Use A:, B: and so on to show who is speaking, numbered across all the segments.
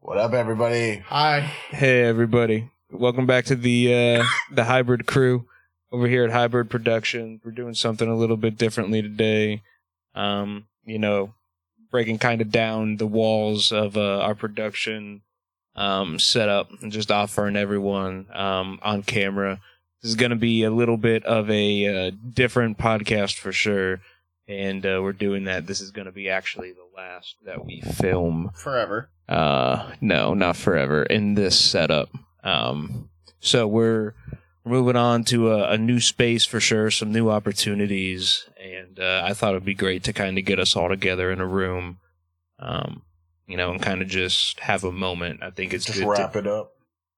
A: What up, everybody?
B: Hi.
C: Hey everybody. Welcome back to the uh the hybrid crew over here at Hybrid Production. We're doing something a little bit differently today. Um, you know, breaking kind of down the walls of uh, our production um setup and just offering everyone um on camera. This is going to be a little bit of a uh, different podcast for sure. And uh, we're doing that. This is going to be actually the last that we film
B: Forever.
C: uh no not forever in this setup um so we're moving on to a, a new space for sure some new opportunities and uh, i thought it'd be great to kind of get us all together in a room um you know and kind of just have a moment i think it's
A: Just
C: good
A: wrap it up.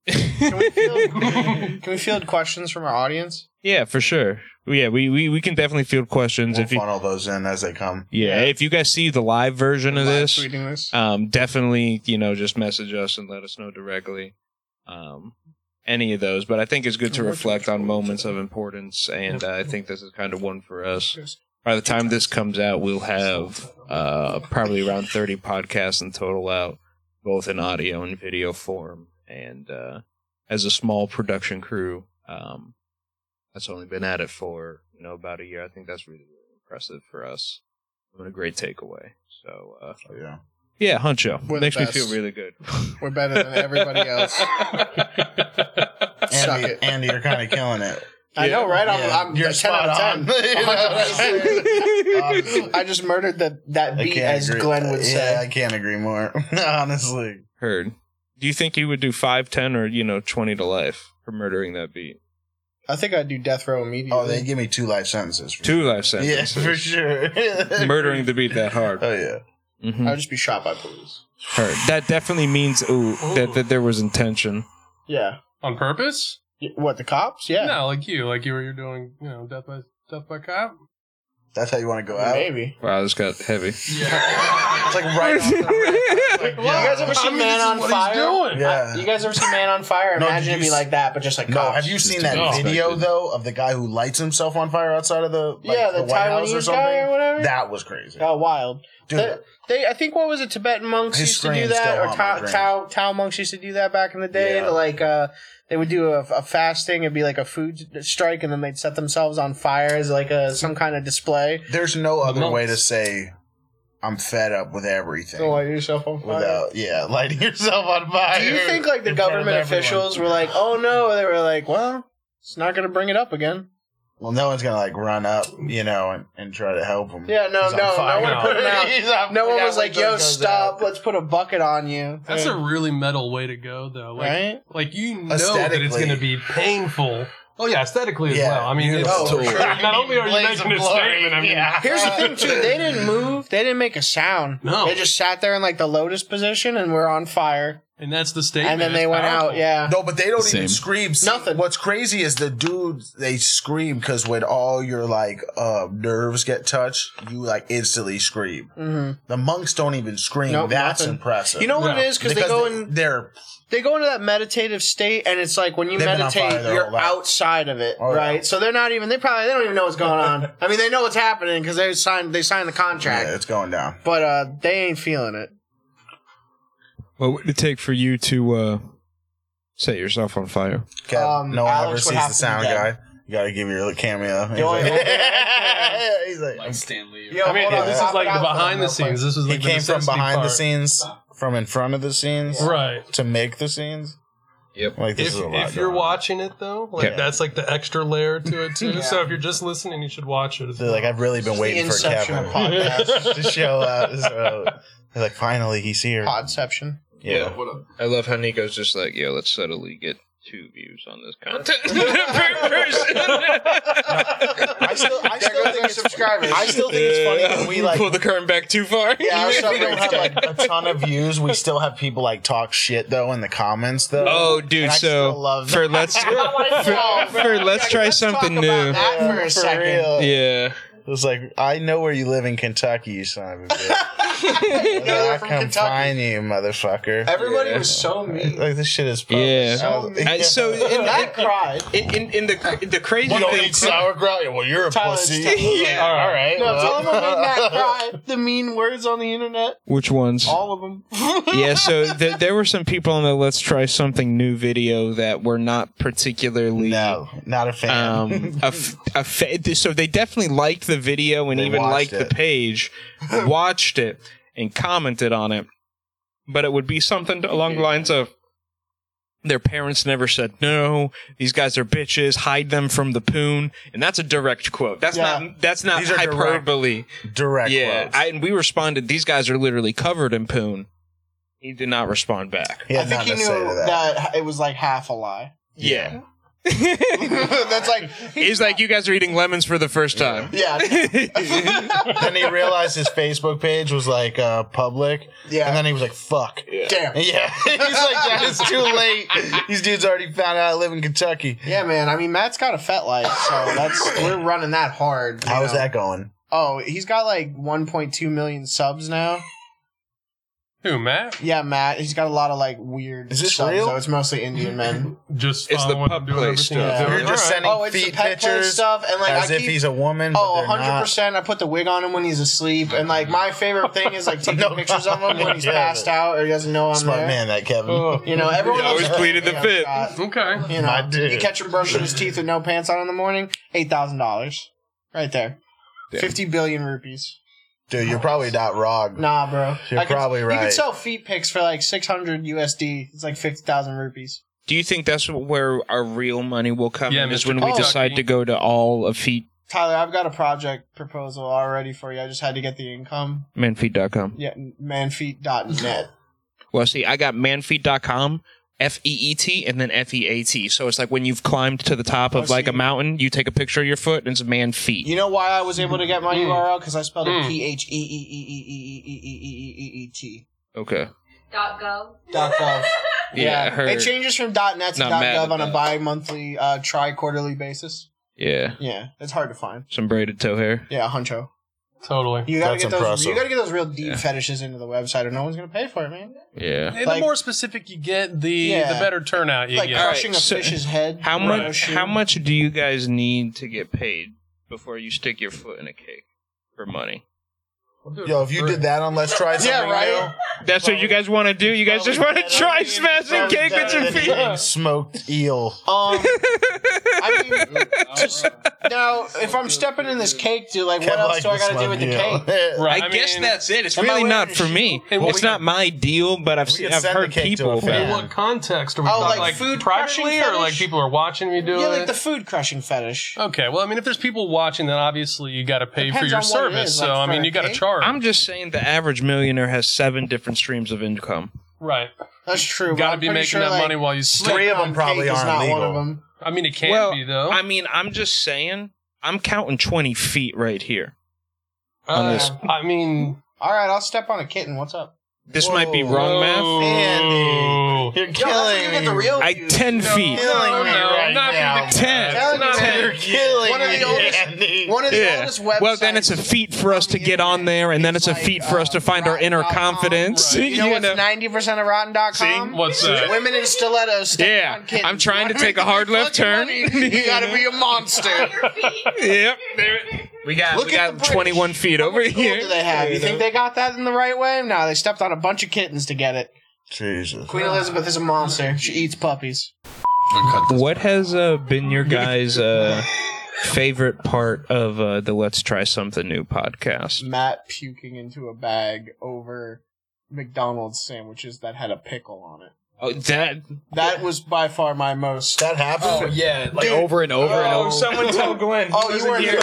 B: Can we, field,
C: to-
B: can we field questions from our audience?
C: yeah for sure yeah we, we we can definitely field questions
A: We'll
C: if you
A: funnel those in as they come.
C: yeah, if you guys see the live version of
B: Live
C: this
B: Tweeting this.
C: um, definitely you know just message us and let us know directly um, any of those but i think it's good to
B: Oh, which-
C: reflect
B: which
C: on
B: one?
C: moments of importance and uh, i think this is kind of one for us
B: Just-
C: by the time this comes out we'll have uh, probably around 30 podcasts in total out both in audio and video form and uh, as a small production crew um, that's only been at it for you know about a year i think that's really, really impressive for us and a great takeaway so uh,
A: Oh, yeah.
C: yeah, Huncho.
B: We're the
C: Makes me
B: best.
C: feel really good.
B: We're better than everybody else. Suck
A: Andy,
B: it.
A: Andy, you're kind of killing it.
B: I know, right? I'm,
A: Yeah,
B: I'm
A: you're
B: you're 10 out of 10.
A: spot on.
B: You know what I'm saying?
A: Honestly.
B: I just murdered that, that
A: I
B: beat,
A: can't
B: as
A: agree-
B: Glenn would
A: yeah, I
B: say.
A: can't agree more. Honestly,
C: Heard. Do you think you would do 5, 10, or, you know, 20 to life for murdering that beat?
B: I think I'd do death row immediately.
A: oh, they give me two life sentences. For
C: Two life
A: yeah,
C: sentences.
A: for sure.
C: Murdering the beat that hard.
A: Oh yeah.
C: Mhm.
B: I'd just be shot by police.
C: Heard. That definitely means, ooh, That, that there was intention.
B: Yeah.
D: On purpose?
B: Y- What, the cops? Yeah.
D: No, like you, like you were you're doing, you know, death by death by cop.
A: That's how you want to go out.
B: Maybe.
C: Wow, this got heavy.
D: Yeah.
A: It's like right off the rip. Like,
B: Well, you guys ever
A: yeah.
B: seen Man on Fire?
A: Yeah.
B: You guys ever seen Man on Fire?
A: No,
B: Imagine
A: did
B: it
A: you
B: be
A: s-
B: like that, but just like
A: No,
B: cops.
A: have you seen
C: to
A: that
C: be
A: video
C: expected.
A: though of the guy who lights himself on fire outside of the like,
B: yeah, the,
A: White House or
B: Taiwanese
A: something?
B: guy or whatever?
A: That was crazy,
B: Got wild.
A: dude.
B: That- they, I think, what was it? Tibetan monks
A: His
B: used to do
A: screams
B: that,
A: go
B: or
A: on my
B: Tao,
A: brain.
B: Tao, Tao monks used to do that back in the day.
A: Yeah.
B: Like, uh, they would do a, a fasting, it'd be like a food strike, and then they'd set themselves on fire as like a some kind of display.
A: There's no other
D: monks.
A: way to say I'm fed up with everything
B: Don't light yourself on fire.
A: without yeah lighting yourself on fire.
B: do you think like the
A: in front of
B: government
A: everyone.
B: officials were like, "Oh no," they were like, "Well, it's not going to bring it up again."
A: Well, no one's gonna like run up, you know, and, and try to help him.
B: Yeah, no,
A: He's on
B: no,
A: fire.
B: no one
D: No.
B: put it out.
A: He's on-
B: No one
A: yeah,
B: was
A: wait
B: like,
A: till it
B: "Yo,
A: goes
B: stop!
A: out.
B: Let's put a bucket on you."
D: That's
B: Yeah.
D: a really metal way to go, though. Like,
B: right.
D: like you know that it's
A: Aesthetically.
D: going to be painful. Oh yeah, aesthetically as
A: Yeah,
D: well. I mean, it's,
A: beautiful.
B: Oh, for sure.
D: not only are you
A: Blaze
D: making
A: of
D: a
A: glory.
D: statement, I mean,
A: Yeah.
B: Here's the thing too, they didn't move, they didn't make a sound.
D: No.
B: They just sat there in like the lotus position and we're on fire.
D: and that's the statement.
B: And then
D: It's
B: they went
D: powerful.
B: out, yeah.
A: No, but they don't even
E: Same.
A: scream. See,
B: Nothing.
A: What's crazy is the dudes they scream because when all your like uh, nerves get touched, you like instantly scream.
B: hmm
A: The monks don't even scream.
B: Nope,
A: That's
B: nothing.
A: impressive.
B: You know what
D: No.
B: it is? Because they go in
A: They're
B: they go into that meditative state and it's like when you
A: They've been on fire
B: meditate,
A: their whole
B: you're
A: life.
B: outside of it.
A: Oh, yeah.
B: right. So they're not even they probably they don't even know what's going on. I mean they know what's happening because they signed they signed the contract.
A: yeah, it's going down.
B: But uh they ain't feeling it.
C: What would it take for you to uh, set yourself on fire?
A: Kev,
B: Um,
A: no one
B: Alex
A: ever
B: would
A: sees
B: have
A: the
B: to be
A: sound
B: dead.
A: guy. You gotta give your little cameo. He's
B: Yo,
A: like,
B: I-
A: He's like-
E: like Stanley.
B: Yo,
D: I mean,
B: hold on,
D: this
B: pop
D: is
B: it
D: like
B: out
D: the
B: for them
D: behind
B: real
D: the scenes. This is
A: he
D: like the
A: came from
D: necessity
A: behind the
D: part.
A: scenes, from in front of the scenes,
D: right?
A: to make the scenes.
E: Yep.
A: Like this
D: if,
A: is a lot.
D: if you're
A: going on.
D: watching it though, like
C: Yeah.
D: that's like the extra layer to it too.
B: Yeah.
D: So if you're just listening, you should watch it. as
A: They're
D: well.
A: like I've really been
B: It's
A: waiting
B: the
A: for
B: inception
A: Kevin
B: of podcasts.
A: to show up. So, they're like finally he's here.
B: Podception.
A: Yeah.
E: What up?
C: I love how Nico's just like, yo, let's subtly get two views on this content.
A: I still,
B: There
A: I still
B: goes
A: think
B: our
A: it's
B: subscribers.
A: I still think it's funny
C: Yeah.
A: that we like.
C: pull the curtain back too far.
A: Yeah, we still don't have like a ton of views. We still have people like talk shit though in the comments though.
C: Oh,
A: And
C: dude!
A: I
C: So
A: still love
C: for
A: that.
C: let's for, for let's try something new.
B: That for a second.
A: real.
C: Yeah,
A: It was like, I know where you live in Kentucky, you son of a bitch. They're
B: Yeah,
A: from
B: come
A: Kentucky.
B: find you, motherfucker.
A: Everybody
C: Yeah.
A: was so mean.
B: Like this shit is
C: Yeah.
A: So mean.
C: I- so
B: in
C: in-
B: that
C: I
B: cried.
C: In, in, in the in the crazy
B: You don't
C: thing,
B: eat sauerkraut?
A: Yeah, well, you're a
B: Tyler, stop.
C: Yeah.
B: All
A: right.
B: No,
A: well.
B: tell them I made Matt cry. The mean words on the internet,
C: which ones?
B: all of them.
C: yeah, so th- there were some people on the "Let's Try Something New" video that were not particularly
A: No, not a fan.
C: um, a f- a fa- so they definitely liked the video and
A: They
C: even
A: watched
C: liked
A: it.
C: the page, watched it and commented on it. But it would be something along the lines of their parents never said no. These guys are bitches. Hide them from the poon. And that's a direct quote. That's
B: Yeah.
C: not that's not
A: These are direct
C: hyperbole.
A: Direct.
C: Yeah,
A: quotes.
C: I, and we responded. These guys are literally covered in poon. He did not respond back.
A: He had
B: I think
A: nothing
B: he
A: to
B: knew
A: say to
B: that. it was like half a lie.
C: Yeah,
B: That's like
C: he's like, you guys are eating lemons for the first time.
B: yeah,
A: then he realized his Facebook page was like uh, public,
B: yeah.
A: and then he was like, "Fuck."
B: Damn.
A: Yeah, he's like, "Yeah, it's too late." These dudes already found out I live in Kentucky.
B: Yeah, man. I mean, Matt's got a fet life, so that's we're running that hard. you
A: How's
B: know.
A: that going?
B: Oh, he's got like 1.2 million subs now.
D: Who, Matt?
B: Yeah, Matt. He's got a lot of like weird.
A: Is this
B: subs,
A: real?
B: Though. It's mostly Indian men.
D: Just
C: It's the
D: following
C: pub
D: and doing
C: place
D: everything
B: stuff.
D: he's doing.
A: You're just
D: All right.
A: sending
B: oh, it's the
A: feet
B: pet play
A: pictures
B: stuff, and like
A: as
B: I
A: if
B: keep,
A: he's a woman. but
B: Oh,
A: they're
B: 100%. I put the wig on him when he's asleep. And, like, my favorite thing is, like, taking
A: No.
B: pictures of him when he's
A: Yeah.
B: passed out or he doesn't know I'm
A: not. smart
B: there.
A: man. That Kevin.
D: Oh.
B: You know, everyone
C: He always
B: loves a
C: pleaded the
B: video
C: fifth.
B: shot.
D: Okay.
B: You know,
A: My dude.
B: you catch him brushing his teeth with no pants on in the morning, $8,000. Right there.
C: Damn.
B: 50 billion rupees.
A: Dude, you're probably not wrong.
B: Nah, bro.
A: You're
B: I could-
A: probably
B: You
A: right.
B: could sell feet pics for, like, 600 USD. It's like 50,000 rupees.
C: Do you think that's where our real money will come
D: Yeah,
C: in? Is
D: Mr.
C: when we
B: Kentucky.
C: decide to go to all of E feet
B: Tyler, I've got a project proposal already for you. I just had to get the income.
C: manfeet.com.
B: Yeah, manfeet.net.
C: Well, see, I got manfeet.com, F E E T, and then F E A T. So it's like when you've climbed to the top of
B: Oh,
C: like
B: see.
C: a mountain, you take a picture of your foot, and it's man feet.
B: You know why I was able to get my
D: Mm.
B: URL? Because I spelled it
D: Mm.
B: P H E E E E E E E E E E E E T.
C: Okay.
E: Dot gov.
B: Dot gov.
C: Yeah, I heard.
B: It changes from dot net to
C: Not
B: dot
C: mad at
B: gov on a
C: that.
B: bi monthly, uh, tri quarterly basis.
C: Yeah,
B: Yeah, it's hard to find.
C: some braided toe hair.
B: Yeah, huncho.
D: Totally.
B: You gotta
A: That's
B: get those.
A: impressive.
B: You gotta get those real deep
C: Yeah.
B: fetishes into the website, or no one's gonna pay for it, man.
C: Yeah.
D: And
B: Like-
D: the more specific you get, the
B: Yeah.
D: the better turnout you
B: Like
D: get.
B: crushing
C: Alright,
B: a
C: so-
B: fish's head.
C: How
B: with
C: much?
B: a shoe.
C: How much do you guys need to get paid before you stick your foot in a cake for money?
D: We'll do it
A: Yo,
D: for
A: if you
D: free.
A: did that on Let's Try Something
B: Yeah, right.
C: That's what you guys want to do. You guys just want to try smashing
A: Probably
C: cake with your
A: better than
C: feet.
A: eating Smoked eel.
B: Um, I mean,
D: All right.
B: now if I'm stepping in this cake, dude, like, what
A: Kevin
B: else
A: liked
B: do I
A: the
B: gotta do
A: smoked
B: with the
A: eel.
B: cake?
D: Right,
C: I,
D: I
C: guess
D: mean-
C: that's it. It's
B: Am I
C: really
B: wearing
C: not
B: a
C: for me.
D: Hey, well,
C: it's
D: we can-
C: not my deal, but I've
A: We
C: seen,
A: can
C: I've
A: send the
C: heard
A: cake to a
C: people.
A: fan.
D: In what context are we
B: Oh,
D: talking?
B: like
D: Like,
B: food
D: privately,
B: crushing
D: or like
B: fetish?
D: people are watching me do
B: Yeah,
D: it?
B: like the food crushing fetish.
D: okay, well, I mean, if there's people watching, then obviously you got to pay for
B: Depends
D: your
B: on what it
D: service.
B: is,
D: so
B: like,
D: I
B: for
D: mean,
B: a
D: you got to
B: cake?
D: charge.
C: I'm just saying the average millionaire has seven different streams of income.
D: right.
B: That's true.
D: You
B: but
D: got to
B: I'm
D: be
B: pretty
D: making
B: sure,
D: that
B: like,
D: money while you sleep.
A: Three of
B: on
A: them probably
B: cake is
A: aren't
B: not
A: legal.
B: One of them.
D: I mean, it can
C: well,
D: be though.
C: I mean, I'm just saying. I'm counting 20 feet right here.
B: on
D: Uh,
B: this.
D: I mean,
B: All right, I'll step on a kitten. What's up?
C: This might be
A: Whoa.
C: wrong math.
D: whoa.
A: Andy. You're killing me.
C: I 10 feet.
A: You're killing
D: oh. No,
A: me
D: no,
A: right
D: not
A: now.
D: even
C: Ten.
D: It's not
B: Ten.
A: You're
D: even-
A: killing
B: One of the
A: me,
B: oldest-
A: Andy.
B: One of the
C: Yeah.
B: oldest websites.
C: Well, then it's a feat for us to get on there, and then it's a feat for us to find our inner confidence.
D: Right.
B: You know what's ninety percent of Rotten.com?
D: See? What's that?
B: Women in stilettos. step
C: Yeah.
B: on kittens.
C: I'm trying to
B: You wanna
C: take a
B: make
C: hard
B: your
C: left
B: fucking
C: turn.
B: money, you gotta be a monster.
E: Your feet.
C: Yep. We got
B: Look
C: we
B: at the
C: got
B: British.
C: 21 feet over
B: What
C: here.
B: do they have? You think they got that in the right way? No, they stepped on a bunch of kittens to get it.
A: Jesus.
B: Queen Elizabeth is a monster. She eats puppies.
C: What has uh, been your guys' uh, favorite part of uh, the Let's Try Something New podcast?
B: Matt puking into a bag over McDonald's sandwiches that had a pickle on it.
C: Oh, that
B: That was by far my most.
A: That happened.
C: yeah, like
B: Dude.
C: over and over and
B: Oh,
C: over. Someone tell Glenn.
B: Oh, you weren't here.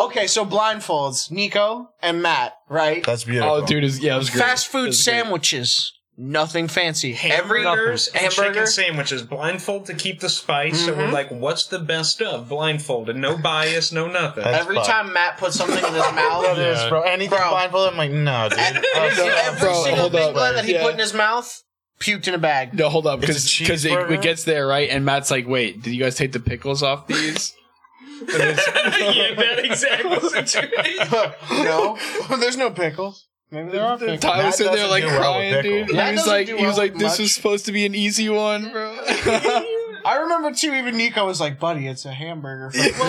B: okay, so blindfolds, Nico and Matt, right?
A: That's beautiful.
C: is yeah, it was
B: Fast food sandwiches, nothing fancy.
C: Hamburgers,
B: Every hamburger.
C: chicken sandwiches, blindfold to keep the spice. So we're like, what's the best of blindfolded? No bias, no nothing.
A: That's
B: Every
A: fucked.
B: time Matt puts something in his
A: That
B: mouth,
A: is, bro. Anything
B: Bro.
A: blindfolded, I'm like, no, dude. I'm
B: every,
A: done.
B: every
F: Bro,
B: single
F: hold
B: thing
F: up.
B: that he
F: Yeah.
B: put in his mouth puked in a bag.
F: No, hold up,
A: It's a
F: because because it,
A: cheeseburger?
F: it gets there right, and Matt's like, "Wait, did you guys take the pickles off these?" And it's-
C: yeah, that exact situation.
B: no, there's no pickles. Maybe there are pickles.
F: Tyler
A: Matt
F: sitting there
A: doesn't
F: like
A: do well with
F: crying,
A: pickles.
F: dude. He
B: Matt
F: was
B: doesn't
F: like,
B: do
F: he was
B: well
F: like,
B: with
F: this
B: much.
F: was supposed to be an easy one, bro.
B: I remember too. Even Nico was like, "Buddy, it's a hamburger." From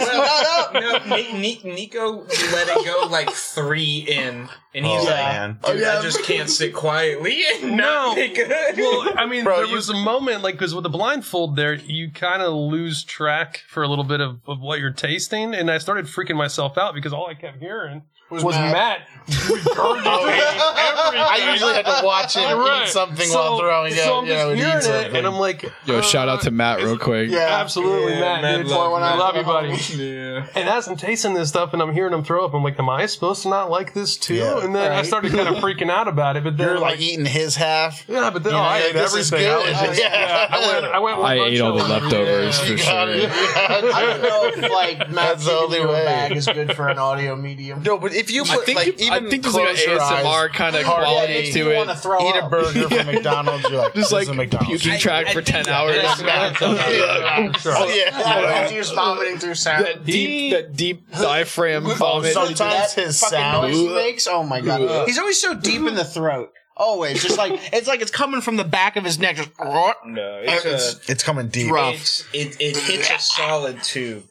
E: Well, no, no, Ni- Ni- Nico let it go like three in, and he's
A: Oh,
E: like,
A: man.
E: "Dude, I just can't sit quietly and
D: No.
E: not pick good."
D: Well, I mean,
A: Bro,
D: there
A: you-
D: was a moment like because with the blindfold there, you kind of lose track for a little bit of, of what you're tasting, and I started freaking myself out because all I kept hearing was, Matt.
B: Oh,
G: I usually had to watch him
D: Right.
G: eat something
D: So-
G: while throwing
D: so
G: up.
D: I'm
G: you know, and
D: just
G: eat
D: hearing it,
G: something.
D: and I'm like,
F: Yo,
D: uh,
F: shout out to Matt real quick.
D: absolutely Matt, dude.
E: love,
D: I love you, buddy.
F: Yeah.
D: And as I'm tasting this stuff and I'm hearing him throw up, I'm like, am I supposed to not like this too?
A: Yeah.
D: and then I
B: Right.
D: started kind of freaking out about it. But then,
G: You're
D: I'm
G: like eating his half.
D: yeah, but then
G: you know,
D: oh, I
G: you're
D: ate
G: like, this is
D: everything. I,
G: good.
D: was just-
G: Yeah.
D: yeah, I went, I went.
F: I
D: with
F: ate all the
D: lunch.
F: leftovers for
G: You got
F: sure.
G: it. Yeah.
B: I don't know if like Matt's
G: That's the only way.
B: bag is good for an audio medium.
G: No, but if you
F: I
G: put
F: think
G: like
F: I
G: even
F: think there's like
G: close
F: an
G: your
F: ASMR
G: eyes,
F: kind of
G: hard
F: quality
G: if
F: to
B: want to
F: it.
B: throw
G: eat
B: up.
G: a burger from McDonald's, you're like,
F: Just
G: this
F: like
G: is a McDonald's.
F: puking track for ten hours.
D: "Oh,
G: Yeah. Yeah.
B: He's just vomiting through sound.
F: That deep, that deep diaphragm
B: Oh,
F: vomit.
G: Sometimes his
B: fucking
G: sound.
B: noise he makes. Oh my god, he's always so deep in the throat. Always, just like it's like it's coming from the back of his neck. Just
E: no, it's,
G: It's-
E: a,
A: It's coming deep.
G: Right.
E: it's it, it hits a solid two.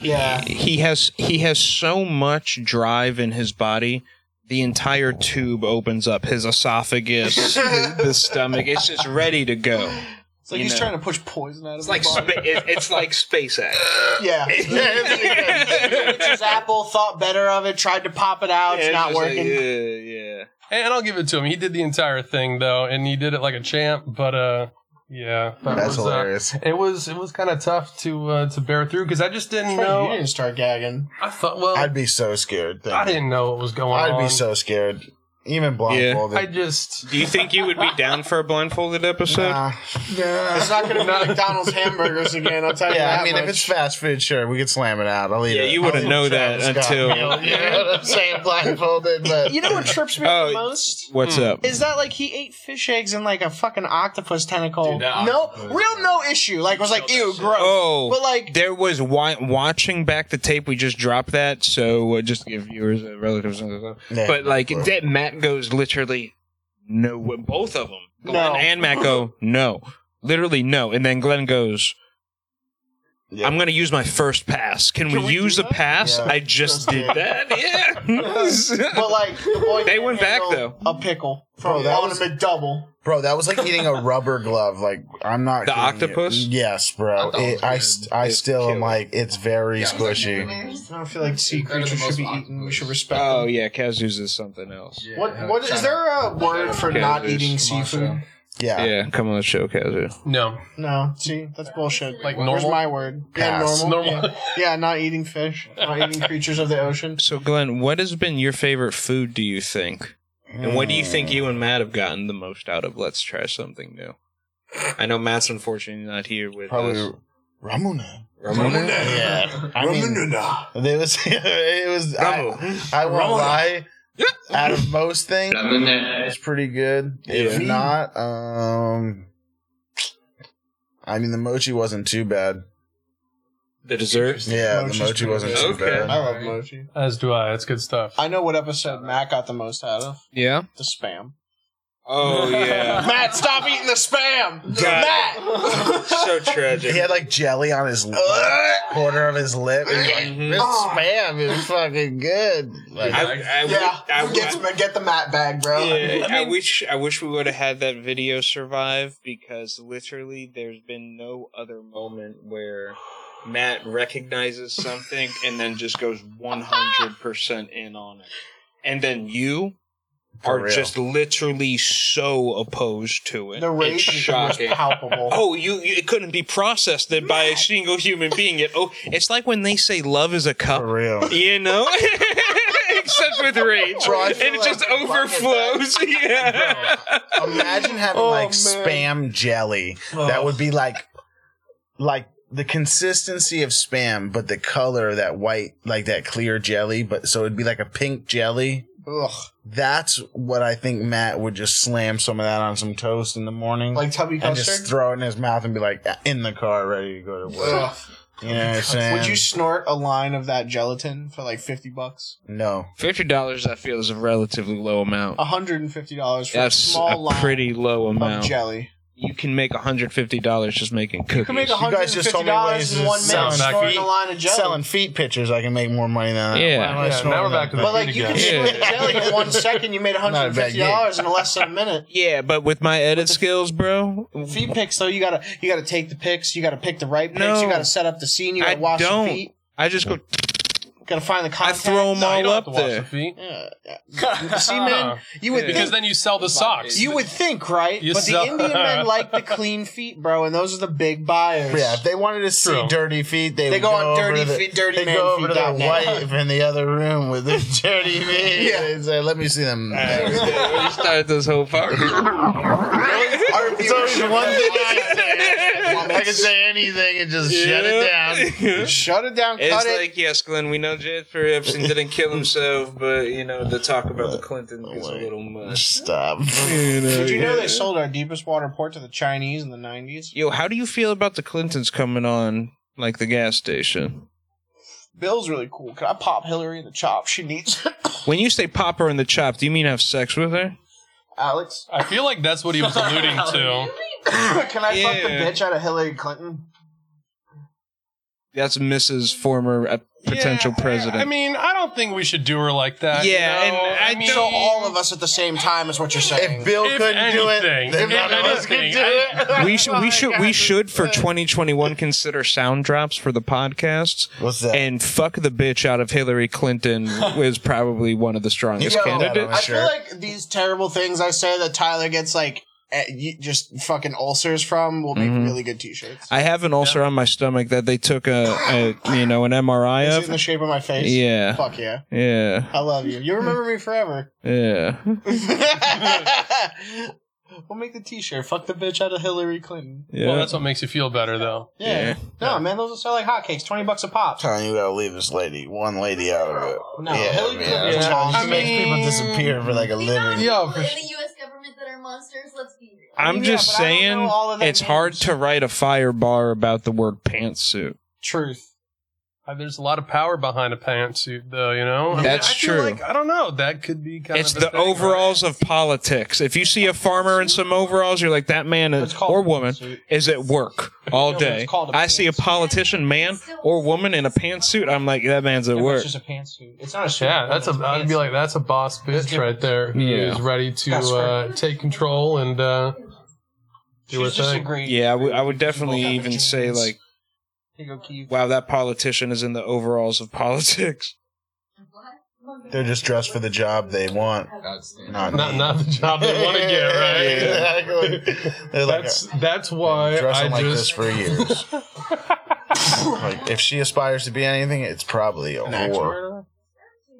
B: yeah.
C: He has he has so much drive in his body. The entire tube opens up his esophagus, the stomach. It's just ready to go.
B: It's like
C: You
B: he's
C: know.
B: trying to push poison out of
C: It's
B: his
C: like
B: body.
C: spa- it- it's like SpaceX.
B: yeah. It's just Apple thought better of it, tried to pop it out, it's not working.
C: yeah, yeah.
D: And I'll give it to him. He did the entire thing though, and he did it like a champ. But uh, yeah, that
A: That's
D: was, uh,
A: hilarious.
D: it was it was kind of tough to uh, to bear through because I just didn't
B: Right,
D: know.
B: you didn't start gagging.
D: I thought well,
A: I'd
D: I'd,
A: be so scared. though.
D: I did not know what was going
A: I'd
D: on.
A: be so scared. Even blindfolded.
D: I just
C: Do you think you would be down for a blindfolded episode?
A: Nah.
B: It's not going to be McDonald's hamburgers again. I'll tell you
G: Yeah,
B: that
G: I mean,
B: much.
G: if it's fast food, sure, we could slam it out. I'll eat
C: Yeah,
G: it.
C: you wouldn't
G: I'll eat
C: know
G: a Travis
C: that
G: Scott
C: until-
G: meal, You know what I'm saying? Blindfolded, but
B: you know what trips me
C: Oh,
B: the most
C: What's up?
B: is that like he ate fish eggs and like a fucking octopus tentacle.
E: Dude, that
B: no,
E: octopus-
B: real no issue. Like was like
E: Killed that
B: ew,
E: shit.
B: gross.
C: Oh,
B: But like
C: there was wi- watching back the tape. We just dropped that, so uh, just to give viewers, uh, relatives, and stuff.
A: Yeah.
C: But like that, Matt goes literally no. Both of them, Glenn
B: No.
C: and Matt go no, literally no. And then Glenn goes,
A: Yeah.
C: "I'm going to use my first pass. Can, we, use a pass?
A: Yeah.
C: I just did that. Yeah."
B: But like the boy
C: They
B: can't
C: went back,
B: handle A pickle
A: Bro,
B: from
A: that
B: on
A: was-
B: a McDouble.
A: Bro, that was like eating a rubber glove. Like I'm not
C: The
A: kidding you.
C: octopous?
A: Yes, bro.
F: Octopus
A: It, I
F: is-
A: I
F: is
A: still am
F: cute.
A: like it's very
F: Yeah, I was like,
A: squishy.
B: I don't feel like sea
F: Better than
B: creatures should
F: most
B: be
F: octopus.
B: eaten. We should respect.
C: oh
B: them.
C: yeah, Kazu's is something else.
B: What what is there a word for
C: Okay,
B: not
C: there's
B: eating
F: some
B: seafood?
F: also.
A: Yeah.
C: Yeah, come on the show, Kazu.
D: no
B: No, see that's bullshit.
D: Like
B: Where's
D: normal?
B: my word?
A: Pass.
B: Yeah, normal.
D: Normal.
B: Yeah. yeah, not eating fish, not eating creatures of the ocean.
C: So, Glenn, what has been your favorite food? Do you think? And what do you
A: Mm.
C: think you and Matt have gotten the most out of? Let's try something new. I know Matt's unfortunately not here with
A: Probably
C: us.
A: Ramuna.
C: Ramona?
G: yeah, I mean,
A: There was it was I, I won't lie. Out of most things, it's pretty good. If
C: Yeah.
A: not, um, I mean the mochi wasn't too bad.
C: The dessert.
A: Yeah,
B: Mochi's
A: the mochi
B: pretty
A: wasn't
C: good.
A: too
C: Okay.
A: bad.
B: I love mochi.
D: as do I. It's good stuff.
B: I know what episode Matt got the most out of
C: Yeah.
B: the spam.
C: Oh yeah.
B: Matt, stop eating the spam. Matt.
C: so
A: He
C: tragic.
A: had like jelly on his lip, corner of his lip. and he's like,
B: Mm-hmm.
G: this spam is fucking good. Like,
C: I, I,
B: Oh. yeah,
C: I,
B: get,
C: I,
B: get the Matt bag, bro.
C: yeah, I wish I wish we would have had that video survive because literally there's been no other moment where Matt recognizes something and then just goes 100% in on it. And then you
A: For
C: are
A: real.
C: just literally so opposed to it.
B: The
C: it's
B: rage was
C: shocking.
B: palpable.
C: Oh, you, you it couldn't be processed then by a single human being. It oh, it's like when they say love is a
A: for
C: cup,
A: real.
C: you know, except with rage,
A: Bro, I
C: and
A: feel
C: it
A: like
C: just overflows. Yeah,
A: Imagine having
B: Oh,
A: like
B: man. Oh.
A: spam jelly. That would be like like the consistency of spam, but the color of that white, like that clear jelly, but so it'd be like a pink jelly.
B: Ugh.
A: That's what I think Matt would just slam some of that on some toast in the morning.
B: Like tubby
A: and just
B: custard.
A: throw it in his mouth and be like in the car ready to go to work. You know what I'm saying?
B: Would you snort a line of that gelatin for like fifty bucks?
A: No.
C: Fifty dollars, I feel, is a relatively low amount.
B: hundred and fifty dollars for a
C: That's
B: small
C: a
B: line
C: pretty low
B: of
C: amount.
B: jelly.
C: You can make hundred fifty dollars just making cookies.
B: You can make
A: You
B: hundred
A: guys
B: and
A: just
B: fifty
A: told me ways
B: dollars in
A: to
B: one
A: sell
B: minute
D: back
B: snorting
D: feet.
B: a line of jelly.
A: Selling feet pictures, I can make more money than that.
C: Yeah.
A: Why am I
D: Yeah,
A: snorting
D: now we're back
A: that?
D: to
B: But like you can
D: Yeah.
B: snort jelly in one second, you made one hundred
A: Not a
B: and
A: bad
B: fifty
A: gig.
B: dollars in less than a minute.
C: Yeah, but with my edit skills, bro,
B: Feet picks though, you gotta you gotta take the picks, you gotta pick the right picks,
C: No.
B: you gotta set up the scene, you gotta
C: I
B: wash
C: don't.
B: the feet,
C: I just go.
B: gotta find the
C: I
B: contact.
C: throw them
D: No, you
C: all
D: don't have
C: up
D: to wash the
C: there.
D: feet.
B: Yeah, yeah. See, man, you would
D: Because
B: think,
D: then you sell the socks.
B: you would think, right?
D: You
B: but
D: sell-
B: the Indian men like the clean feet, bro, and those are the big buyers.
A: Yeah, if they wanted to see
D: True.
A: dirty feet, they,
B: They
A: would
B: go on
A: over
B: dirty
A: to the-
B: feet, dirty
A: They
B: man
A: go over
B: feet
A: to their
B: dot net.
A: wife in the other room with their dirty feet. yeah. and say, "Let me see them."
C: we started this whole fucking.
A: it's always one thing I can say. I can say anything and just shut it down.
C: down.
B: Shut it down,
C: It's
B: cut it.
C: like, yes, Glenn, we know Jasper Epstein didn't kill himself, but, you know, the talk about the Clinton is a little much.
A: Stop.
B: Oh Did you know they sold our deepest water port to the Chinese in the nineties?
C: Yo, how do you feel about the Clintons coming on, like, the gas station?
B: Bill's really cool. Can I pop Hillary in the chop? She needs it.
C: When you say pop her in the chop, do you mean have sex with her?
B: Alex.
D: I feel like that's what he was alluding to.
B: Can I fuck the
C: Yeah.
B: bitch out of Hillary Clinton?
C: That's Mrs. former uh, potential
D: Yeah,
C: president.
D: I mean, I don't think we should do her like that.
C: Yeah,
D: you know?
C: and I
D: mean,
B: So all of us at the same time is what you're saying.
A: If Bill
D: If
A: couldn't do it,
D: anything,
A: then
D: if
A: none of us could
D: anything,
A: do it.
C: we should we should we should
D: uh,
C: for 2021 consider sound drops for the podcasts
A: What's that?
C: and fuck the bitch out of Hillary Clinton was probably one of the strongest
B: Yo,
C: candidates.
B: I feel like these terrible things I say that Tyler gets like eh, you- just fucking ulcers from will make really good t-shirts.
C: I have an ulcer on my stomach that they took a, a you know an MRI
B: Is it in the
C: of.
B: shape of my face?
C: Yeah,
B: Fuck yeah.
C: yeah,
B: I love you. You remember me forever.
C: yeah.
B: we'll make the t-shirt. Fuck the bitch out of Hillary Clinton.
C: yeah.
D: Well, that's what makes you feel better, though.
B: Yeah. No, man, those will sell like hotcakes. 20 bucks a pop.
A: Telling you gotta leave this lady, one lady out of it.
B: No,
A: yeah,
B: Hillary
A: man.
B: Clinton
A: That's how
B: I
A: she makes people
D: mean-
A: disappear for like a living.
D: Yeah,
H: people
D: for
H: in
D: sure.
H: the U.S. government that are monsters. Let's be real.
C: I'm
B: Yeah,
C: just
B: but I don't
C: saying,
B: know all of their
C: it's hard
B: names.
C: to write a fire bar about the word pantsuit.
B: Truth.
D: Uh, There's a lot of power behind a pantsuit, though. You know, I mean,
C: That's
D: I feel
C: true.
D: Like, I don't know. That could be kind
C: It's
D: of a
C: the
D: thing, right?
C: overalls of politics. If you see a farmer in some overalls, you're like, that man
B: It's
C: is,
B: called
C: or
B: a
C: woman
B: pantsuit.
C: is at work all
B: No,
C: day.
B: it's called a
C: I see a
B: pantsuit.
C: politician, man or woman in a pantsuit. I'm like, that man's at work.
B: It's just a pantsuit. It's not a suit.
D: Yeah, that's a. I'd be like, that's a boss bitch right there.
C: Yeah.
D: Who's ready to
B: That's right.
D: uh, take control and uh, do her
B: She's just
D: thing.
B: agreed.
C: Yeah, I would, I would definitely
B: Both have
C: even
B: jeans.
C: say like,
B: Here you go, Keith.
C: wow, that politician is in the overalls of politics.
A: They're just dressed for the job they want. Not,
D: Not
A: me.
D: not the job they want to get, right?
A: exactly. They're like,
D: That's that's why I
A: dressing like this
D: just
A: for years. like, if she aspires to be anything, it's probably a whore.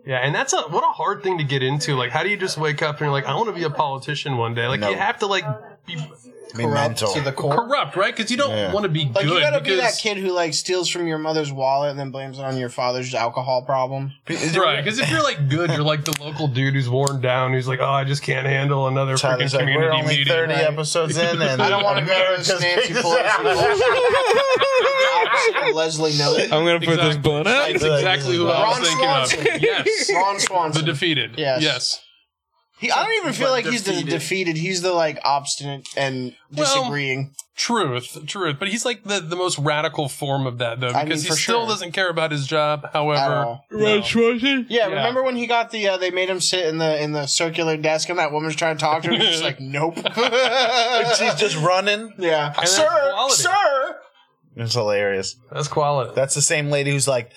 D: yeah, and that's a what a hard thing to get into. Like, how do you just wake up and you're like, I want to be a politician one day? Like,
A: No.
D: you have to like be
A: Be mental.
B: To the core.
D: corrupt, right? Because you don't
A: Yeah.
D: want to be
B: Like
D: good.
B: you gotta be that
D: because-
B: kid who like steals from your mother's wallet and then blames it on your father's alcohol problem.
D: Right, because if you're like good, you're like the local dude who's worn down, who's like, oh, I just can't handle another freaking
A: Tyler's like,
D: community
A: we're only
D: meeting.
A: 30 episodes in, and
B: I don't want to go to
A: America's
B: this Nancy
A: just-
B: Pelosi. Leslie Miller.
C: I'm gonna put this
D: Exactly.
C: blunt up.
D: That's exactly who I
B: Ron
D: was thinking
B: Swanson.
D: of. Yes,
B: Ron
D: the
B: Swanson.
D: defeated.
B: Yes.
D: Yes,
B: he, I don't even feel like he's the defeated. He's the like obstinate and
D: Well,
B: disagreeing.
D: truth, truth. But he's like the, the most radical form of that, though,
B: I
D: because
B: mean,
D: he
B: for
D: still
B: sure.
D: doesn't care about his job.
B: at
D: However,
B: all.
D: no.
B: Yeah,
D: Yeah.
B: remember when he got the uh, they made him sit in the in the circular desk and that woman's trying to talk to him. He's just like, nope.
A: She's just running.
B: yeah,
D: that's
B: sir,
D: quality.
B: sir.
A: It's hilarious.
D: that's quality.
A: That's the same lady who's like,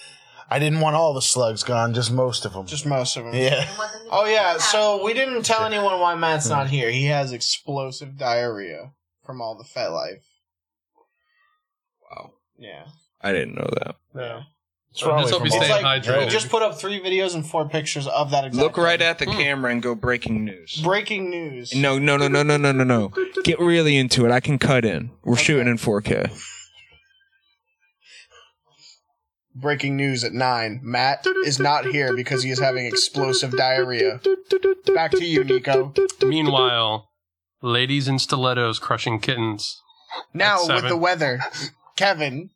A: I didn't want all the slugs gone, just most of them.
B: Just most of them.
A: yeah.
B: Oh yeah, so we didn't tell anyone why Matt's not
A: Hmm.
B: here. He has explosive diarrhea from all the fat life.
C: Wow.
B: Yeah.
C: I didn't know that.
D: no.
A: It's
D: I just hope
A: from
D: he
A: all-
D: stays
B: It's like-
A: Right.
D: hydrated.
B: Just put up three videos and four pictures of that exact
C: Look right
B: thing.
C: at the camera and go breaking news.
B: breaking news.
C: No, no, no, no, no, no, no, no. Get really into it. I can cut in. We're shooting in 4K.
B: Breaking news at nine. Matt is not here because he is having explosive diarrhea. Back to you, Nico.
D: Meanwhile, ladies in stilettos crushing kittens.
B: Now
D: That's
B: with
D: seven.
B: the weather, Kevin.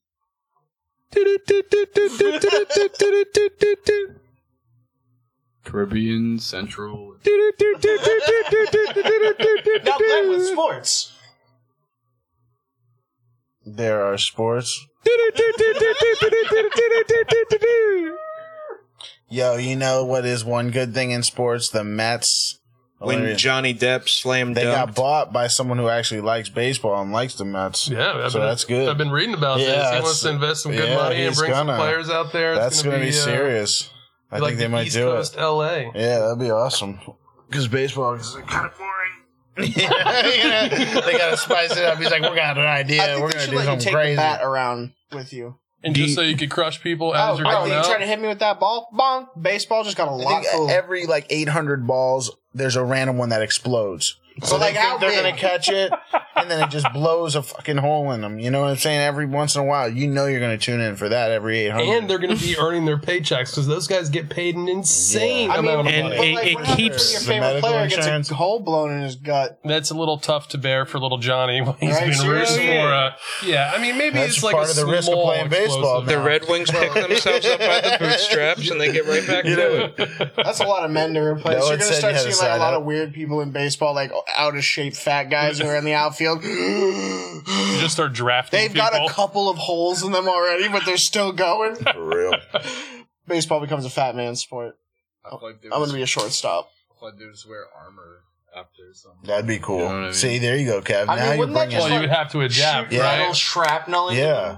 F: Caribbean Central.
I: Now playing with sports.
A: There are sports. Yo, you know what is one good thing in sports? The Mets.
C: when Johnny Depp slammed
A: they got
C: dunked.
A: bought by someone who actually likes baseball and likes the Mets.
D: Yeah, I've
A: so
D: been,
A: that's good.
D: I've been reading about
A: Yeah,
D: this. He
A: that's-
D: wants to invest some good
A: yeah,
D: money and
A: he's
D: bring
A: gonna.
D: some players out there.
A: that's going to be,
D: uh,
A: serious. I
D: like
A: think they
D: the
A: might
D: East
A: do
D: Coast
A: it.
D: LA.
A: Yeah, that'd be awesome. Because baseball is kind of boring. yeah, they got to spice it up. He's like, we got an
B: I
A: idea.
B: think
A: We're
B: they
A: going to
B: should
A: do
B: let you
A: something
B: take the
A: crazy.
B: bat around with you.
D: And
C: Do
D: just
C: you-
D: so you could crush people
B: Oh,
D: as you're
B: oh,
D: going
B: you
D: out.
B: trying to hit me with that ball? Bong. Baseball just got a
A: I
B: lot
A: think uh,
B: full.
A: every like 800 balls, there's a random one that explodes. So
B: But,
A: like
B: like, how
A: they're
B: big?
A: gonna catch it, and then it just blows a fucking hole in them. You know what I'm saying? Every once in a while, you know you're gonna tune in for that every 800.
D: and they're going to be earning their paychecks because those guys get paid an insane
B: I mean,
D: amount of
C: And
D: money.
B: but,
C: it-
B: like,
C: it
B: what happens
C: keeps-
B: when your
A: The
B: favorite
A: medical
B: player
A: insurance.
B: gets a hole blown in his gut.
D: That's a little tough to bear for little Johnny when he's
B: Right,
D: been
B: sure,
D: rooting
B: yeah.
D: for. Uh, yeah, I mean, maybe
A: That's
D: it's like
A: part
D: a
A: of the risk of
D: small
A: playing baseball,
D: explosive-
C: the Red Wings pick themselves up by the bootstraps and they get right back to it.
B: That's a lot of men to replace.
A: No
B: You're
A: one
B: gonna
A: said
B: start
A: you had
B: seeing
A: to
B: like a
A: sign
B: lot
A: up.
B: of weird people in baseball, like out of shape fat guys who are in the outfield.
D: You just start drafting.
B: They've got a
D: people.
B: couple of holes in them already, but they're still going.
A: For real.
B: Baseball becomes a fat man sport.
F: I feel like they
B: I'm
F: was-
B: gonna be a shortstop.
F: I feel like they just wear armor after or something.
A: That'd be cool.
F: You know what I mean?
A: See, there you go, Kev.
B: I mean,
A: now you're
B: wouldn't that
A: bringing.
B: just
D: Well, you would have to adapt,
A: Yeah.
D: right?
E: Little shrapnel. in
A: yeah,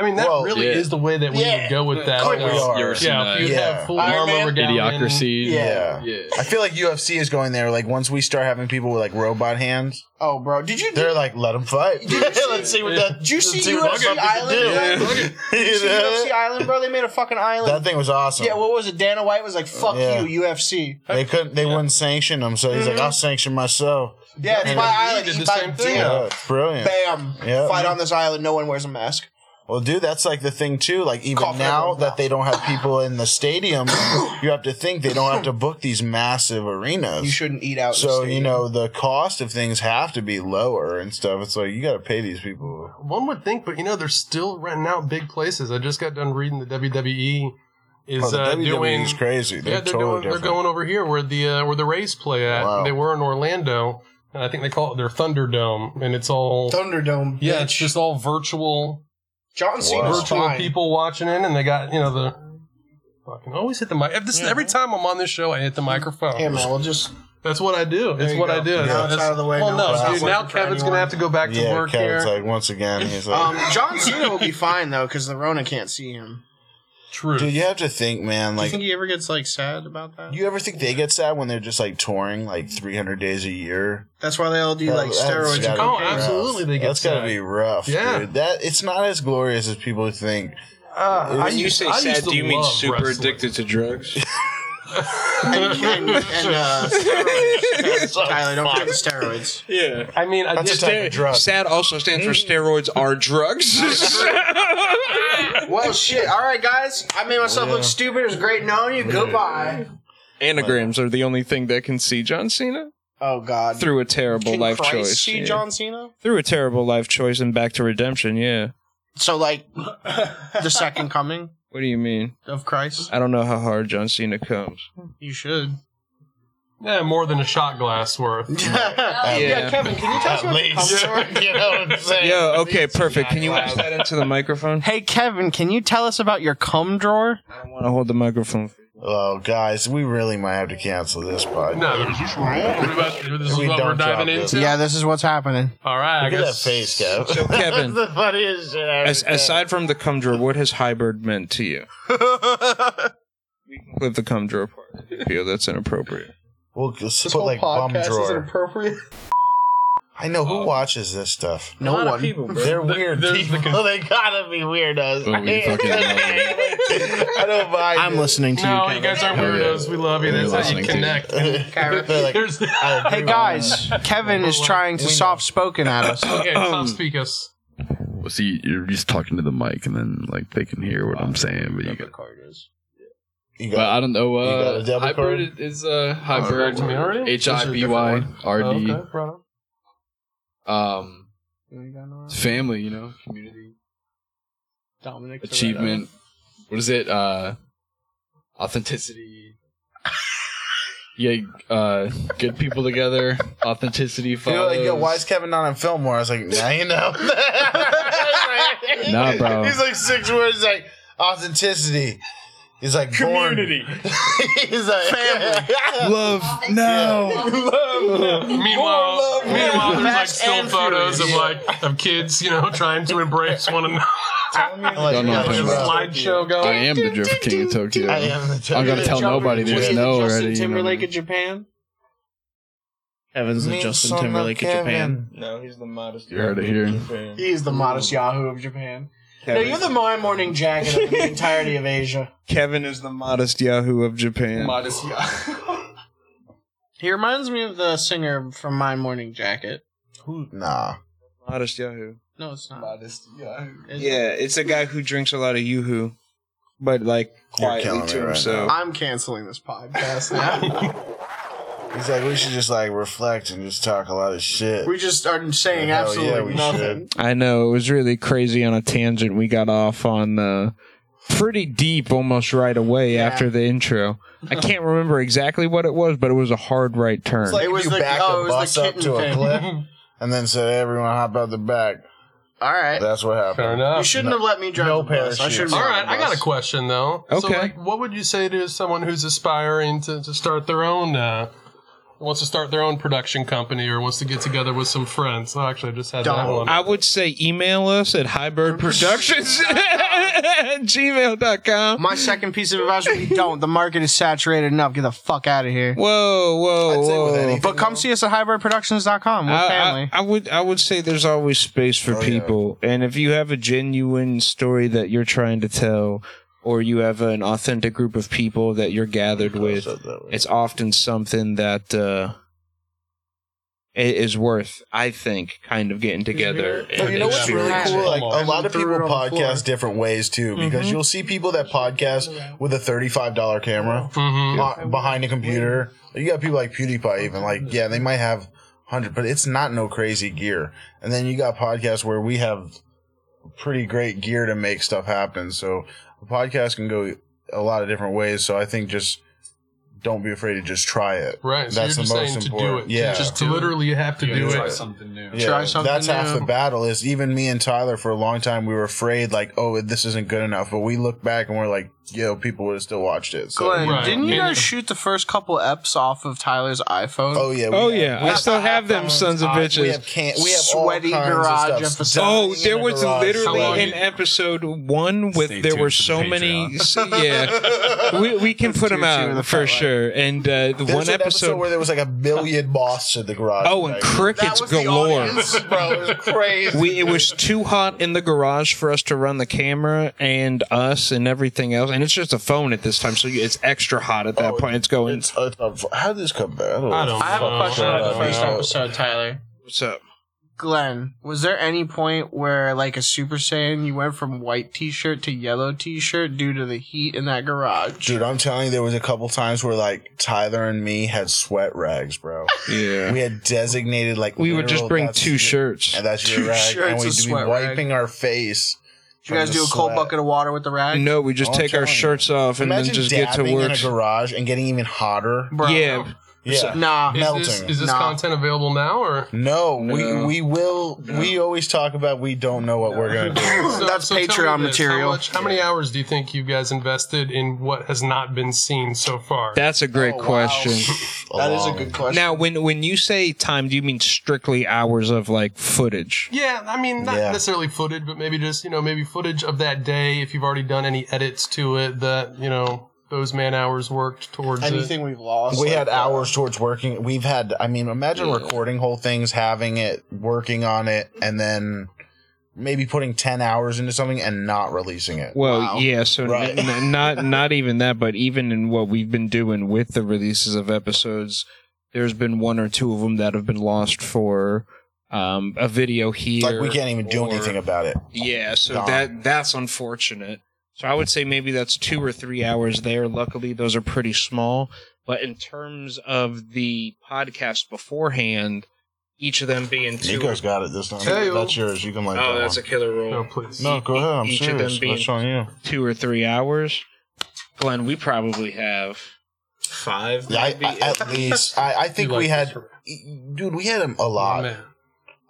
D: I mean, that
A: Well,
D: really
F: yeah.
D: is the way that we
B: Yeah.
D: would go with that.
A: Of course
D: uh,
A: we are.
F: You ever seen
D: yeah, if
F: that?
D: you'd
A: Yeah.
D: have full
B: Iron
D: armor
B: Man?
D: regalia and-
F: Idiocracy.
A: yeah,
F: Yeah.
A: I feel like UFC is going there. Like once we start having people with like robot hands,
B: Oh, bro, did you?
A: they're like, "Let them fight." Let's see what that.
B: Did you see
A: see what
B: UFC
A: fucking
B: Island?
A: do.
B: bro? Did you
A: You
B: see UFC
A: know?
B: Island, bro? They made a fucking
A: That
B: island.
A: thing was awesome.
B: Yeah, what was it? Dana White was like, "Fuck
A: Yeah.
B: you, UFC."
A: they couldn't. They wouldn't sanction him, so he's
B: Mm-hmm.
A: like, "I'll sanction myself."
B: Yeah, it's
D: And
B: my
D: he
B: island.
D: did
B: Eat
D: the
B: my
D: same
B: dick.
D: thing. Yeah.
A: brilliant.
B: Bam!
A: Yeah.
B: Fight on this island. No one wears a mask.
A: Well, dude, that's like the thing too. Like even
B: Cough
A: now
B: everyone
A: that
B: out.
A: they don't have people in the stadium, you have to think they don't have to book these massive arenas.
B: You shouldn't eat out. in the
A: so you
B: stadium.
A: know the cost of things have to be lower and stuff. It's like you got to pay these people.
D: One would think, but you know, they're still renting out big places. I just got done reading the WWE is
A: Oh, the
D: uh,
A: WWE
D: doing.
A: is crazy. They're,
D: yeah, they're
A: totally
D: doing. They're
A: different.
D: going over here where the uh, where the Rays play at.
A: Wow.
D: They were in Orlando, and I think they call it their Thunderdome, and it's all
B: Thunderdome.
D: yeah,
B: bitch.
D: it's just all virtual
B: John Cena's
D: virtual
B: fine.
D: people watching in, and they got you know the. Fucking always hit the mic. If This every time I'm on this show, I hit the microphone.
B: Hey man, we'll just
D: That's what I do. That's
B: you
D: what
B: go.
D: I do.
B: Now
D: That's-
B: it's out of the way.
D: Well,
B: No one's
D: no, dude.
B: working
D: Now
B: for
D: Kevin's
B: anyone.
D: gonna have to go back to
A: yeah,
D: work
A: Kevin's
D: here.
A: like once again. He's like,
B: um, John Cena will be fine though because the Rona can't see him.
D: True.
A: dude, you have to think, man.
B: Do you
A: Like,
B: think he ever gets like sad about that?
A: you ever think they get sad when they're just like touring like 300 days a year?
B: That's why they all do like
A: That- that's
B: steroids. And
A: gotta be
D: Oh,
A: rough.
B: cocaine.
D: absolutely they get
A: That's gotta
D: sad.
A: be rough.
D: Yeah.
A: dude. that it's not as glorious as people think.
D: Uh, I
A: When
D: used-
C: You say
D: I used
C: sad,
D: to
C: do you mean
D: love
C: super
D: wrestling.
C: addicted to drugs?
B: and, and, and uh, steroids. Tyler, don't forget the steroids.
C: yeah.
D: I mean, I did.
A: type of drug.
C: SAD also stands for
D: Mm-hmm.
C: steroids are drugs.
B: Well, shit. All right, guys. I made myself look stupid. It was great knowing you. Goodbye.
C: Anagrams are the only thing that can see John Cena
B: Oh God.
C: through a terrible
B: Can
C: life
B: Christ
C: choice.
B: see
C: Yeah.
B: John Cena?
C: Through a terrible life choice and back to redemption. Yeah.
B: So like the second coming
C: What do you mean?
B: of Christ.
C: I don't know how hard John Cena comes.
B: You should.
D: Yeah, more than a shot glass worth.
B: yeah.
C: Yeah.
B: Kevin, can you tell us about the cum story?
G: you know what I'm saying?
C: Yo, okay, perfect. Can you watch that into the microphone?
B: Hey Kevin, can you tell us about your cum drawer?
C: I want to hold the microphone.
A: Oh, guys, we really might have to cancel this podcast.
D: No, this is what, this is
A: We
D: what we're
A: don't drop
D: diving
A: this.
D: into.
B: Yeah, this is what's happening.
D: All right, I
A: Look at that
D: guess.
A: face, Kev.
C: So, Kevin,
G: the funniest shit I ever
C: as, aside from the cum drawer, what has hybrid meant to you? we can clip the cum drawer part. if you feel that's inappropriate.
A: We'll just put like bum drawer.
B: inappropriate.
A: I know
D: Um,
A: who watches this stuff.
B: No one.
A: They're weird
D: There's
A: people.
D: the con-
G: Well, they gotta be weirdos.
F: Oh, we fucking love
A: I don't mind.
B: I'm
A: it.
B: listening to
D: no,
B: you.
D: Oh, you guys aren't weirdos. We love you.
F: We're
D: That's how you
F: listening to you.
D: connect.
A: They're like,
D: There's
A: I agree
B: Hey guys, Kevin is trying to soft spoken at us.
D: okay, stop speak us.
F: Well, see, you're just talking to the mic, and then like they can hear what I'm saying, but you can.
A: with you. You
F: But
A: got-
F: I don't know.
A: You got a
F: Uh,
A: debit
F: hybrid is uh,
D: Back
F: hybrid.
D: to me already?
F: H i b y r
D: Oh,
F: d.
D: okay, brought up.
F: Um, it's family, you know, community.
B: Dominic Toretto.
A: uh,
F: achievement. What is it? Uh, authenticity. yeah, uh, good people together. Authenticity
A: You know,
F: follows.
A: like, yo, why is Kevin not on Fillmore? I was like, now you know.
F: Nah, bro.
A: He's like six words, he's like authenticity. He's like born-
I: Community.
A: he's like family.
F: love now?
A: Oh,
D: Meanwhile, meanwhile, there's like
A: Fast
D: still
A: and
D: photos of
A: furious.
D: like of kids, you know, trying to embrace one another.
A: Like,
F: Don't know
A: yeah,
D: Got
F: what I'm
D: like a
F: talking about.
D: slideshow
F: I
D: going.
F: am the Drift King of Tokyo.
A: I
F: I
A: am the
F: am gonna
A: Joker.
F: tell
G: Justin
F: nobody there's
G: Timberlake-
F: no
G: Justin
F: already. you know what I
G: Timberlake
F: mean?
G: in Japan.
A: He's
J: Evans
A: a
J: and Justin Timberlake in Japan.
E: No, he's the modest.
F: You heard it here.
B: He is the modest Yahoo of Japan. No, you're the my morning jacket of the entirety of Asia.
C: Kevin is the modest Yahoo of Japan.
F: Modest, yeah.
G: He reminds me of the singer from My Morning Jacket.
A: Nah.
C: Modest Yahoo.
G: No, it's not.
F: Modest, yeah.
G: It's-
C: Yeah, it's a guy who drinks a lot of yoo-hoo, but like
A: You're
C: quietly
A: killing me
C: to
A: right
C: himself.
B: I'm canceling this podcast now.
A: He's like, we should just like reflect and just talk a lot of shit.
B: we just are saying
A: Hell yeah,
B: absolutely
A: we
B: nothing.
C: I know it was really crazy on a tangent. We got off on uh, pretty deep almost right away
B: Yeah.
C: after the intro. I can't remember exactly what it was, but it was a hard right turn.
A: It's like
B: It
A: if
B: was
A: you
B: the-
A: back
B: oh, it was
A: a
B: the
A: bus up
B: kitten
A: to a
B: thing.
A: cliff and then said, everyone hop out the back.
B: All right.
A: That's what
D: Fair
A: happened.
B: You
D: enough.
B: shouldn't have let me drive
A: No
B: the bus. I should
A: parachutes.
D: All right, I got a question though. So,
C: Okay.
D: like, what would you say to someone who's aspiring to, to start their own, uh, wants to start their own production company or wants to get together with some friends? Oh, actually, I just had that
B: Don't.
D: one.
C: I would say email us at highbirdproductions at gmail.com.
B: My second piece of advice would be don't. The market is saturated enough. Get the fuck out of here.
C: Whoa, whoa,
A: I'd say with
C: whoa.
A: anything,
B: But come see us at highbirdproductions.com.
C: Uh,
B: We're
C: I,
B: family.
C: I, I would I would say there's always space for
A: Oh, yeah.
C: people, and if you have a genuine story that you're trying to tell, or you have an authentic group of people that you're gathered with, it's often something that uh, i- is worth, I think, kind of getting together.
A: But
C: and
A: you know what's really
C: experiencing.
A: cool? Like a
D: Almost.
A: lot of
B: Threw
A: people
B: it on the floor.
A: podcast different ways too, because you'll see people that podcast with a thirty-five dollar camera
D: Mhm.
A: uh, behind a computer. You got people like PewDiePie, even like yeah, they might have hundred, but it's not no crazy gear. And then you got podcasts where we have pretty great gear to make stuff happen. So a podcast can go a lot of different ways. So I think just don't be afraid to just try it.
D: Right, so
A: That's
D: you're
A: the
D: just
A: most
D: saying to
A: important.
D: do it.
A: Yeah.
D: Just to literally have to do
E: try
D: it.
E: something new.
A: Yeah,
B: Try something
A: That's half
B: new.
A: the battle. Is even me and Tyler for a long time we were afraid like, oh, this isn't good enough. But we look back and we're like, yo, people would have still watched it. So,
B: Glenn,
D: Right.
B: didn't you
D: And-
B: guys shoot the first couple eps off of Tyler's iPhone?
A: oh yeah, we
C: Oh
A: have-
C: yeah, I still have them sons of bitches.
A: Uh, we have can we have
B: Sweaty
A: all kinds
B: garage
A: of stuff.
B: episode.
C: Oh,
A: Dying
C: there
A: in a
C: was
A: garage.
D: How long
C: literally an
D: you-
C: episode one with
J: Stay
C: there
J: tuned
C: were
J: for the
C: so many. yeah, we, we can put them
B: tuned to
C: out
B: the
C: for
B: spotlight.
C: sure. And uh, the
A: There's
C: one
A: an
C: episode,
A: episode, where there was like a million moths in the garage.
C: oh, and
A: Like,
C: crickets
B: the
C: galore.
B: audience.
A: bro, it was crazy.
C: We it was too hot in the garage for us to run the camera and us and everything else. And it's just a phone at this time, so you- it's extra hot at that
A: Oh,
C: point. It's going.
A: It's, it's a- how did this come back? I don't.
D: I
A: know.
D: don't
B: I have
D: know.
B: a question
D: I
B: about
D: don't
A: Oh,
B: the first
D: know.
B: episode, Tyler.
C: what's up?
B: Glenn, was there any point where, like a Super Saiyan, you went from white t shirt to yellow t shirt due to the heat in that garage?
A: Dude, I'm telling you, there was a couple times where like Tyler and me had sweat rags, bro.
F: Yeah.
A: We had designated like
C: We would just
A: literal-
C: bring
A: that's-
C: two shirts.
A: and that's your
B: Two
A: rag,
B: shirts
A: and
B: of
A: we'd be
B: sweat
A: wiping our face.
B: Did you guys do a cold bucket of water with the rag?
C: No, we just
A: I'm
C: take our
A: telling you.
C: shirts off and
A: Imagine
C: then just get
A: dabbing
C: to
A: in
C: work.
A: a garage and getting even hotter.
B: Bro.
C: Yeah,
A: Yeah.
B: Nah.
D: Is this,
A: Melting.
D: is this
B: Nah.
D: content available now or?
A: No,
F: No.
A: we we will. We always talk about we don't know what we're gonna do.
B: That's
D: tell me
B: Patreon
D: this.
B: material.
D: How, much, how many hours do you think you guys invested in what has not been seen so far?
C: that's a great
B: Oh, wow.
C: question.
B: That is a good question.
C: Now, when when you say time, do you mean strictly hours of like footage?
D: yeah, I mean, not
A: Yeah.
D: necessarily footage, but maybe just, you know, maybe footage of that day if you've already done any edits to it that, you know, those man hours worked towards
B: anything we've lost.
A: We
B: like,
A: had
B: uh,
A: hours towards working. We've had. I mean, imagine recording whole things, having it, working on it, and then maybe putting ten hours into something and not releasing it.
C: Well,
B: Wow.
C: yeah. So n-
A: Right.
C: n- not not even that, but even in what we've been doing with the releases of episodes, there's been one or two of them that have been lost for um, a video here.
A: Like we can't even do
C: or-
A: anything about it.
C: Yeah, so
A: Darn.
C: that that's unfortunate. So I would say maybe that's two or three hours there. Luckily, those are pretty small. But in terms of the podcast beforehand,
F: each of them being two.
A: Nico's got it this time.
B: Hey,
A: That's yours. You can like
F: oh,
A: that
F: that's a
A: one.
F: killer roll.
D: No, please.
A: No, go ahead. I'm
F: each of them
A: serious.
F: being-
A: That's on you.
C: two or three hours. Glenn, we probably have
E: Five.
A: Yeah, I,
E: maybe?
A: I- at least I, I think
D: You like
A: we had, e,
D: this for-
A: dude, we had 'em a lot.
D: Man.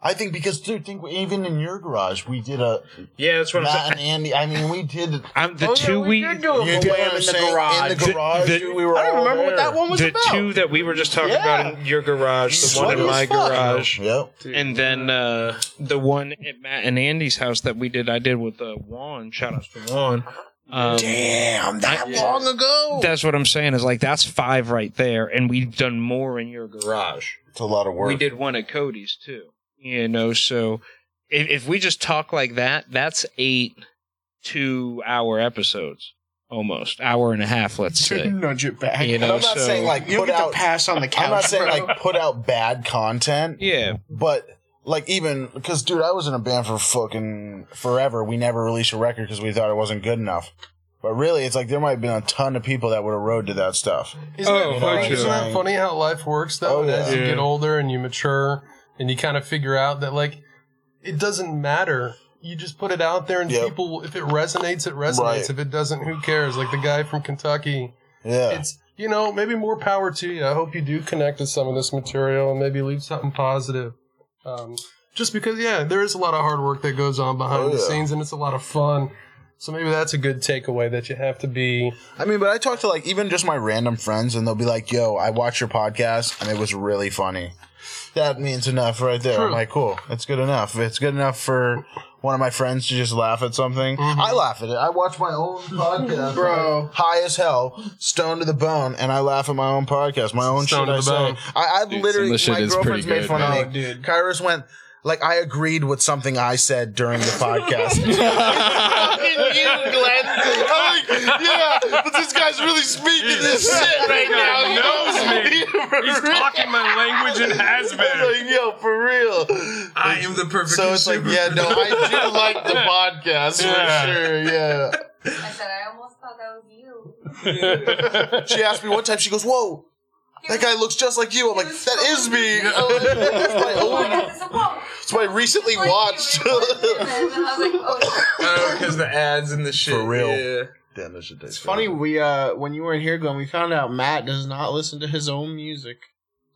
A: I think because, dude, think we- even in your garage we did a
F: Yeah, that's what I'm saying.
A: Matt and Andy. I mean, we did. You
C: I'm the
B: Oh,
C: two
B: yeah,
C: we,
B: did do a wham
A: get what I'm
B: in the
A: saying?
B: garage.
A: In the garage,
C: the-
A: dude, we were.
B: I don't
A: all
B: remember what
A: there.
B: that one was
C: the
B: about.
C: two that we were just talking
B: Yeah.
C: about in your garage, the
A: Sweaty
C: one in
A: as
C: my
B: fuck.
C: garage,
A: Yep.
C: and then uh, the one at Matt and Andy's house that we did. I did with uh, Juan. Shout out to Juan. Um,
A: Damn, that
C: I-
A: long ago.
C: That's what I'm saying. Is like that's five right there, and we've done more in your garage.
A: It's a lot of work.
C: We did one at Cody's too. You know, so if, if we just talk like that, that's eight two-hour episodes almost, hour and a half, let's say.
B: nudge it back.
C: You
A: And
C: know,
A: I'm not
C: so-
A: saying like
B: You'll
A: put
B: get
A: out.
B: to pass on the couch.
A: I'm not saying
B: bro.
A: like put out bad content,
C: yeah,
A: but like even because dude, I was in a band for fucking forever. We never released a record because we thought it wasn't good enough. But really, it's like there might have been a ton of people that would have rode to that stuff.
D: Isn't,
C: Oh,
A: fuck
D: that funny?
A: you.
D: Isn't that funny how life works though?
A: Oh, yeah.
D: As you
C: Yeah.
D: get older and you mature and you kind of figure out that like it doesn't matter. You just put it out there and
A: Yep.
D: people will- if it resonates, it resonates.
A: Right.
D: If it doesn't, who cares? Like the guy from Kentucky.
A: Yeah,
D: It's you know, maybe more power to you. I hope you do connect to some of this material and maybe leave something positive. Um, just because yeah, there is a lot of hard work that goes on behind
A: Oh,
D: the
A: yeah.
D: scenes and it's a lot of fun. So maybe that's a good takeaway that you have to be
A: I mean, but I talk to like even just my random friends, and they'll be like, "Yo, I watched your podcast, and it was really funny." That means enough right there. I'm
D: True.
A: like, cool. That's good enough. If It's good enough for one of my friends to just laugh at something. I laugh at it. I watch my own podcast,
B: Bro.
A: high as hell, stoned to the bone, and I laugh at my own podcast, my own shit.
D: Stoned to
A: I
D: the
A: say,
D: bone.
A: I, I
F: Dude,
A: literally,
F: some
A: my
F: of the shit is pretty
A: girlfriend's made
F: good,
A: fun
B: man.
A: of
B: Oh,
A: me.
B: dude.
A: Kairos went. Like I agreed with something I said during the podcast. I'm like, yeah, but this guy's really speaking this shit right now. He knows me.
D: He's talking my language and has
A: I'm like, yo, for real.
E: I am the perfect.
A: So it's like,
E: consumer.
A: yeah, no, I do like the podcast
D: Yeah.
A: for sure. Yeah.
H: I said I almost thought that was you.
A: She asked me one time. She goes, "Whoa, that guy looks just like you." I'm like, "That is me. It's my
H: Oh my
A: old.
H: god, it's a whoa!
A: It's my recently
H: Like you,
A: watched."
H: it was him, and I was like, oh, shit.
E: Oh, because the ads and the shit.
A: For real.
E: Yeah.
A: Damn, that should taste
B: It's funny we uh when you weren't here, Glenn, we found out Matt does not listen to his own music.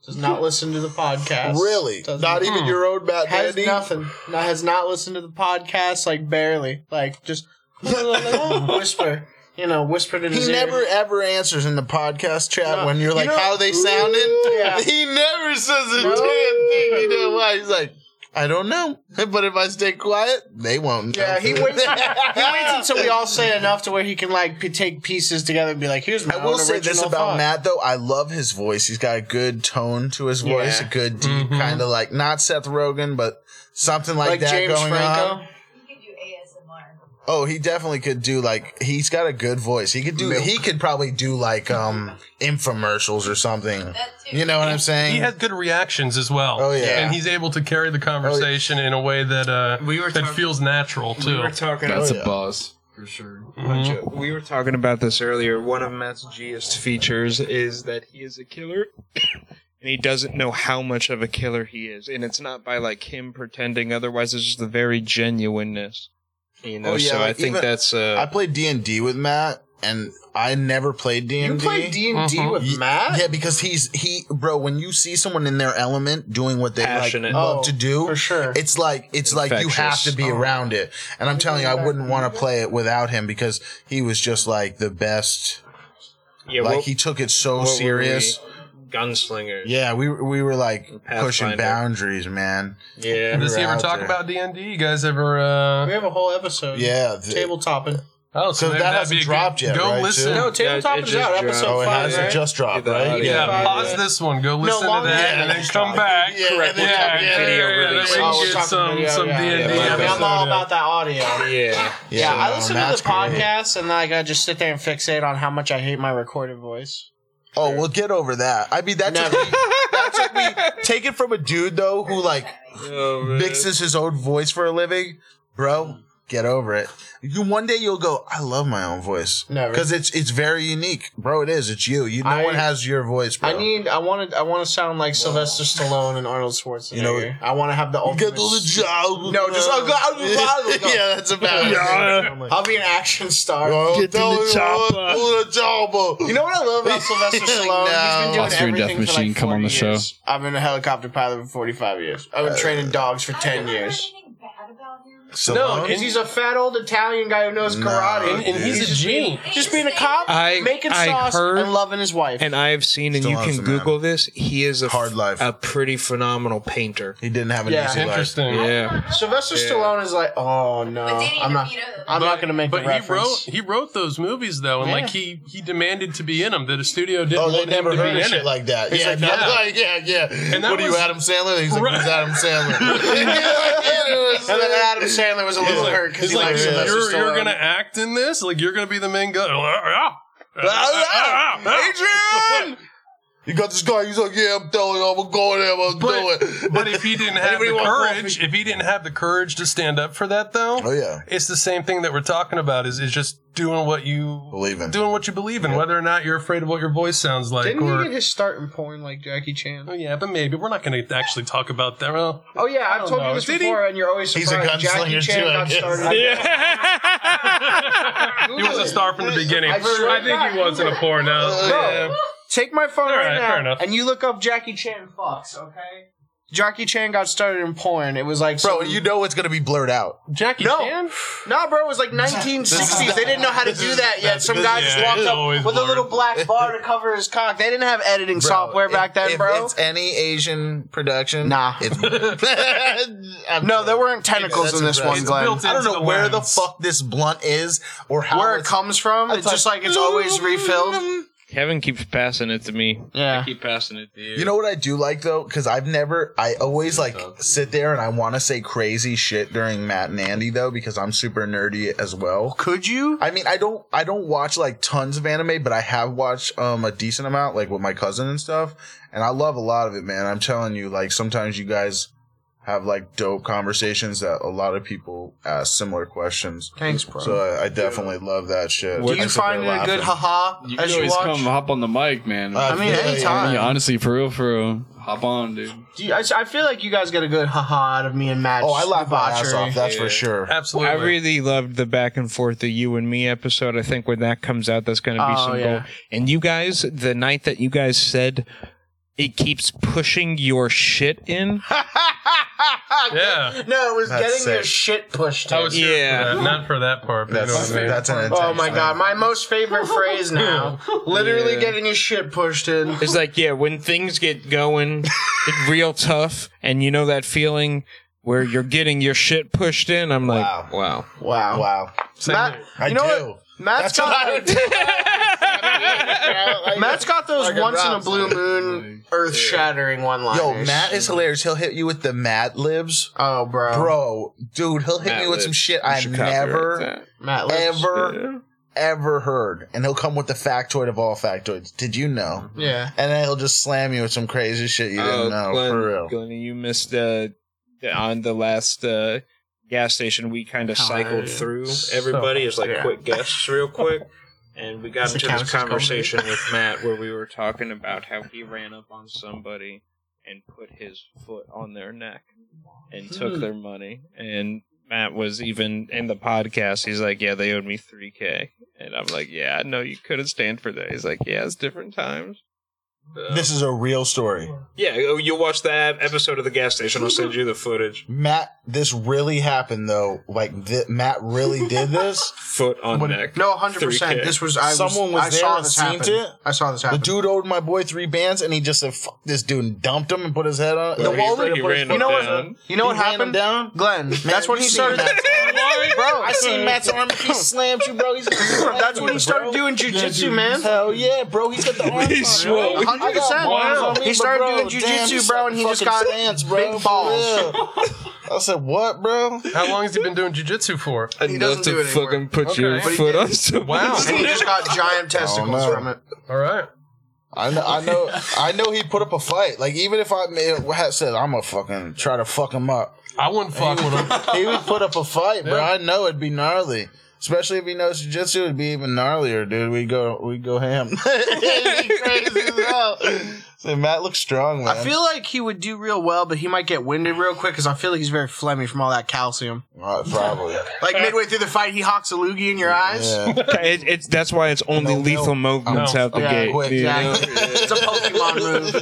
B: Does not listen to the podcast.
A: Really?
B: Doesn't-
A: Not even your own Matt
B: has
A: Dandy?
B: nothing. No, has not listened to the podcast like barely. Like just whisper. You know, whispered in
A: He
B: his
A: never
B: ear.
A: ever answers in the podcast chat
B: No.
A: when you're
B: You
A: like,
B: know-
A: how they sounded.
B: Yeah.
A: He never says a
B: No.
A: damn thing. You know why? He's like, I don't know. But if I stay quiet, they won't. know."
B: Yeah, he waits. he waits until we all say enough to where he can like p- take pieces together and be like, "Here's my
A: I will
B: own
A: say this
B: original
A: about
B: thought.
A: Matt though. I love his voice. He's got a good tone to his voice,
B: Yeah. Mm-hmm.
A: a good deep
D: Mhm.
A: kind of like not Seth Rogen, but something like,
B: Like
A: that
B: James
A: going
B: Franco.
A: on.
H: You could do ASMR.
A: Oh, he definitely could do like he's got a good voice. He could do he could probably do like um infomercials or something.
H: That too.
A: You know what I'm saying?
D: he has good reactions as well.
A: Oh, yeah. Oh,
D: and he's able to carry the conversation in a way that uh,
E: We were
D: that
E: talking-
D: feels natural
E: We
D: too.
E: were talking.
F: That's
A: yeah.
F: a boss for sure.
D: Mhm.
C: we were talking about this earlier. One of Matt's Gist features is that he is a killer, and he doesn't know how much of a killer he is, and it's not by like him pretending. Otherwise, it's just the very genuineness. You know,
A: Oh, yeah,
C: so
A: like,
C: I think
A: even-
C: that's
A: I
C: uh,
A: played D and D with Matt, and I never played D
B: You
A: and
B: played
A: D.
B: D and D Uh-huh.
D: Mhm.
B: with
A: Ye-
B: Matt?
A: Yeah, because he's he, bro. When you see someone in their element doing what they like,
C: Passionate.
A: love
B: Oh,
A: to do,
B: for sure.
A: it's like it's like you have
C: Infectious. Oh.
A: to be around it. And I'm telling you, I wouldn't want to play it without him because he was just like the best.
C: yeah,
A: like
C: what-
A: he took it so
C: what were
A: serious.
F: we? Gunslingers.
A: Yeah, we we were like
F: Pathfinder.
A: pushing boundaries, man.
F: Yeah.
D: Does he
A: We're
D: ever
A: out
D: talk
A: there.
D: about D and D? You guys ever? Uh,
B: we have a whole episode.
A: Yeah, th-
B: Table topping.
A: So
D: oh, so, maybe
A: that
D: that'd
A: hasn't
D: be a
A: dropped
D: good,
A: yet,
D: Go
A: right,
D: listen.
A: too?
B: No,
F: Yeah,
B: table
F: it- it
B: topping is
F: just
B: out.
F: dropped.
B: Episode
A: oh, it
B: five.
A: hasn't
B: right?
A: just dropped,
F: Yeah,
A: right?
F: the-
D: Yeah,
B: Yeah.
D: pause this one. Go listen
B: long
D: to that,
B: hair.
D: and then come back.
A: Yeah, and then
D: Yeah,
A: come back.
D: yeah,
F: Video
D: yeah,
F: release.
D: That
B: Oh,
D: way
B: we're
D: you get
B: talking
D: some
B: video,
D: some D
B: yeah.
D: and D
B: Yeah, I mean, I'm all about that audio.
F: Yeah.
B: Yeah, I
A: no,
B: listen to
A: Matt's
B: the
A: great.
B: podcast and like I just sit there and fixate on how much I hate my recorded voice.
A: Oh, we'll get over that. I mean, that took, me,
B: Never.
A: that took me. Take it from a dude though, who like mixes his own voice for a living, bro. get over it. You one day you'll go, I love my own voice.
B: Never.
A: Because it's it's very unique. Bro, it is. It's you. You no
B: I-
A: one has your voice, bro.
B: I need. I want to. I want to sound like Sylvester Stallone and Arnold Schwarzenegger.
A: You know-
B: I want to have the ultimate.
A: get to the job.
B: No, just I'll go out and bother them.
A: Yeah, that's about it.
B: I'll be an action star.
A: Get to the chopper. To the chopper.
B: You know what I love about Sylvester
A: Like,
B: Stallone? He's been
A: no.
B: doing
F: Foster and Death
B: everything for
F: Machine,
B: like
F: come on
B: 40
F: the show.
B: years. I've been a helicopter pilot for 45 years. I've been training dogs for 10 years.
H: Anything bad about him?
A: Stallone?
D: and
B: He's a fat old Italian guy who knows
A: Nah,
B: karate.
D: And, and he's,
A: He's
D: a genie.
B: just being a cop,
C: I-
B: making
C: I
B: sauce,
C: heard-
B: and loving his wife.
C: And I've seen, and
A: Still
C: you
A: loves
C: can
A: the man.
C: Google this. He is a f-
A: Hard life.
C: a pretty phenomenal painter.
A: he didn't have an oh,
B: Yeah.
A: easy life.
D: Interesting.
C: Yeah,
B: Sylvester Stallone is like, oh no,
H: But Danny
B: I'm not.
H: DeVito.
B: I'm not going to make
D: But
B: the
D: he
B: reference.
D: wrote he wrote those movies though, and like he he demanded to be in them. That the studio didn't
A: Oh, they
D: want him
A: never
D: to
A: heard
D: be
A: of
D: in
A: shit
D: it.
A: like that.
D: He's
A: yeah,
D: like,
A: yeah.
D: yeah.
A: like, yeah, yeah.
D: And that
A: what are you,
D: was-
A: Adam Sandler? He's like,
D: Right.
A: who's Adam Sandler? and
B: and then Adam Sandler was a little
D: Like,
B: hurt because
D: he's
B: he
D: like,
B: likes
A: yeah.
B: Sylvester
D: you're,
B: Stallone.
D: you're gonna act in this? Like you're gonna be the main guy? Ah, ah, ah, ah, ah.
A: Adrian! You got this guy. He's like, yeah, I'm telling you, I'm going there, I'm going
D: But,
A: to do it.
D: but if he didn't have
A: Anybody
D: the
A: want
D: courage, if he didn't have the courage to stand up for that, though,
A: oh yeah,
D: it's the same thing that we're talking about. Is is just doing what
B: Oh,
D: you
A: believe in.
D: doing what you believe in, whether or not you're afraid of what your voice sounds like.
B: Didn't
D: or,
B: he get his start in porn like Jackie Chan?
D: Oh, yeah, but maybe we're not going to actually talk about that. Well,
B: Oh yeah, I've
D: don't
B: told you
D: know.
B: this
D: Did he?
B: before, and you're always
A: He's a
B: surprised. Jackie
A: gunslinger,
B: Chan
A: too, I
B: got
A: guess.
B: started.
D: he was a star from the beginning.
B: I Oh, swear to God,
D: in a porn now. Yeah.
B: Take my phone
D: All
B: right,
D: right, fair
B: now,
D: enough.
B: and you look up Jackie Chan fucks. Okay. Jackie Chan got started in porn. It was like,
A: Bro,
B: some-
A: you know it's gonna be blurred out.
D: Jackie
B: No.
D: Chan?
B: nah, bro, it was like 1960s. They didn't know how to
A: This
B: do
A: is-
B: that yet.
A: that's-
B: Some
A: this-
B: guy
A: yeah,
B: just walked
D: it's
B: up
D: always
B: with a
D: blurred.
B: little black bar to cover his cock. They didn't have editing software
A: Bro,
B: back
A: if-
B: then,
A: if
B: bro.
A: It's any Asian production.
B: Nah. No,
A: It's, no,
B: there weren't tentacles
A: That's
B: in this one,
A: impressive.
B: Glenn.
D: built
A: I don't know
D: into the
A: where the
D: lens.
A: fuck this blunt is or how
B: Where it
A: it's-
B: comes from, it's just like it's always refilled.
C: Kevin keeps passing it to me.
B: Yeah.
F: Keep passing it, dude.
A: You know what I do like though, because I've never, I always like sit there and I want to say crazy shit during Matt and Andy though, because I'm super nerdy as well.
B: Could you?
A: I mean, I don't, I don't watch like tons of anime, but I have watched um a decent amount, like with my cousin and stuff, and I love a lot of it, man. I'm telling you, like sometimes you guys have like dope conversations that a lot of people ask similar questions.
B: Thanks, bro.
A: So I, I definitely love that shit.
B: Do you
A: I sit
B: find it
A: there
B: a good
A: laughing.
B: haha
F: You can
B: as you
F: always come
B: watch?
F: hop on the mic, man.
A: Uh,
B: I mean,
A: yeah,
B: anytime.
F: Yeah, honestly, for real, for real. Hop on, dude.
B: Do you, I, I feel like you guys get a good haha out of me and Matt.
A: Oh, I laugh my ass
B: Debauchery.
A: off. That's for sure.
D: Absolutely.
C: I really loved the back and forth the you and me episode. I think when that comes out, that's going to be
B: Oh,
C: some
B: yeah.
C: gold. And you guys, the night that you guys said it keeps pushing your shit in,
D: yeah.
B: No, it was
A: That's
B: getting your
A: sick.
B: shit pushed in.
D: I was
C: Yeah.
D: yeah. for that. Not for that part. But
A: That's
D: you know what I mean.
A: that's an intense
B: oh my
A: thing.
B: god, my most favorite phrase now. Literally
C: Yeah.
B: getting your shit pushed in.
C: It's like, yeah, when things get going it's real tough, and you know that feeling where you're getting your shit pushed in, I'm like,
A: Wow.
C: wow.
B: Wow.
A: Wow.
B: Matt,
A: I
B: you know
A: do.
B: what? Matt's
A: That's what I
B: got,
A: would do.
B: Matt's got those
A: Like a
B: once in a
A: rock
B: blue moon, earth shattering one liners.
A: Yo, Matt is hilarious. He'll hit you with the Matt libs.
B: Oh, bro.
A: Bro, dude, he'll hit me with some shit I've never,
B: Matt lives.
A: ever, ever heard. And he'll come with the factoid of all factoids. Did you know?
B: Yeah.
A: And then he'll just slam you with some crazy shit you didn't know.
C: Glenn,
A: for real.
C: Glenn, you missed uh, on the last uh, gas station. We kind of cycled through everybody as like quick guests, real quick. And we got into this conversation with Matt where we were talking about how he ran up on somebody and put his foot on their neck and took their money. And Matt was even in the podcast. He's like, "Yeah, they owed me three k," and I'm like, "Yeah, I know you couldn't stand for that." He's like, "Yeah, it's different times."
A: This is a real story.
C: Yeah, oh, you'll watch that episode of the gas station. I'll send you the footage.
A: Matt, this really happened though. Like, th- Matt really did this.
C: Foot on neck.
B: No, 100%. This was, I was,
A: Someone was
B: I
A: there
B: saw
A: and
B: this
A: seen
B: happen.
A: it?
B: I saw this
A: The
B: happen.
A: dude owed my boy three bands, and he just said, "Fuck this dude," and dumped him and put his head on.
B: The
A: Like, he
B: only-
A: straight up
C: he
A: put his
C: ran
A: foot
B: you know
A: down.
B: what?
C: down.
B: You know what
A: He ran him
B: happened?
A: down?
B: Glenn, that's when
A: we
B: he
A: seen
B: started.
A: Matt's
B: bro,
A: I seen Matt's arm. He slammed you, bro. He's
B: That's when he started doing jujitsu, man.
A: Hell yeah, bro. He's got the arms. on, bro.
B: 100%.
A: I got
B: Wow.
A: balls on me,
B: He
A: but,
B: started
A: bro,
B: doing jujitsu,
A: damn,
B: bro, and he just
A: fucking
B: got
A: stance, bro,
B: big
A: for
B: balls.
A: real. I said, "What, bro?"
D: How long has he been doing jujitsu for?
B: He doesn't do it anymore.
C: fucking put your
D: Okay.
C: foot on someone.
D: Wow.
B: And he just got giant testicles
A: no.
B: from it.
D: All right.
A: I know, I know, I know. He put up a fight. Like even if I made, had said I'm gonna fucking try to fuck him up,
D: I wouldn't fuck with him.
A: he would put up a fight, bro. I know it'd be gnarly. Especially if he knows jujitsu, it'd be even gnarlier, dude. We go, we go ham. It'd be crazy as hell. So Matt looks strong, man.
B: I feel like he would do real well, but he might get winded real quick because I feel like he's very phlegmy from all that calcium.
A: Uh, probably.
B: Like midway through the fight, he hawks a loogie in your eyes.
A: Yeah.
C: It, it's that's why it's only
A: No, no.
C: lethal movements
D: No.
C: out the
B: Yeah,
C: gate.
A: quick,
C: dude.
B: Yeah. it's a Pokemon move.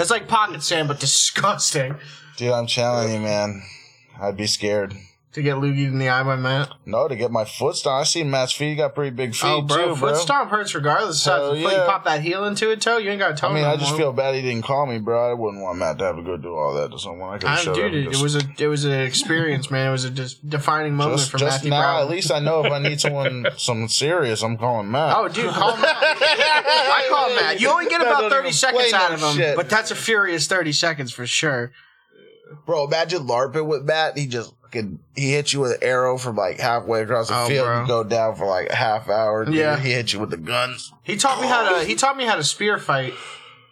B: It's like pocket sand, but disgusting.
A: Dude, I'm telling you, man. I'd be scared.
B: To get loogied in the eye by Matt.
A: No, to get my foot stomped. I seen Matt's feet. He got pretty big feet,
B: Oh, bro,
A: too,
B: foot
A: bro.
B: stomp hurts regardless. of size
A: Hell
B: of foot.
A: yeah.
B: You pop that heel into a toe, you ain't got a toe.
A: I mean,
B: no
A: I just
B: more.
A: feel bad he didn't call me, bro. I wouldn't want Matt to have to go do all that to someone. I could
B: I,
A: have shut
B: dude,
A: up. and
B: it, it
A: just-
B: was a it was an experience, man. It was a dis- defining moment
A: just,
B: for
A: just
B: Matthew
A: now,
B: Brown.
A: at least I know if I need someone, something serious, I'm calling Matt.
B: Oh, dude, call Matt. I call Matt. You only get
A: Matt
B: about
A: don't
B: thirty
A: even
B: seconds
A: play
B: out
A: no
B: of him,
A: shit.
B: but that's a furious thirty seconds for sure.
A: Bro, imagine LARPing with Matt. He just fucking he hits you with an arrow from like halfway across the
B: Oh,
A: field.
B: bro.
A: You go down for like a half hour. dude.
B: Yeah.
A: he hits you with the guns.
B: He taught me how to he taught me how to spear fight.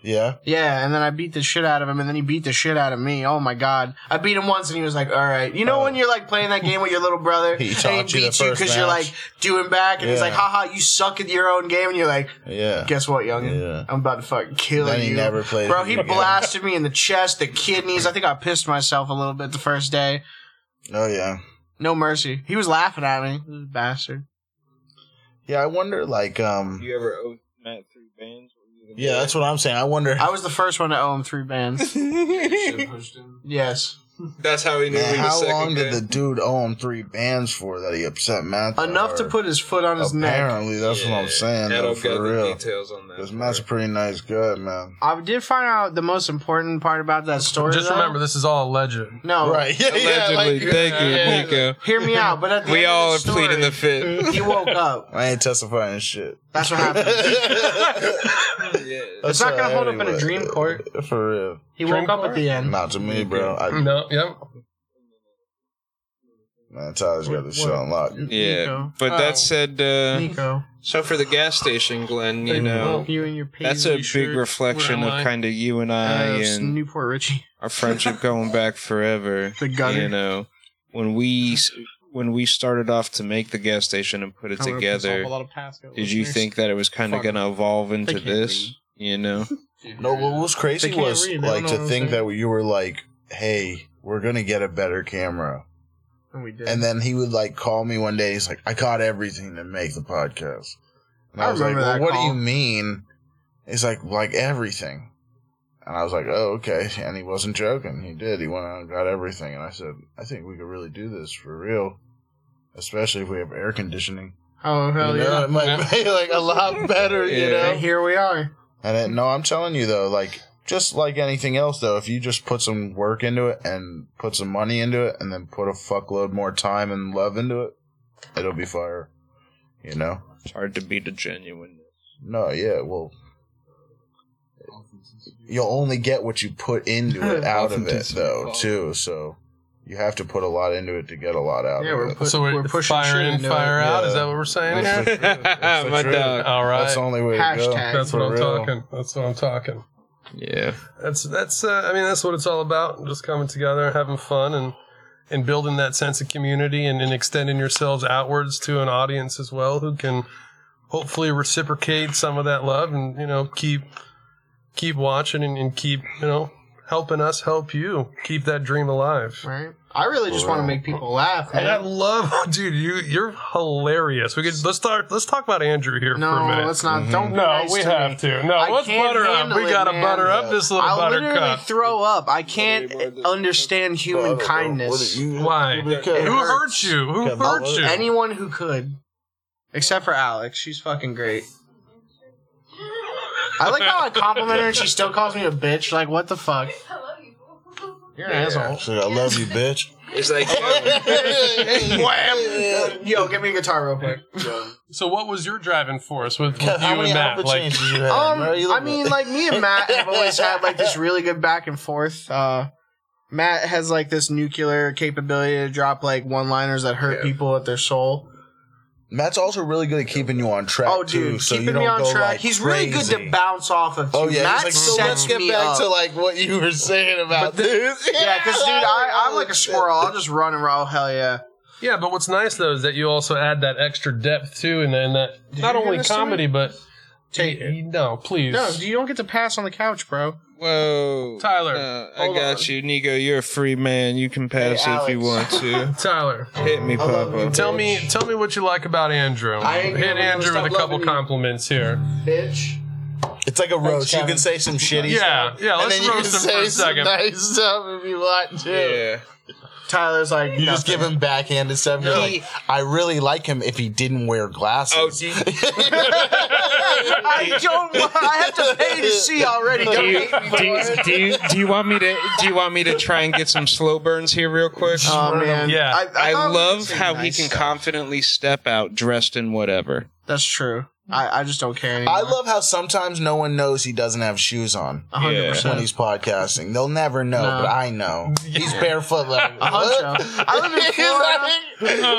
A: Yeah,
B: Yeah, and then I beat the shit out of him, and then he beat the shit out of me. Oh my god, I beat him once, and he was like, "All right." You know when you're like playing that game with your little brother,
A: Oh. He
B: and
A: taught you the first
B: you're
A: match.
B: like doing back, and he's
A: Yeah.
B: like, "Haha, you suck at your own game," and you're like,
A: yeah.
B: "Guess what, youngin?
A: Yeah.
B: I'm about to fucking kill
A: Then
B: you."
A: he never played
B: Bro,
A: with
B: he
A: you again.
B: blasted me in the chest, the kidneys. I think I pissed myself a little bit the first day.
A: oh yeah.
B: No mercy. He was laughing at me, this bastard.
A: Yeah, I wonder like um
F: You ever owe Matt three bands?
A: Yeah, that's what I'm saying. I wonder
B: I was the first one to owe him three bands. yes.
F: That's how he knew
A: man,
F: we
A: how
F: was
A: long did
F: second.
A: the
F: Did
A: dude owe him three bands for that he upset Matt? that
B: Enough to
A: hard?
B: put his foot on his neck.
A: Apparently, that's what I'm saying. Though, for real,
F: details on that.
A: because Matt's a pretty nice guy, man.
B: I did find out the most important part about that story.
D: Just
B: though.
D: remember, this is all alleged.
B: No,
A: Right? Yeah,
C: Allegedly,
A: yeah. Like,
C: thank you,
A: yeah.
C: Nico.
B: Hear me out. But at the
C: We
B: end of
C: all
B: the
C: are
B: story,
C: pleading the fifth.
B: He woke up.
A: I ain't testifying shit.
B: That's what happened.
A: That's
B: It's not
A: how
B: gonna hold up in
A: anyway.
B: a dream court.
A: For real.
B: He
D: Dream
B: woke up
D: court?
B: at the end.
A: Not to me, bro. I,
B: Mm-hmm.
D: No, yep.
A: Man, Tyler's got this shit unlocked.
C: Yeah,
B: Nico.
C: but that said, uh,
B: Oh. Nico,
F: So for the gas station, Glenn, you know,
B: you and your paisley
C: that's a
B: shirt,
C: big reflection
D: Where am
C: of
D: I?
C: kind of you and
B: uh,
C: I and
B: Newport Richie.
C: our friendship going back forever.
B: The gutter.
C: You know, when we when we started off to make the gas station and put it together, did you think that it was kind of
B: Fuck.
C: going to evolve into
B: can't
C: this? You know,
A: No, what was crazy
B: They can't
A: was
B: read, they
A: like
B: don't know
A: to
B: what I'm
A: think that you were like, "Hey, we're gonna get a better camera,"
B: And we did.
A: and then he would like call me one day. He's like, "I got everything to make the podcast." And I,
B: I
A: was like,
B: remember
A: well,
B: that
A: "What do
B: call.
A: you mean?" He's like, "Like everything," and I was like, "Oh, okay." And he wasn't joking. He did. He went out and got everything. And I said, "I think we could really do this for real." Especially if we have air conditioning,
B: oh hell
A: you know,
B: yeah!
A: it might be like a lot better, you
C: Yeah.
A: know.
B: And here we are.
A: And it, no, I'm telling you though, like just like anything else though, if you just put some work into it and put some money into it, and then put a fuckload more time and love into it, it'll be fire. You know?
C: it's hard to beat a genuine.
A: No, yeah, well, you'll only get what you put into it out of it though, too. So you have to put a lot into it to get a lot out
B: Yeah,
A: of
B: we're
A: it.
B: put-
D: so we're,
B: we're pushing
D: fire
B: shit
D: in,
B: into
D: fire
A: it.
D: out. Is
A: Yeah.
D: that what we're saying
A: That's
D: here?
A: the truth. That's the
C: My
A: truth.
C: dog.
D: All right.
A: That's the only way to
B: Hashtag.
A: go.
D: That's what
A: For
D: I'm
A: real.
D: talking. That's what I'm talking.
C: Yeah,
D: That's that's. Uh, I mean, that's what it's all about. Just coming together, having fun, and and building that sense of community, and, and extending yourselves outwards to an audience as well, who can hopefully reciprocate some of that love, and you know, keep keep watching and, and keep you know helping us help you keep that dream alive.
B: Right. I really just want to make people laugh.
D: And I
B: Man.
D: love, dude. You you're hilarious. We could let's start. Let's talk about Andrew here for a
B: No,
D: minute.
B: let's not.
C: Mm-hmm.
B: Don't. be
D: No,
B: nice
D: we
B: to
D: have
B: me.
D: to. No,
B: I
D: let's
B: can't
D: butter up.
B: handle
D: We
B: it,
D: gotta
B: man.
D: butter up this little
B: I'll literally
D: buttercup.
B: throw up. I can't understand human kindness.
D: Why?
A: Because-
D: Who
B: hurts.
D: hurt you? Who
A: Because
D: hurt
A: I'll-
D: you?
B: Anyone who could. Except for Alex. She's fucking great. I like how I compliment her and she still calls me a bitch. Like, what the fuck?
H: I love you.
B: You're an asshole.
A: She's like, I love you, bitch.
F: It's like
B: Wham! Yo, get me a guitar real quick.
D: So, what was your driving force with, with you
A: How many
D: and Matt?
A: outfit
D: Like,
A: changes you had,
B: Um,
A: bro? You
B: I
A: look-
B: mean, like, me and Matt have always had, like, this really good back and forth. Uh, Matt has, like, this nuclear capability to drop, like, one liners that hurt people at their soul.
A: Matt's also really good at keeping you on track.
B: Oh, dude,
A: too, so you
B: keeping
A: don't
B: me on
A: go,
B: track.
A: like,
B: He's really good
A: crazy.
B: to bounce off of. Too.
A: Oh yeah,
B: Matt
A: he's like, so let's
B: sets
A: get
B: me
A: back
B: up.
A: to like what you were saying about this.
B: yeah, because dude, I, I'm like a squirrel. I'll just run and roll. Hell yeah.
D: Yeah, but what's nice though is that you also add that extra depth too, and then that not
B: you hear
D: only
B: this
D: comedy, but
B: Take it.
D: no, please,
B: No, you don't get to pass on the couch, bro.
C: Whoa,
D: Tyler,
C: Uh, I
D: hold
C: got
D: on.
C: you, Nico. You're a free man. You can pass
B: Hey,
C: if you want to.
D: Tyler.
C: Hit me, Papa.
D: Tell me, tell me what you like about Andrew.
I: I ain't
D: Hit
I: never gonna
D: Andrew
I: stop
D: with a couple
I: loving you.
D: compliments here.
I: bitch.
A: It's like a roast. You
I: Kevin.
A: can say some shitty
D: Yeah,
A: stuff.
D: yeah.
A: and
D: Let's
A: then you can
D: roast him for
A: say
D: a
A: some
D: second.
A: nice stuff if you want to.
C: Yeah.
B: Tyler's like,
A: You just give him backhanded stuff. You're like, I really like him if he didn't wear glasses.
C: Oh, do you-
B: I don't. want- I have to pay to see already. Don't
C: do you,
B: hate me
C: do,
B: for
C: you,
B: it.
C: do you do you want me to do you want me to try and get some slow burns here real quick?
B: Oh man,
D: Yeah.
C: I
B: thought we
C: love
B: could say
C: how
B: nice
C: he can
B: stuff.
C: confidently step out dressed in whatever.
B: That's true. I, I just don't care anymore.
A: I love how sometimes no one knows he doesn't have shoes on
B: A hundred
C: Yeah.
A: when
B: percent.
A: he's podcasting. They'll never know,
B: No.
A: but I know. He's barefoot. Like,
B: A
A: what?
B: honcho. I live in
A: He's
B: Florida.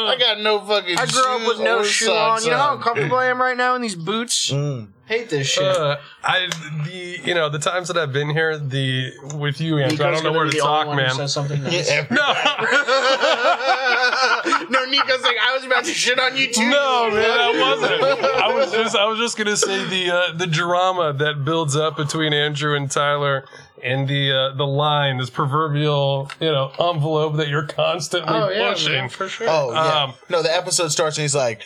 A: like, I got no fucking.
B: I grew up
A: shoes
B: with no
A: or
B: shoe on.
A: socks
B: You know how uncomfortable I am right now in these boots.
A: Mm.
I: Hate this shit.
D: Uh, I the you know the times that I've been here the with you Andrew I
I: Nico's
D: don't know
I: gonna
D: where
I: be
D: to
I: the only
D: talk
I: one who
D: man
I: says something nice.
B: no, Nico's like, I was about to shit on you too.
D: No, man, I wasn't. I was just, I was just gonna say the uh, the drama that builds up between Andrew and Tyler, and the uh, the line, this proverbial, you know, envelope that you're constantly
I: Oh, yeah,
D: pushing.
I: man, for sure.
A: Oh yeah.
D: Um,
A: no, the episode starts and he's like,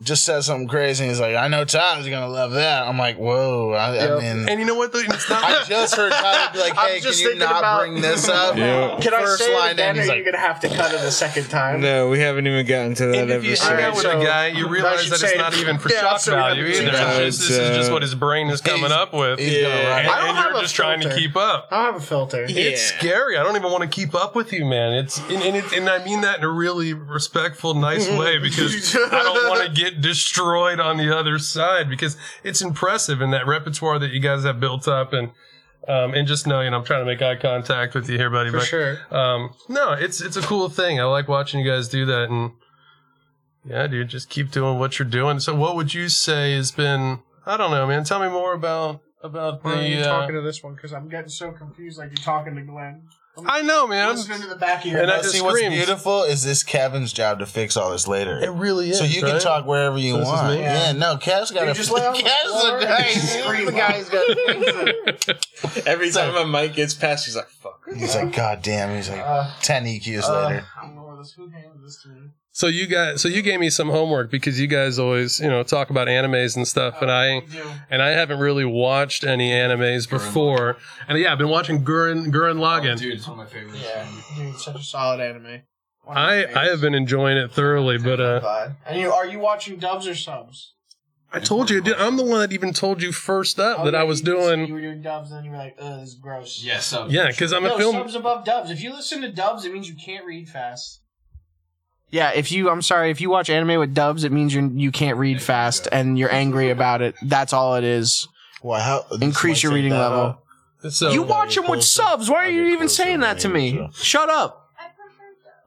A: just says something crazy. And he's like, I know Tyler's gonna love that. I'm like, whoa. I, I mean,
D: And you know what? though? It's not.
A: I just heard Tyler be like,
B: I'm
A: hey, can
B: just
A: you
B: thinking
A: not
B: about-
A: bring this up?
C: Yeah.
I: Can I
A: First
I: say
A: line
I: it
A: in,
I: again, or
A: he's
I: are
A: like-
I: you gonna have to cut it a second time?
C: No, we haven't even gotten to that
D: and if you
C: episode.
D: hang out with
I: so-
D: a guy, you realize
I: should
D: that
I: say
D: it's not
I: it.
D: even for
B: Yeah,
D: shock
B: so we have
D: value
B: to
D: either.
B: do
D: It's
C: that.
D: just- this is just what his brain is coming up with,
A: He's gonna
C: Yeah.
A: write
D: and,
A: it.
B: I don't
D: and
B: have
D: you're
B: a
D: just trying to
B: filter.
D: keep up.
I: I don't have a filter.
D: It's scary. I don't even want to keep up with you, man. It's and and, it, and I mean that in a really respectful, nice way because I don't want to get destroyed on the other side because it's impressive in that repertoire that you guys have built up and um, and just know, you know, I'm trying to make eye contact with you here, buddy.
I: for
D: but
I: sure.
D: um, no, it's it's a cool thing. I like watching you guys do that, and yeah, dude, just keep doing what you're doing. So, what would you say has been? I don't know, man. Tell me more about about
B: Why are you
D: the. Uh,
B: talking to this one? Because I'm getting so confused. Like you're talking to Glenn.
D: I know, man.
B: Listening to the back of your
D: And I
A: But
D: just
A: see, what's
D: screamed.
A: beautiful is this Kevin's job to fix all this later.
D: It really is.
A: so you can
D: right?
A: talk wherever you
D: This is
A: want.
D: me?
A: Yeah. no, Kev's got to.
I: just lay on the
A: Kev's
I: floor
A: the
I: and
A: guy.
I: scream.
A: He's the guy who's got.
J: Every time a mic gets passed, he's like, fuck.
A: He's like, God damn. He's like, ten EQs later.
B: I'm gonna order this. Who handed this to me?
D: So you guys, so you gave me some homework because you guys always, you know, talk about animes and stuff,
A: Oh,
D: and I and I haven't really watched any animes before. And yeah, I've been watching Gurren
A: Oh,
D: Gurren Lagann.
F: dude, it's one of my favorites.
B: Dude, it's such a solid anime. One of my
D: I I
B: favorites.
D: have been enjoying it thoroughly, but uh,
B: But- And you are you watching dubs or subs?
D: I told you, dude, I'm the one that even told you first up that I was
B: you- you said You
D: doing.
B: were doing dubs, and then you were like, "Ugh, this is gross."
F: Yeah, so
D: Yeah, because I'm a
B: no,
D: film.
B: subs above dubs. If you listen to dubs, it means you can't read fast. Yeah, if you, I'm sorry, if you watch anime with dubs, it means you you can't read fast and you're angry about it. That's all it is.
A: Well, how
B: Increase your
A: Take
B: reading
A: that
B: level.
A: off.
D: So
B: you watch
A: get
B: them with
A: closer.
B: subs. Why are
A: I'll
B: you
A: get
B: even
A: closer
B: saying
A: to
B: that to
A: you,
B: me?
A: so.
B: Shut up.
H: I prefer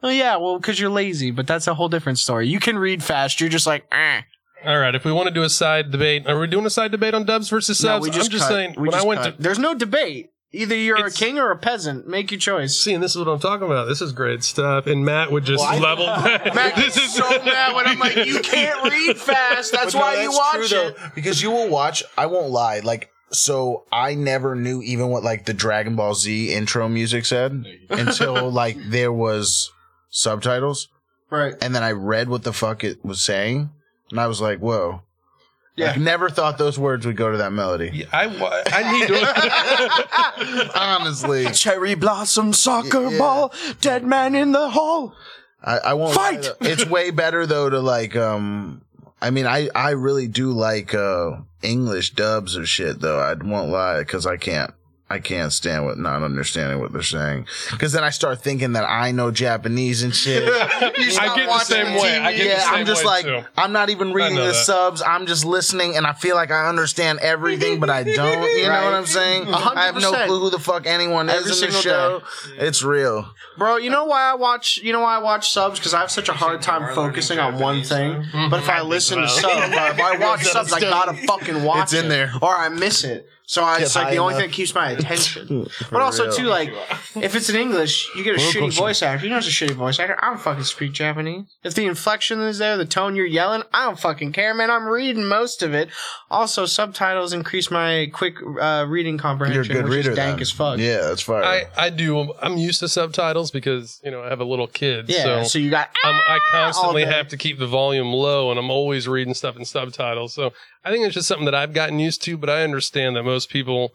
H: that.
B: Oh yeah, well, because you're lazy, but that's a whole different story. You can read fast. You're just like, eh.
D: All right, if we want to do a side debate, are we doing a side debate on dubs versus
B: No,
D: subs?
B: we just
D: I'm just
B: cut.
D: saying,
B: We
D: when
B: just
D: I went
B: cut.
D: to
B: there's no debate. Either you're
D: It's-
B: a king or a peasant. Make your choice.
D: see, and this is what I'm talking about. This is great stuff, and Matt would just level.
B: Matt
D: this
B: gets so mad when I'm like, you can't read fast. That's
A: But no,
B: why you watch
A: true,
B: it.
A: though, because you will watch. I won't lie. Like so, I never knew even what like the Dragon Ball Z intro music said until like there was subtitles,
B: Right.
A: and then I read what the fuck it was saying, and I was like, whoa.
B: Yeah.
A: Like, never thought those words would go to that melody.
D: Yeah, I, wa- I need to.
A: Honestly,
B: Cherry blossom soccer
A: Yeah.
B: ball, dead man in the hole.
A: I, I won't lie,
B: Fight!
A: though. it's way better though to like. um I mean, I I really do like uh English dubs of shit though. I won't lie because I can't. I can't stand what not understanding what they're saying because then I start thinking that I know Japanese and shit.
D: I get the same way. I get
A: yeah,
D: the same
A: I'm just
D: way
A: like
D: too.
A: I'm not even reading
D: know
A: the
D: that.
A: subs. I'm just listening, and I feel like I understand everything, but I don't. You know what I'm saying? I have no
I: 100%.
A: clue who the fuck anyone is
I: Every
A: in the
I: single
A: show. It's real.
I: Bro, you know why I watch? You know why I watch subs? Because I have such a hard time focusing on one thing. But if I listen to subs, or if I watch subs, I gotta fucking watch
A: It's in
I: it,
A: there.
I: or I miss it. So I, it's
A: Get
I: like the
A: high
I: only
A: enough.
I: thing that keeps my attention.
A: For
I: but also
A: real.
I: too, like if it's in English, you get a
A: Local
I: shitty
A: shit.
I: voice actor. You know, it's a shitty voice actor. I don't fucking speak Japanese. If the inflection is there, the tone you're yelling, I don't fucking care, man. I'm reading most of it. Also, subtitles increase my quick uh, reading
A: You're a
I: comprehension,
A: good
I: which
A: reader.
I: is dank
A: then.
I: as fuck.
A: Yeah, that's fire.
D: I, I do. I'm used to subtitles because you know I have a little kid.
I: Yeah,
D: so,
I: so you got
D: I'm, I constantly
I: Ah, day.
D: have to keep the volume low, and I'm always reading stuff in subtitles. So I think it's just something that I've gotten used to. But I understand that most people,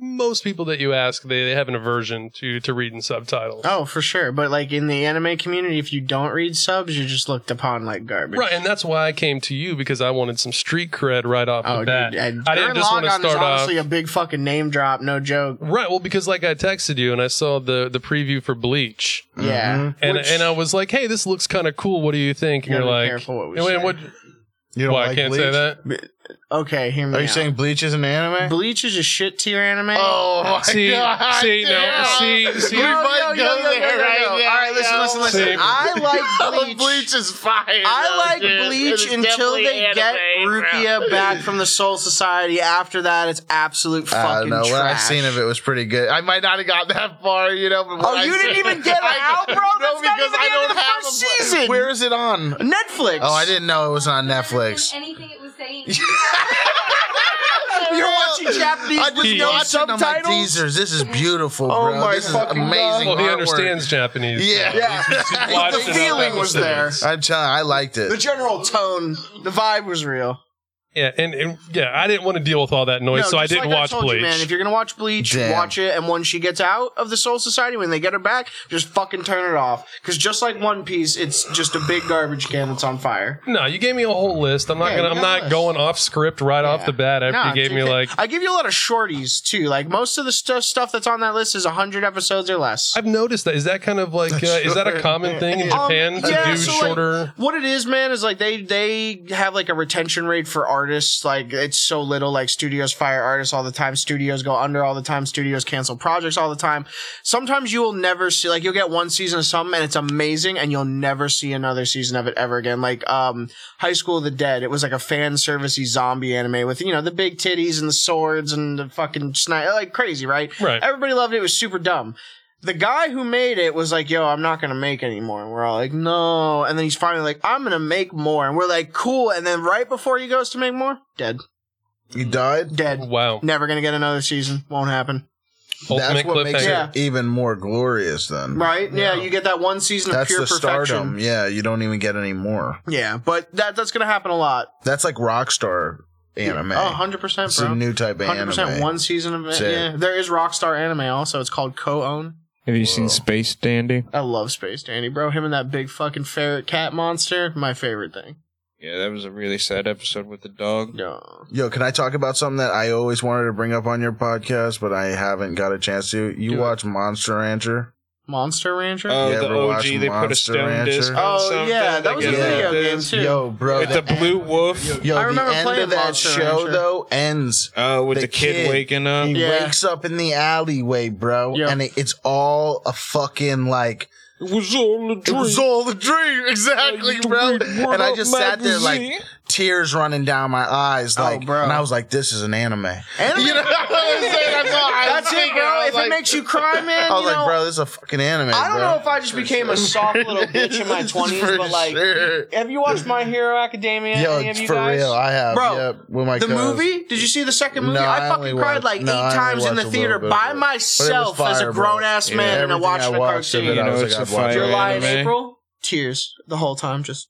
D: most people that you ask, they, they have an aversion to to reading subtitles.
I: Oh, for sure. But like in the anime community, if you don't read subs, you're just looked upon like garbage.
D: Right, and that's why I came to you because I wanted some street cred right off
I: Oh,
D: the
I: dude.
D: bat.
I: And
D: I didn't
I: Gurren
D: just want to
I: Lagann is
D: start off.
I: honestly a big fucking name drop, no joke.
D: Right, well, because like I texted you and I saw the the preview for Bleach,
A: Mm-hmm.
I: Yeah.
D: and
I: Which-
D: and I was like, "Hey, this looks kind of cool. What do you think?" And
I: You
D: you're
I: gotta
D: like,
I: be careful what we
D: and,
I: say.
D: and what?
A: you
D: Well,
A: don't
D: I
A: like
D: can't
A: Bleach?
D: say that.
I: Okay, hear me.
A: Are you
I: out.
A: saying Bleach is an anime?
I: Bleach is a shit tier anime?
A: Oh my
D: See,
A: god!
D: see, no,
A: damn.
D: see, see.
A: We might go there right
I: All
A: there,
I: right, listen,
A: yo.
I: listen, listen.
D: See.
I: I like
A: Oh,
I: Bleach.
A: Bleach is fire. though,
I: I like
A: dude. It
I: Bleach
A: is
I: until
A: definitely
I: they get
A: anime, bro.
I: Rukia back from the Soul Society. After that, it's absolute fucking
A: I don't know. What I've
I: trash.
A: seen of it was pretty good. I might not have got that far, you know. But what
I: Oh,
A: I
I: you didn't
A: seen-
I: even get it
A: I-
I: out, bro?
A: No,
I: That's not
A: because
I: even
A: I
I: the end
A: don't
I: of the
A: have
I: first
A: a Blu-
I: season.
A: Where is it on?
I: Netflix.
A: Oh, I didn't know it was on Netflix.
H: Anything it was saying.
I: You're watching Japanese
A: I
I: with
A: just
I: no
A: watched it on my
I: subtitles?
A: teasers. This is beautiful,
I: Oh
A: bro.
I: my
A: this is
I: fucking
A: amazing.
D: Well, he
A: artwork.
D: understands Japanese.
A: Yeah, yeah.
D: watching
I: the feeling was there.
A: I'm telling. I liked
I: The
A: it.
I: general tone, the vibe was real.
D: Yeah, and, and yeah, I didn't want to deal with all that noise,
I: No,
D: so I
I: just
D: didn't
I: like
D: watch
I: told
D: Bleach.
I: You, man, if you're gonna watch Bleach,
A: Damn.
I: watch it, and when she gets out of the Soul Society, when they get her back, just fucking turn it off. Because just like One Piece, it's just a big garbage can that's on fire.
D: no, you gave me a whole list. I'm not
I: Yeah,
D: gonna.
I: you
D: I'm
I: got a
D: not
I: list.
D: going off script right off the bat. After
I: Nah,
D: you gave
I: it's
D: me
I: okay.
D: like,
I: I give you a lot of shorties too. Like most of the stu- stuff that's on that list is hundred episodes or less.
D: I've noticed that. Is that kind of like? Uh, is that a common thing in
I: Um,
D: Japan to
I: yeah,
D: do
I: so, like,
D: shorter?
I: what it is, man, is like they they have like a retention rate for artists. Like it's so little. Like studios fire artists all the time. Studios go under all the time. Studios cancel projects all the time. Sometimes you will never see. Like you'll get one season of something and it's amazing, and you'll never see another season of it ever again. Like um, High School of the Dead. It was like a fan servicey zombie anime with you know the big titties and the swords and the fucking snipe. Like crazy, right?
D: Right.
I: Everybody loved it. It was super dumb the guy who made it was like, yo, I'm not gonna make anymore. And we're all like, no. And then he's finally like, I'm gonna make more. And we're like, cool. And then right before he goes to make more, dead.
A: You died.
I: Dead.
D: wow,
I: Never gonna get another season. Won't happen.
D: ultimate
A: That's what makes
D: cliffhanger.
A: it
I: Yeah.
A: even more glorious. Then
I: Right? Yeah, you get that one season
A: That's
I: of
A: the
I: pure
A: stardom.
I: perfection.
A: Yeah, you don't even get any more.
I: Yeah, but that that's gonna happen a lot.
A: That's like Rockstar anime.
I: Oh, 100 percent,
A: it's
I: bro.
A: a new type of
I: 100%
A: anime.
I: one season of it.
A: That's it.
I: Yeah, there is Rockstar anime also. It's called Co-Own.
C: Have you seen Space Dandy?
I: I love Space Dandy, bro. Him and that big fucking ferret cat monster. My favorite thing.
C: Yeah, that was a really sad episode with the dog.
I: No.
A: Yo, can I talk about something that I always wanted to bring up on your podcast, but I haven't got a chance to? You watch Monster Rancher?
I: Monster Rancher.
C: Oh,
A: You
C: the
A: ever
C: OG.
A: watch
C: They put a
A: Monster
C: stone
A: Rancher?
C: disc. on
I: Oh,
C: something,
I: yeah, that
C: they
I: was a
C: get
A: video
C: this.
I: game, too.
A: Yo, bro.
C: With the blue wolf.
A: yo,
I: I remember
A: the end
I: playing
A: of that
I: Monster
A: show
I: Rancher.
A: though ends.
C: Oh, with
A: The
C: the, kid,
A: kid.
C: waking up.
A: He
I: Yeah.
A: wakes up in the alleyway, bro,
I: Yo.
A: and it, it's all a fucking like
C: It was all a
A: It was all the dream, exactly, bro. And I just sat there like tears running down my eyes, like,
I: bro.
A: and I was like, "This is an Oh, anime."
I: Anime-
A: You know what I'm saying? That's all I was
I: That's it,
A: thinking.
I: bro.
A: I was
I: If
A: like-
I: it makes you cry, man,
A: I was
I: you
A: like,
I: know,
A: "Bro, this is a fucking anime."
I: I don't
A: bro.
I: know if I just became a soft little bitch in my twenties,
A: For
I: but like,
A: sure.
I: have you watched My Hero Academia?
A: yo,
I: any of
A: it's
I: you
A: for
I: guys?
A: real. I have,
I: Bro,
A: yep, with my
I: the
A: cousin.
I: movie? Did you see the second movie?
A: No,
I: I
A: I
I: fucking
A: only
I: cried
A: watched-
I: like
A: no, I
I: eight
A: only
I: times in
A: watched
I: the
A: a
I: theater
A: little bit
I: by
A: of it.
I: myself
A: But it was
I: as a
A: fire, bro.
I: grown ass
A: Yeah,
I: man and I
A: everything
I: watched
A: I
I: a
A: watched of it, I
I: cartoon.
C: know,
A: was
C: it's
A: like,
C: a
A: I'd watch it.
C: fire
I: July and
C: anime.
I: April, tears the whole time. Just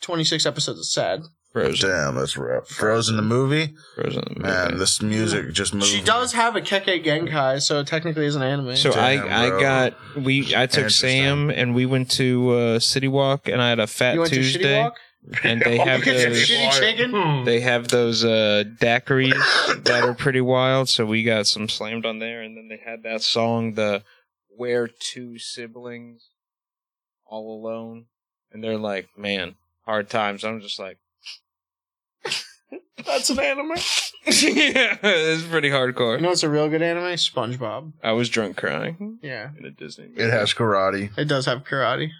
I: twenty six episodes of sad.
C: Frozen.
A: Damn, that's rough. Frozen the movie,
C: Frozen.
A: man. This music just moves.
I: She
A: me.
I: does have a Keke Genkai, so it technically is an anime.
C: So
A: Damn,
C: I,
A: bro.
C: I got we I took
A: Interesting.
C: Sam and we went to uh, City Walk and I had a Fat
I: you went to
C: Tuesday.
I: Shitty Walk?
C: and they have those
I: Shitty chicken.
D: Hmm.
C: they have those uh daiquiris that are pretty wild so we got some slammed on there and then they had that song the where two siblings all alone and they're like man hard times i'm just like
K: That's an anime.
C: yeah it's pretty
I: You
C: hardcore
I: know it's a real good anime? SpongeBob.
C: i was drunk crying
I: Yeah.
K: In a Disney. Movie.
A: It has karate.
I: It does have karate.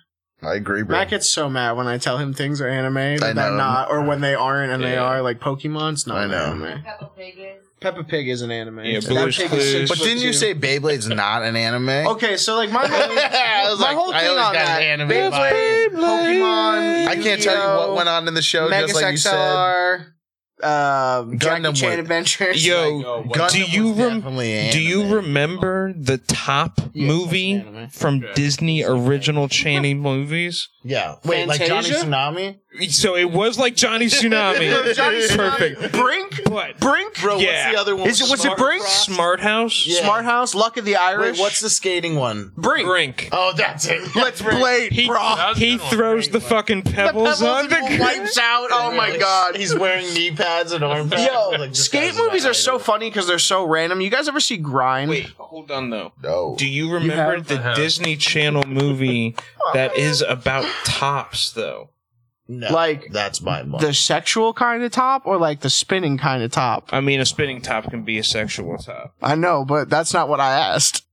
A: I agree, bro.
I: Matt gets so mad when I tell him things are anime that they're
A: know.
I: not, or when they aren't and they
C: Yeah.
I: are, like Pokemon's not
A: I
I: an
A: know.
I: anime.
H: Peppa Pig is.
I: Peppa Pig is an anime.
C: Yeah,
I: That
C: Blue's
I: pig is six
C: Clues.
A: but
I: foot
A: didn't you
I: two.
A: say Beyblade's not an anime?
I: Okay, so like my whole,
A: I was
I: my
A: like,
I: whole
A: I
I: thing
A: always
I: on
A: got
I: that,
A: an anime
I: Beyblade, Pokemon,
A: I can't tell you what
I: Yu-Gi-Oh,
A: went on in the show,
I: Megas
A: just like you said.
I: XLR, um, Jackie
A: Gundam
I: Chan
A: was-
I: Adventures.
C: yo do you rem-
A: rem-
C: do you remember the top movie from disney original Channing movies
A: Yeah. Wait,
I: Fantasia?
A: like Johnny Tsunami?
C: so it was like johnny tsunami
I: Johnny Tsunami.
C: perfect
I: Brink,
C: but
I: Brink,
A: Bro,
C: Yeah.
A: what's the other one?
I: Is it- was it
A: Smart
I: Brink?
A: Cross?
C: smart house
A: Yeah.
I: Smart House, Luck of the Irish.
A: Wait, what's the skating one?
I: Brink?
C: brink
A: Oh, that's it.
I: Let's play,
C: He,
I: bro.
C: he throws the fucking pebbles, on the
A: and
C: ground.
I: Wipes out. Oh my god.
A: He's wearing knee pads and arm pads.
I: Yo,
A: Like, just
I: skate
A: as an
I: movies are
A: idol.
I: so funny because they're so random. You guys ever see Grind?
C: Wait, hold on though.
A: No.
C: Do you remember the
D: I have.
C: Disney Channel movie that is about tops though?
A: No,
I: like,
A: that's my money.
I: the sexual kind of top or like the spinning kind of top?
C: I mean, a spinning top can be a sexual top.
I: I know, but that's not what I asked.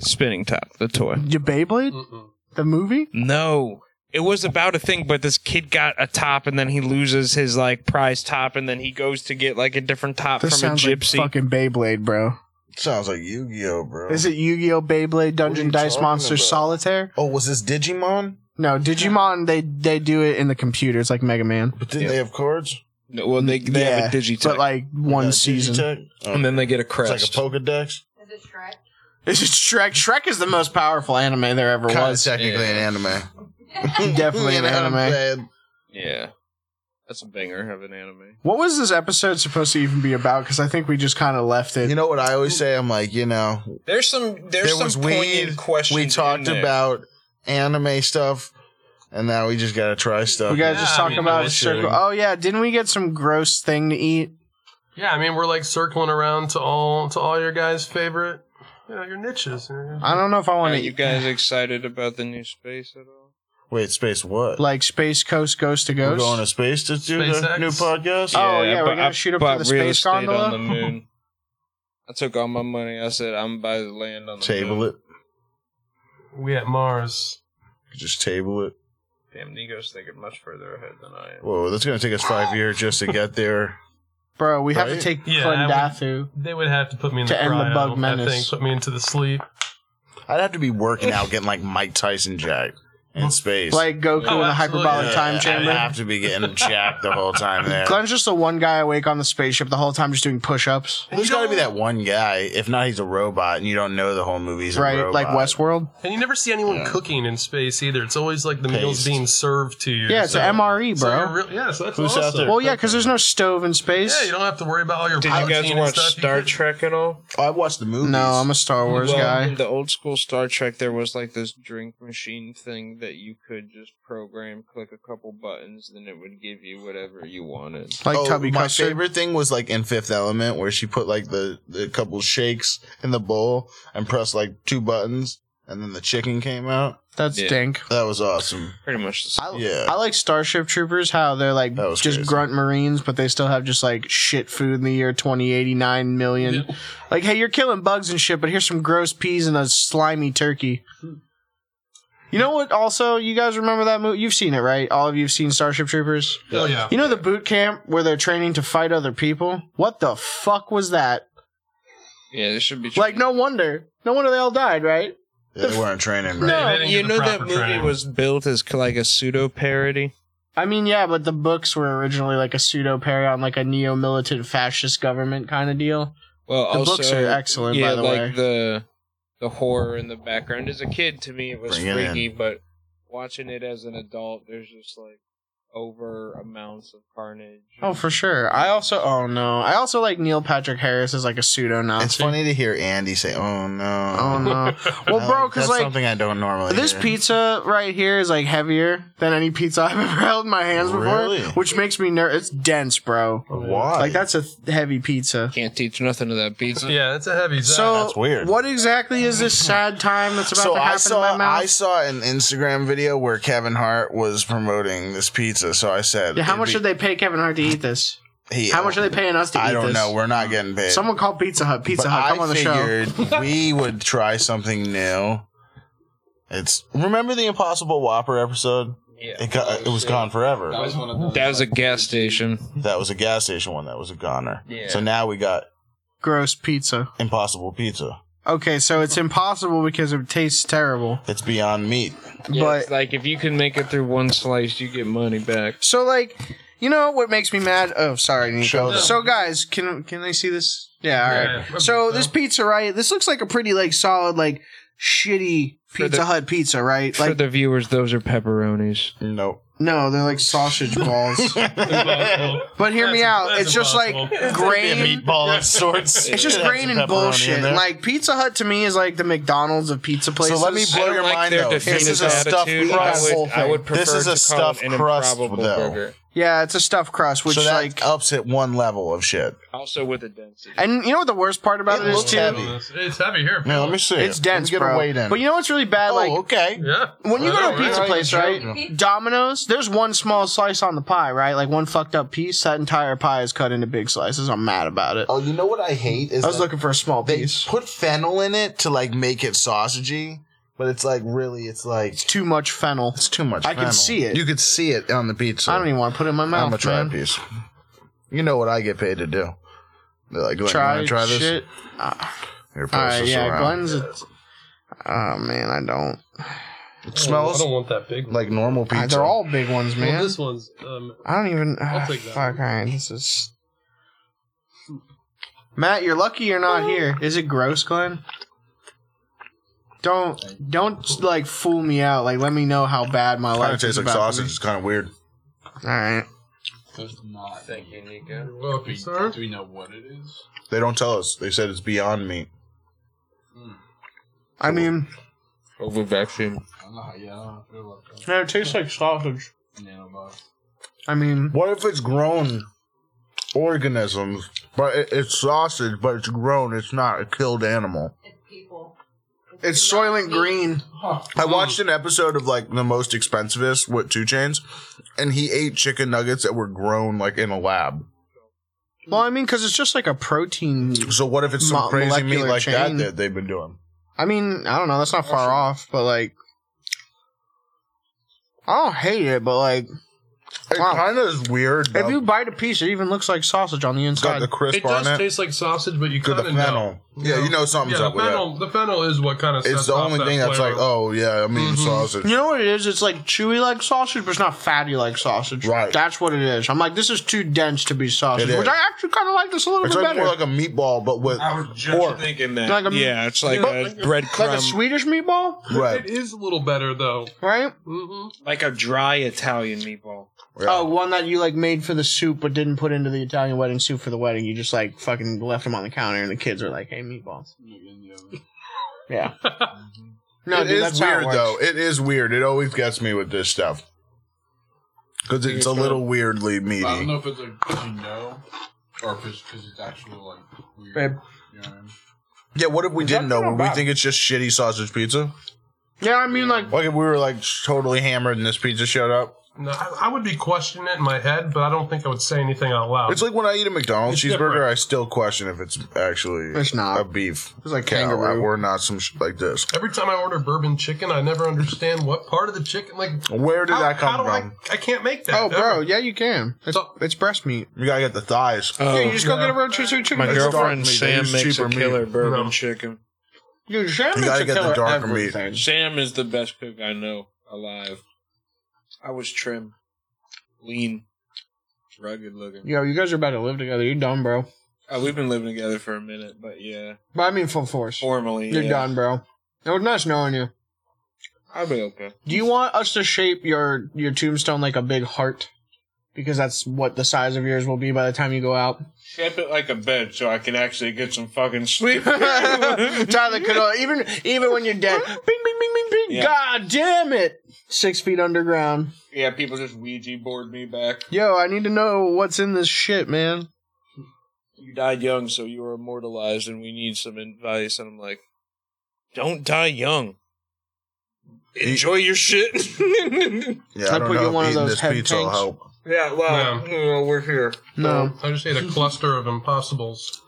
C: Spinning top, the toy.
I: Your Beyblade?
D: Mm-mm.
I: The movie?
C: No. It was about a thing, but this kid got a top and then he loses his like prize top and then he goes to get like a different top
I: This
C: from a
I: sounds like
C: gypsy.
I: fucking Beyblade, bro.
A: Sounds like Yu-Gi-Oh, bro.
I: Is it Yu-Gi-Oh! Beyblade Dungeon
A: you
I: Dice
A: talking
I: Monsters
A: about?
I: Solitaire?
A: Oh, was this Digimon?
I: No, Digimon. They they do it in the computer. It's like Mega Man,
A: But didn't they have cards?
C: No, well, they, they
I: Yeah,
C: have a digitech.
I: but like one
A: Uh,
I: season.
A: Digitech? Oh,
C: and then they get a crest.
A: It's like a Pokedex.
H: Is it Shrek?
I: Is it Shrek? Shrek is the most powerful anime there ever
A: Kind of
I: was.
A: technically an anime.
I: Definitely
A: You
I: an
A: know what I'm
I: anime.
A: saying?
C: yeah. That's a banger of an anime.
I: What was this episode supposed to even be about? Because I think we just kind of left it.
A: You know what I always say? I'm like, you know,
C: There's some there's
A: there
C: some
A: was
C: poignant
A: weed.
C: questions.
A: We
C: in
A: talked
C: there.
A: about anime stuff, and now we just gotta try stuff.
I: we guys
D: Yeah,
I: just
D: I
I: talk
D: mean,
I: about
D: bullshit.
I: circle. Oh yeah, didn't we get some gross thing to eat?
D: Yeah, I mean we're like circling around to all to all your guys' favorite, you know, your niches.
I: I don't know if I
C: Are
I: want to
C: you
I: eat
C: guys excited about the new space at all?
A: Wait, space what?
I: like Space Coast Ghost to
A: We're
I: Ghost.
A: going to space to do the
D: SpaceX?
A: new podcast.
I: Oh, yeah,
C: but
I: we're gonna
C: I
I: shoot up
C: bought
I: to the
C: real
I: space
C: estate
I: gondola?
C: on the moon. I took all my money. I said I'm buy the land
I: Oh.
C: on the
A: Table
C: moon.
A: it.
D: We at Mars.
A: Just table it.
C: Damn, Nigo's thinking much further ahead than I am.
A: Whoa, that's gonna take us five years just to get there.
I: Bro, we have to
A: Right?
I: take
D: Yeah,
I: Clendathu.
D: They would have to put me in
I: To
D: the
I: end the
D: cryo,
I: bug
D: I
I: menace.
D: think put me into the sleep.
A: I'd have to be working out, getting like Mike Tyson jacked in space.
I: Like Goku
D: Oh,
I: in a
D: absolutely.
I: hyperbolic
D: Yeah,
I: time
A: I'd
I: chamber.
A: have to be getting jacked the whole time there.
I: Glenn's just the one guy awake on the spaceship the whole time, just doing push-ups.
A: There's got to be that one guy. If not, he's a robot, and you don't know the whole movie's a
I: Right,
A: robot.
I: like Westworld.
D: And you never see anyone cooking in space either. It's always like the meals
A: Paste.
D: being served to you.
I: Yeah, it's
D: so-
I: an MRE,
D: so
I: E, bro.
D: you're real- yeah, so that's
A: Who's out
D: awesome.
A: there?
I: Well, yeah, because there's no stove in space.
D: Yeah, you don't have to worry about all your.
C: Did you guys
D: protein and
C: watch
D: stuff. You
C: Star
D: could-
C: Trek at all?
A: Oh, I watched the movies.
I: no, I'm a Star Wars
C: well,
I: guy.
C: in the old school Star Trek, there was like this drink machine thing that you could just program, click a couple buttons, then it would give you whatever you wanted.
I: Like
A: Oh,
I: Tubby
A: my
I: Custard.
A: favorite thing was like in Fifth Element, where she put like the, the couple shakes in the bowl and pressed like two buttons, and then the chicken came out.
I: That's
C: Yeah.
I: dank.
A: That was awesome.
C: Pretty much the same.
I: I,
A: Yeah.
I: I like Starship Troopers, how they're like
A: That was
I: just
A: crazy.
I: grunt Marines, but they still have just like shit food in the year 2089 million. Like, hey, you're killing bugs and shit, but here's some gross peas and a slimy turkey. You know what? Also, you guys remember that movie? You've seen it, right? All of you have seen Starship Troopers.
D: Oh yeah.
I: You know the boot camp where they're training to fight other people? What the fuck was that?
C: Yeah, this should be
I: Like, no wonder. No wonder they all died, right?
A: Yeah, they weren't training right.
D: They
C: No,
D: didn't
C: you
D: get the
C: know that
D: proper
C: movie
D: training.
C: was built as like a pseudo parody.
I: I mean, yeah, but the books were originally like a pseudo parody on like a neo militant fascist government kind of deal.
C: Well,
I: The
C: also,
I: books are excellent,
C: yeah,
I: by the
C: like
I: way.
C: the the horror in the background. As a kid, to me, it was
A: Bring it
C: freaky, but watching it as an adult, there's just like, over amounts of carnage.
B: Oh, for sure. I also, oh no, I also like Neil Patrick Harris as like a pseudo Nazi.
A: It's funny to hear Andy say, "Oh no,
B: Oh no. Well, bro, because
A: that's
B: like
A: something I don't normally.
B: this
A: hear.
B: pizza right here is like heavier than any pizza I've ever held in my hands before,
A: Really?
B: which makes me nervous. It's dense, bro.
A: Why?
B: Like that's a th- heavy pizza.
F: Can't teach nothing to that pizza.
D: Yeah, it's a heavy. Zap.
B: So
A: That's weird.
B: What exactly is this sad time that's about
A: so
B: to
A: I
B: happen
A: saw
B: in my mouth?
A: I saw an Instagram video where Kevin Hart was promoting this pizza. So I said,
B: yeah, how
A: it'd
B: much
A: be-
B: did they pay Kevin Hart to eat this?
A: he-
B: How much are they paying us to eat
A: I
B: this?
A: don't know. We're not getting paid.
B: Someone called Pizza Hut. Pizza
A: But
B: Hut, come
A: I
B: on the show.
A: figured we would try something new. It's remember the Impossible Whopper episode?
F: Yeah.
A: It got, it was gone forever.
J: That was one of those.
F: That was a gas station.
A: That was a gas station one. That was a goner.
F: Yeah.
A: So now we got
B: Gross pizza.
A: Impossible Pizza.
B: Okay, so it's impossible because it tastes terrible.
A: It's beyond meat.
B: but
C: It's like if you can make it through one slice, you get money back.
B: So like, you know what makes me mad? Oh, sorry, Nico.
A: Show them.
B: So guys, can can I see this? Yeah, all right.
D: Yeah.
B: So this pizza, right? This looks like a pretty like solid like shitty Pizza
C: the-
B: Hut pizza, right?
C: For
B: Like
C: the viewers, those are pepperonis.
A: Nope.
B: no, they're like sausage balls. but hear me
D: That's-
B: out.
D: that's
B: It's just
D: impossible.
B: like grain.
A: Meatball of sorts.
B: It's just
A: It has
B: grain
A: some
B: and
A: pepperoni
B: bullshit.
A: in there.
B: Like Pizza Hut to me is like the McDonald's of pizza
A: so
B: places.
A: let me blow
C: don't
A: your
C: like
A: mind
C: their
A: though. This is
C: defeatist
A: a stuffed
C: attitude. I
A: crust.
C: would, I would prefer
A: This is
C: to
A: a
C: call
A: stuffed
C: it an
A: crust,
C: improbable
A: though.
C: burger.
B: yeah, it's a stuffed crust, which
A: so that
B: like.
A: ups it one level of shit.
C: Also with a density.
B: and you know what the worst part about
A: It
B: it is
A: looks
B: too?
A: heavy.
D: It's heavy here.
A: Now let me see.
B: It's
A: it.
B: dense,
A: Let me get
B: bro.
A: a weight in.
B: But you know what's really bad?
A: oh,
B: like
A: okay.
D: Yeah.
B: When you go to a
D: Alright.
B: pizza place, right?
H: joking.
B: Domino's, there's one small slice on the pie, right? Like one fucked up piece. That entire pie is cut into big slices. I'm mad about it.
A: Oh, you know what I hate is
B: I was
A: that
B: looking for a small
A: they
B: piece.
A: put fennel in it to like make it sausagey, but it's like really, it's like
B: It's too much fennel.
A: it's too much.
B: I can
A: fennel.
B: see it.
A: You could see it on the pizza.
B: I don't even want to put it in my mouth.
A: I'm gonna try a
B: man.
A: piece. You know what I get paid to do? They're like, Glenn, you
B: Try,
A: wanna try this?
B: shit.
A: Here, pass
B: All right,
A: this
B: yeah,
A: around.
B: Glenn's. A, oh man, I don't.
A: It
D: I
A: smells
D: don't want that big. One.
A: like normal pizza.
B: I- they're all big ones,
D: Well,
B: man.
D: this one's. Um,
B: I don't even.
D: I'll
B: ah,
D: take that
B: fuck, all right, this is. Matt, you're lucky you're not here. Is it gross, Glenn? Don't don't like fool me out. Like, let me know how bad my
A: kind
B: life
A: of
B: is
A: tastes like
B: about
A: sausage. It's kind of weird.
B: All right,
J: Thank you, Nico.
D: you're welcome, sir.
J: Do we know what it is?
A: They don't tell us. They said it's beyond meat.
B: I mean,
F: Over vaccine.
J: I don't know how. Yeah, I don't know how I feel about
B: no, it tastes like sausage.
J: that. Nanobots.
B: I mean,
A: What if it's grown organisms, but it, it's sausage, but it's grown. It's not a killed animal.
H: It's people.
B: it's Soylent Green.
A: I watched an episode of like the most expensivest with Two Chains, and he ate chicken nuggets that were grown like in a lab.
B: Well, I mean, because it's just like a protein.
A: So what if it's some
B: Mo-
A: crazy meat
B: molecular
A: like that
B: chain.
A: that they've been doing?
B: I mean, I don't know. That's not far off, but like, I don't hate it, but like,
A: It
B: Wow.
A: kind of is weird. Though.
B: if you bite a piece, it even looks like sausage on the
A: got
B: inside.
A: the crisp
D: It
A: on
D: does
A: it,
D: taste like sausage, but you
A: to
D: kind
A: the
D: of know.
A: fennel. Yeah, you know something's
D: Yeah, the
A: up with that.
D: fennel. The fennel is what kind of.
A: It's the only thing that's like, oh yeah, I
B: Mm-hmm.
A: mean sausage.
B: You know what it is? It's like chewy like sausage, but it's not fatty like sausage.
A: Right.
B: That's what it is. I'm like, this is too dense to be sausage,
A: It
B: which
A: is.
B: I actually kind of like this a little
A: It's
B: bit
A: like
B: better.
A: more like a meatball, but with
F: I was just
A: pork.
F: thinking that.
B: Like a-
C: yeah, it's like a breadcrumb,
B: like a Swedish meatball,
A: Right.
D: It is a little better though.
B: right?
C: like a dry Italian meatball.
A: Yeah.
B: Oh, one that you like made for the soup, but didn't put into the Italian wedding soup for the wedding. You just like fucking left them on the counter, and the kids are like, "Hey, meatballs." Yeah. No,
A: it
B: dude,
A: is
B: that's how it
A: weird
B: works.
A: though. It is weird. It always gets me with this stuff because it's a little weirdly
J: I don't
A: meaty.
J: know if it's like 'cause you know, or because it's actually like weird.
B: Babe.
J: You know what I mean?
A: Yeah, what if we didn't know? Would we think it's just shitty sausage pizza?
B: Yeah, I mean, like,
A: Like if we were like totally hammered and this pizza showed up?
D: No, I, I would be questioning it in my head, but I don't think I would say anything out
B: Um,
D: loud.
A: It's like when I eat a McDonald's
D: It's
A: cheeseburger,
D: different.
A: I still question if it's actually
B: It's not.
A: a beef.
B: It's like
A: cow,
B: kangaroo.
A: or not some shit like this.
D: Every time I order bourbon chicken, I never understand what part of the chicken. Like,
A: Where did
D: how,
A: that
D: how
A: come
D: do
A: from?
D: I, I can't make that.
B: oh, bro,
D: ever.
B: yeah, you can. It's,
D: So-
B: it's breast meat.
A: You gotta get the thighs.
B: yeah, you just go
D: no.
B: get a rotisserie chicken.
C: My
A: It's dark meat.
C: girlfriend
A: They
C: Sam
A: use
C: makes
A: cheaper
C: a
A: meat.
C: killer bourbon
D: No.
C: chicken.
B: Dude, Sam
A: You
B: makes
A: gotta
B: a
A: get the
B: killer
A: darker meat.
B: everything.
C: Sam is the best cook I know alive. I was trim, lean, rugged looking.
B: Yo, you guys are about to live together. You're done, bro.
C: Uh, we've been living together for a minute, but yeah,
B: But I mean full force.
C: formally,
B: You're
C: yeah.
B: done, bro. It was nice knowing you.
C: I'll be okay.
B: Do you want us to shape your your tombstone like a big heart? because that's what the size of yours will be by the time you go out.
J: Shape it like a bed so I can actually get some fucking sleep.
B: Tyler Canola, even even when you're dead, bing bing bing bing bing.
J: Yeah.
B: God damn it! Six feet underground.
J: yeah, people just Ouija board me back.
B: Yo, I need to know what's in this shit, man.
C: you died young, so you were immortalized, and we need some advice. And I'm like, don't die young. Enjoy your shit.
A: Yeah, I,
B: I
A: don't
B: put
A: know
B: you
A: if
B: one of
A: eating
B: those
A: this
B: head
A: pizza will
B: tanks.
A: help.
J: Yeah, wow.
D: Yeah.
J: You know, we're here.
B: No,
D: I just ate a cluster of impossibles.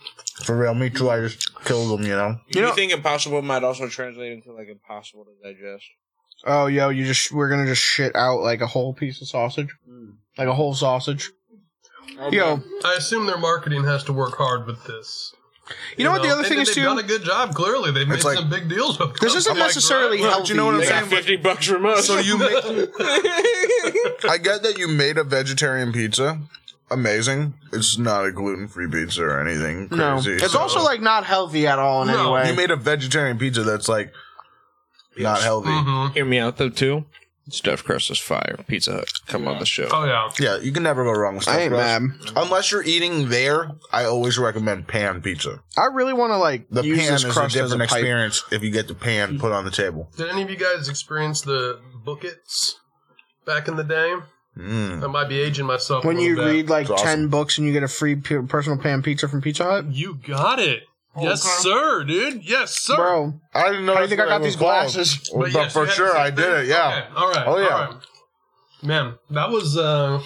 A: For real, me too. I just killed them, you know.
B: You
C: You,
B: know-
C: think impossible might also translate into like impossible to digest?
B: Oh, yo, you just we're gonna just shit out like a whole piece of sausage, like a whole sausage. Yo,
D: I assume their marketing has to work hard with this.
B: you, know, what the other
D: and
B: thing is
D: they've
B: too.
D: done a good job. Clearly, they've made
A: like-
D: some big deals. With
B: this isn't
D: companies, right?
B: necessarily
D: Well,
B: healthy.
A: you know what I'm saying?
J: Fifty bucks from us.
A: So you make. I get that you made a vegetarian pizza. Amazing. It's not a gluten free pizza or anything
B: No,
A: crazy.
B: it's
A: so-
B: also like not healthy at all in
D: No,
A: you
B: any way.
A: made a vegetarian pizza that's like not healthy.
B: Mm-hmm.
D: Mhm.
C: Hear me out though, too. Stuff crust is fire. Pizza Hut, come on the show.
D: Oh yeah.
A: Yeah, you can never go wrong with stuff.
B: I ain't
A: crust.
B: mad.
A: Unless you're eating there, I always recommend pan pizza.
B: I really want to like
A: The
B: use
A: pan
B: this
A: is a
B: crust as a
A: different
B: pipe.
A: experience if you get the pan put on the table.
D: Did any of you guys experience the buckets back in the day?
A: Mm.
D: I might be aging myself. a
B: When
D: little
B: you
D: bit.
B: read like
A: It's awesome.
B: ten books and you get a free pe- personal pan pizza from Pizza Hut,
D: you got it. Yes, sir, dude. Yes, sir.
B: bro.
A: I didn't know.
B: How do you
A: that's
B: think I
A: what
B: got
A: was
B: these
A: called.
B: glasses?
A: Well,
D: But
A: but
D: yes, you
A: for
D: had
A: sure,
D: the
A: I
D: same
A: did
D: thing?
A: it. Yeah.
D: Okay, All right.
A: Oh,
D: all
A: yeah.
D: right. Man, that was uh,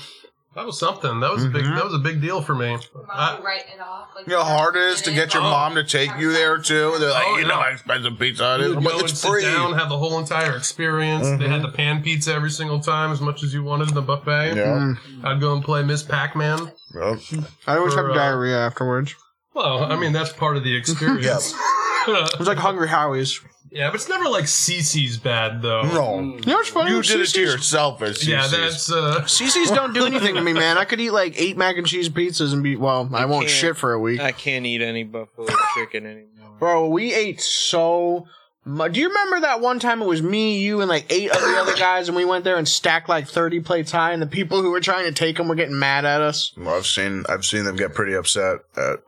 D: that was something. That was a big.
A: Mhm.
D: That was a big deal for me. I-
H: Mom, write it off. Like,
A: You know how hard it is to get your
D: Oh.
A: mom to take you there too. They're like,
D: Oh,
A: you
D: yeah.
A: know how expensive pizza it
D: You
A: is.
D: would
A: I'm like,
D: go and
A: it's
D: sit
A: free. Mm-hmm.
D: down, have the whole entire experience. They had the pan pizza every single time, as much as you wanted in the buffet.
A: Yeah.
D: I'd go and play Miss Pac Man.
A: Hmm. Yep.
B: I always
D: For,
B: have
D: uh,
B: diarrhea afterwards.
D: Well, I mean that's part of the experience.
B: It was like Hungry Howie's.
D: yeah, but it's never like Cece's bad though.
A: No.
B: You know what's funny?
A: You
B: with
A: did it
B: CC's?
A: to yourself, as
D: hmm. Yeah,
A: CC's.
D: that's uh,
B: CC's don't do anything to me, man. I could eat like eight mac and cheese pizzas and be well. I won't
C: can't.
B: shit for a week,
C: I can't eat any buffalo chicken anymore.
B: bro. We ate so. much. Do you remember that one time it was me, you, and like eight of the other guys, and we went there and stacked like thirty plates high, and the people who were trying to take them were getting mad at us.
A: Well, I've seen I've seen them get pretty upset at,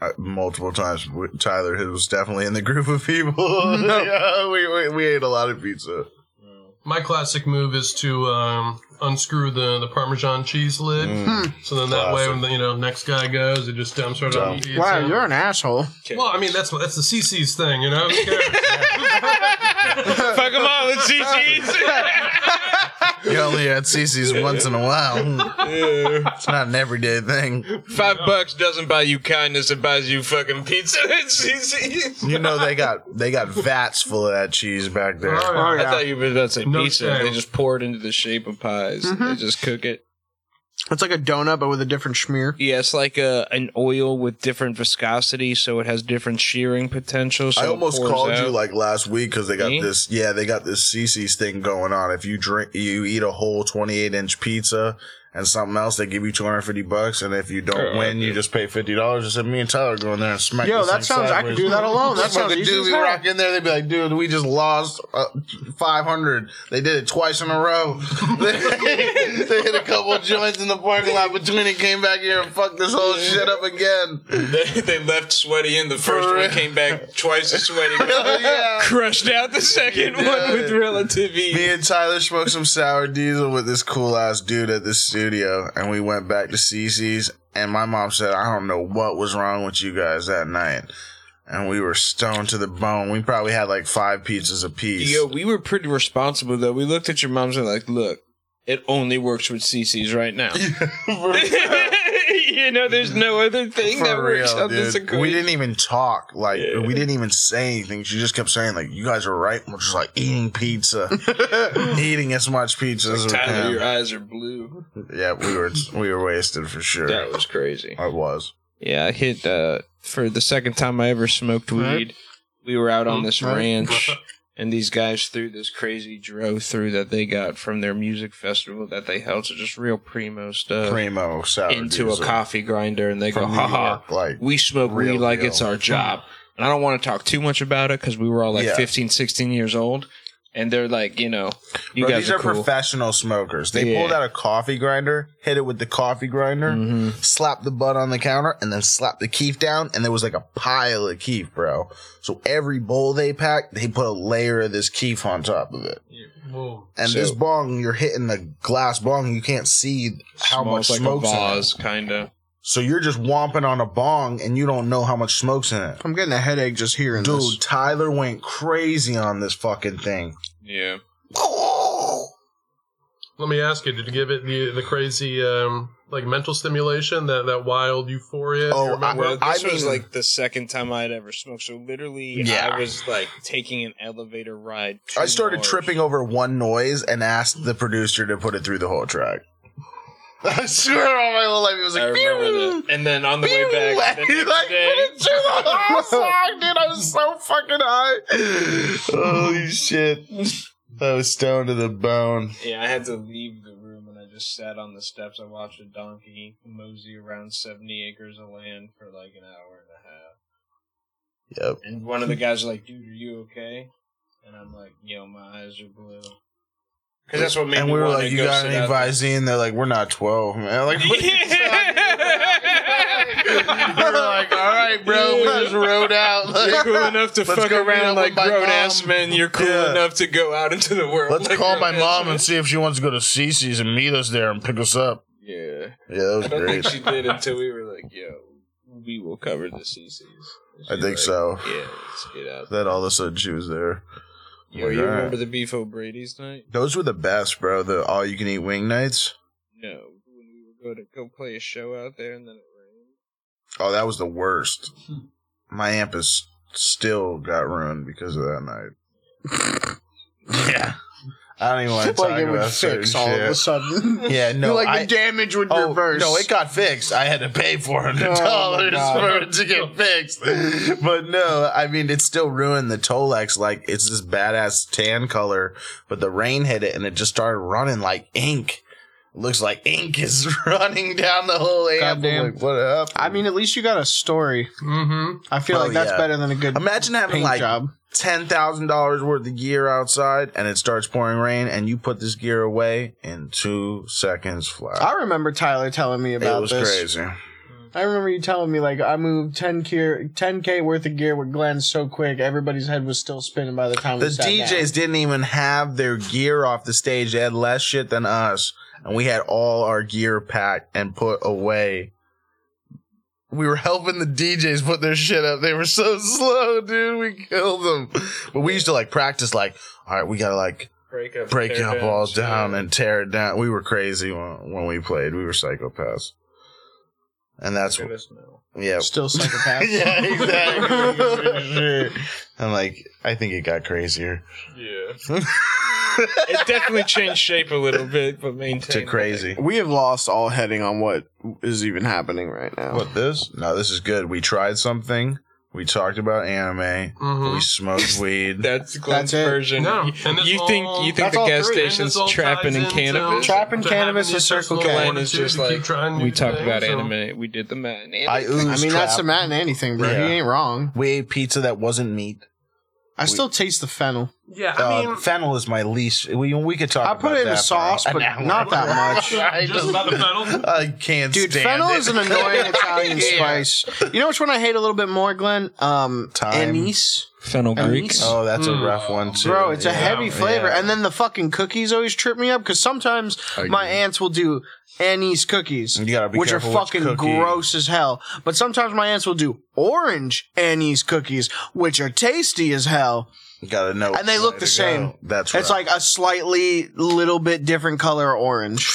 A: at multiple times. with Tyler who was definitely in the group of people. yeah, we, we we ate a lot of pizza.
D: my classic move is to um, unscrew the, the Parmesan cheese lid.
A: Mm.
B: Hmm.
D: So then that way, when the you know next guy goes, it just dumps right on the pizza.
B: Wow, you're an asshole.
D: well, I mean that's that's the CC's thing, you know. Who cares?
C: Fuck them all, it's CC's.
A: You only at CC's once in a while. It's not an everyday thing.
C: Five bucks doesn't buy you kindness, it buys you fucking pizza at CC's.
A: You know they got they got vats full of that cheese back there.
D: All
B: Oh,
D: right.
B: yeah.
C: I thought you were about to say
D: No
C: pizza.
D: shame.
C: They just pour it into the shape of pies.
A: Mm-hmm.
C: They just cook it.
B: It's like a donut, but with a different schmear.
C: Yeah, it's like a an oil with different viscosity, so it has different shearing potential. So
A: I
C: it
A: almost
C: pours
A: called you
C: out.
A: like last week because they got
C: Me?
A: this. Yeah, they got this CC's thing going on. If you drink, you eat a whole twenty-eight inch pizza and something else, they give you two hundred fifty bucks. And if you don't
C: Oh,
A: win, you just pay fifty dollars. Just said me and Tyler go in there and smack.
B: Yo,
A: this
B: that
A: thing
B: sounds. I could
A: sideways.
B: do that alone. That
A: That's what
B: sounds
A: the
B: easy
A: dude
B: as
A: we
B: hell.
A: rock in there. They'd be like, dude, we just lost uh, five hundred. They did it twice in a row. they hit a couple joints in the parking lot between and came back here and fucked this whole shit up again.
J: they, they left sweaty in the first one, came back twice as sweaty.
A: yeah.
C: crushed out the second one with relative ease.
A: Me and Tyler smoked some sour diesel with this cool ass dude at the studio, and we went back to CC's. And my mom said, "I don't know what was wrong with you guys that night." And we were stoned to the bone. We probably had like five pizzas apiece.
C: Yo, we were pretty responsible though. We looked at your mom's and like, look, it only works with CC's right now. you know, there's no other thing that
A: For
C: works
A: real,
C: out this
A: dude.
C: equation.
A: We didn't even talk. Like we didn't even say anything. She just kept saying, "Like you guys are right." We're just like eating pizza, eating as much pizza as we
C: Tyler, your
A: can.
C: eyes are blue.
A: Yeah, we were we were wasted for sure.
C: That was crazy.
A: I was.
C: Yeah, I hit uh, for the second time I ever smoked weed. We were out on this ranch, and these guys threw this crazy dro through that they got from their music festival that they held. So just real primo stuff
A: Primo sour
C: uh, into a
A: diesel
C: coffee grinder, and they go,
A: from New
C: "Ha ha,
A: York, like
C: we smoke
A: Real
C: weed like
A: deal.
C: it's our job. And I don't want to talk too much about it because we were all like
A: Yeah.
C: fifteen, sixteen 15, 16 years old. And they're like, you know, You
A: Bro,
C: guys
A: these
C: are,
A: are,
C: cool.
A: professional smokers. They
C: Yeah.
A: pulled out a coffee grinder, hit it with the coffee grinder,
C: Mhm.
A: slapped the butt on the counter, and then slapped the keef down, and there was like a pile of keef, bro. So every bowl they packed, they put a layer of this keef on top of it. And
C: So-
A: this bong, you're hitting the glass bong, you can't see how
C: Smells
A: much smoke's
C: like a
A: in it.
C: vase, kind of.
A: So you're just whomping on a bong, and you don't know how much smoke's in it.
B: I'm getting a headache just hearing
A: Dude,
B: this.
A: Tyler went crazy on this fucking thing.
F: Yeah.
D: Let me ask you: Did you give it the the crazy um, like mental stimulation that that wild euphoria?
A: Oh,
D: You remember?
A: Well, I
C: this was
A: mean-
C: like the second time I'd ever smoked. So literally,
A: Yeah.
C: I was like taking an elevator ride. to
A: I started
C: Mars.
A: tripping over one noise and asked the producer to put it through the whole track. I swear on my whole life, it was
F: I
A: like,
F: remember that. And then on the way back, the next
A: like,
F: day,
A: put it through the whole song, dude. I was so fucking high. Holy shit. I was stoned to the bone.
F: yeah, I had to leave the room and I just sat on the steps. I watched a donkey mosey around 70 acres of land for like an hour and a
A: Yep.
F: half. And one of the guys was like, dude, are you okay? And I'm like, yo, my eyes are blue. Because that's what made
A: And
F: me
A: we were
F: wanna
A: like, you
F: go
A: got
F: sit
A: any
F: out there."
A: Visine? They're like, we're not 12, man. Like, what are you talking
B: We're
A: about?
B: like, all right, bro, we just rode out.
F: You're cool enough to
A: Let's
F: fuck
A: go meet up
F: around like
A: with my
F: grown ass
A: mom.
F: men. You're cool
A: Yeah.
F: enough to go out into the world.
A: Let's
F: like
A: call my
F: grown-ass
A: mom
F: men.
A: and see if she wants to go to Cece's and meet us there and pick us up.
F: Yeah.
A: Yeah, that was
F: I don't think
A: great.
F: she did until we were like, yo, we will cover the CCs. And
A: I think
F: she's like,
A: so.
F: Yeah, let's get out.
A: That all of a sudden she was there.
F: Yo,
A: Like,
F: you
A: all right.
F: remember the Beef O'Brady's night?
A: Those were the best, bro. The all you can eat wing nights.
F: No. When we would go to go play a show out there and then it rained.
A: Oh, that was the worst.
B: Hmm.
A: My amp is still got ruined because of that night. yeah. I don't even want to talk
B: like it would
A: about
B: fix
A: certain
B: all of a
A: shit.
B: sudden.
A: Yeah, no,
B: like
A: I-
B: the damage would
A: Oh
B: reverse. Oh,
A: no, it got fixed. I had to pay four hundred dollars for it to get fixed. But no, I mean it still ruined the Tolex. Like it's this badass tan color, but the rain hit it and it just started running like ink. Looks like ink is running down the whole amp. I'm
B: Goddamn.
A: Like, what up?
B: I mean, at least you got a story.
D: Mm-hmm.
B: I feel
A: Oh,
B: like that's
A: yeah.
B: better than a good
A: Imagine having
B: paint
A: like
B: job.
A: ten thousand dollars worth of gear outside, and it starts pouring rain, and you put this gear away in two seconds flat.
B: I remember Tyler telling me about
A: it was
B: this.
A: crazy.
B: I remember you telling me like I moved 10 gear, 10k worth of gear with Glenn so quick everybody's head was still spinning by the time
A: The
B: we sat down.
A: DJs didn't even have their gear off the stage. They had less shit than us. And we had all our gear packed and put away. We were helping the DJs put their shit up. They were so slow, dude. We killed them. But we used to like practice like, all right, we gotta like
F: Break up.
A: break
F: tear
A: up all
F: downs, yeah.
A: down and tear it down. We were crazy when, when we played. We were psychopaths. And that's
F: Look at
A: what,
F: us now.
A: yeah.
B: Still psychopaths.
A: yeah, exactly. Sure. And like, I think it got crazier. Yeah.
F: It definitely changed shape a little bit, but maintained.
A: to crazy.
G: We have lost all heading on what is even happening right now.
A: What this? No, this is good. We tried something. We talked about anime.
B: Hmm?
D: Mm-hmm.
A: We smoked weed.
F: That's Glenn's
B: That's it.
F: version.
D: No,
F: You-
D: and it's
F: you think
D: all-
F: you think
D: that's
F: the
D: all
F: gas
D: three, and
F: station's
D: this all
F: trapping
D: ties
F: in
D: into-
F: cannabis?
B: Trapping
D: to
B: cannabis
D: having the
B: and Circle
D: personal
B: K.
F: Glenn is
D: fortitude
F: just
D: to keep
F: like
D: trying new
F: we talked about
D: things, so-
F: anime. We did the Matt and
A: I
F: Andy.
A: ooze
B: I mean that's
A: trap.
B: a Matt and anything, bro.
A: Yeah.
B: He ain't wrong.
A: We ate pizza that wasn't meat.
B: I still taste the fennel.
D: Yeah, I mean,
A: uh, fennel is my least. We, we could talk.
B: I
A: about
B: put it in
A: that
B: a
A: for
B: sauce,
A: an
B: but
A: hour.
B: not that much.
D: just about the pedal.
A: I can't.
B: Dude,
A: stand
B: fennel
A: it.
B: is an annoying Italian spice. You know which one I hate a little bit more, Glenn? Um,
A: Thyme.
B: anise.
C: Fennel Greek.
B: Anise.
A: Oh, that's
B: Mm.
A: a rough one too,
B: Bro, it's a
A: Yeah.
B: heavy flavor.
A: Yeah.
B: And then the fucking cookies always trip me up because sometimes my aunts will do anise cookies,
A: You gotta Mm, be
B: which are
A: careful which
B: fucking
A: cookie.
B: gross as hell. But sometimes my aunts will do orange anise cookies, which are tasty as hell.
A: You gotta know.
B: And they
A: which
B: look
A: way
B: the
A: to
B: same.
A: go. That's
B: It's like a slightly little bit different color orange.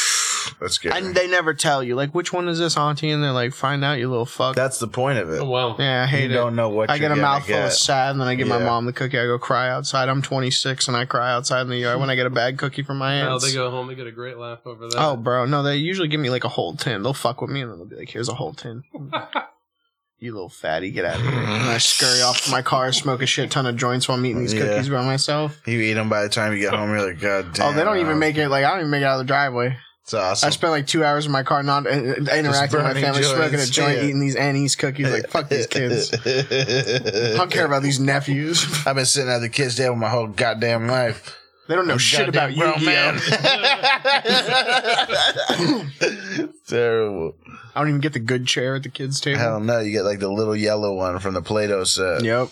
A: that's good.
B: And they never tell you, like, which one is this, auntie? And they're like, find out, you little fuck.
A: that's the point of it.
D: Oh, wow.
B: yeah, I
A: you
B: hate it.
A: don't know what
B: I
A: you're
B: get a
A: gonna
B: mouthful
A: get.
B: of sad, and then I give my
A: Yeah.
B: mom the cookie. I go cry outside. I'm 26, and I cry outside in the yard when I get a bad cookie from my
D: Now
B: aunts.
D: they go home, they get a great laugh over that.
B: oh, bro, no, they usually give me like a whole tin. They'll fuck with me, and then they'll be like, "Here's a whole tin." you little fatty, get out of here! And I scurry off to my car, smoke a shit ton of joints while I'm eating these
A: Yeah.
B: cookies by myself.
A: You eat them by the time you get home. You're like, God damn.
B: oh, they don't even make it. Like I don't even make it out of the driveway.
A: It's awesome.
B: I spent like two hours in my car, not uh, interacting with my
A: burning
B: family, smoking a
A: joints.
B: joint,
A: Yeah.
B: eating these annie's cookies. Like fuck these kids. I don't care about these nephews.
A: I've been sitting at the kids' table my whole goddamn life.
B: They don't know shit about you,
A: Oh, Goddamn
B: man.
A: Terrible.
B: I don't even get the good chair at the kids' table.
A: Hell no, you get like the little yellow one from the Play-Doh set.
B: Yep.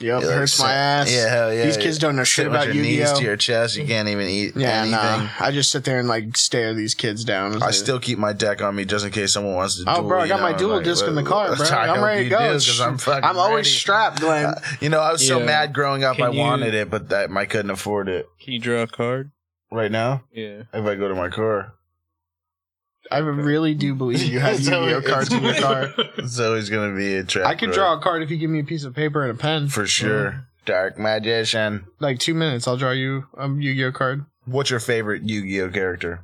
B: Yep.
A: Yeah, like
B: hurts my
A: sit-
B: ass.
A: Yeah, hell yeah.
B: These kids don't know shit
A: Sit with
B: about
A: your knees to
B: Yu-Gi-Oh.
A: your chest. You can't even eat
B: Yeah,
A: anything.
B: nah. I just sit there and like stare these kids down.
A: I still keep my deck on me just in case someone wants to.
B: Oh,
A: duel,
B: bro, I
A: you
B: got
A: know,
B: my
A: I'm
B: dual
A: like, uh,
B: disc in the
A: "Look,
B: car,
A: look,
B: bro.
A: I
B: I'm
A: hope
B: ready to
A: you
B: go.
A: do, 'cause I'm fucking
B: I'm always
A: ready.
B: strapped, Glenn.
A: Uh, you know, I was so
C: Yeah.
A: mad growing up.
C: Can
A: I
C: you-
A: wanted it, but that I couldn't afford it.
C: Can you draw a card?
A: Right now,
C: Yeah.
A: if I go to my car,
B: I really do believe you have
A: So
B: Yu-Gi-Oh
A: it's-
B: cards in your car.
A: it's always gonna be a trap.
B: I could
A: bro.
B: draw a card if you give me a piece of paper and a Mm-hmm. pen.
A: for sure. Dark magician.
B: Like two minutes, I'll draw you a Yu-Gi-Oh card.
A: What's your favorite Yu-Gi-Oh character,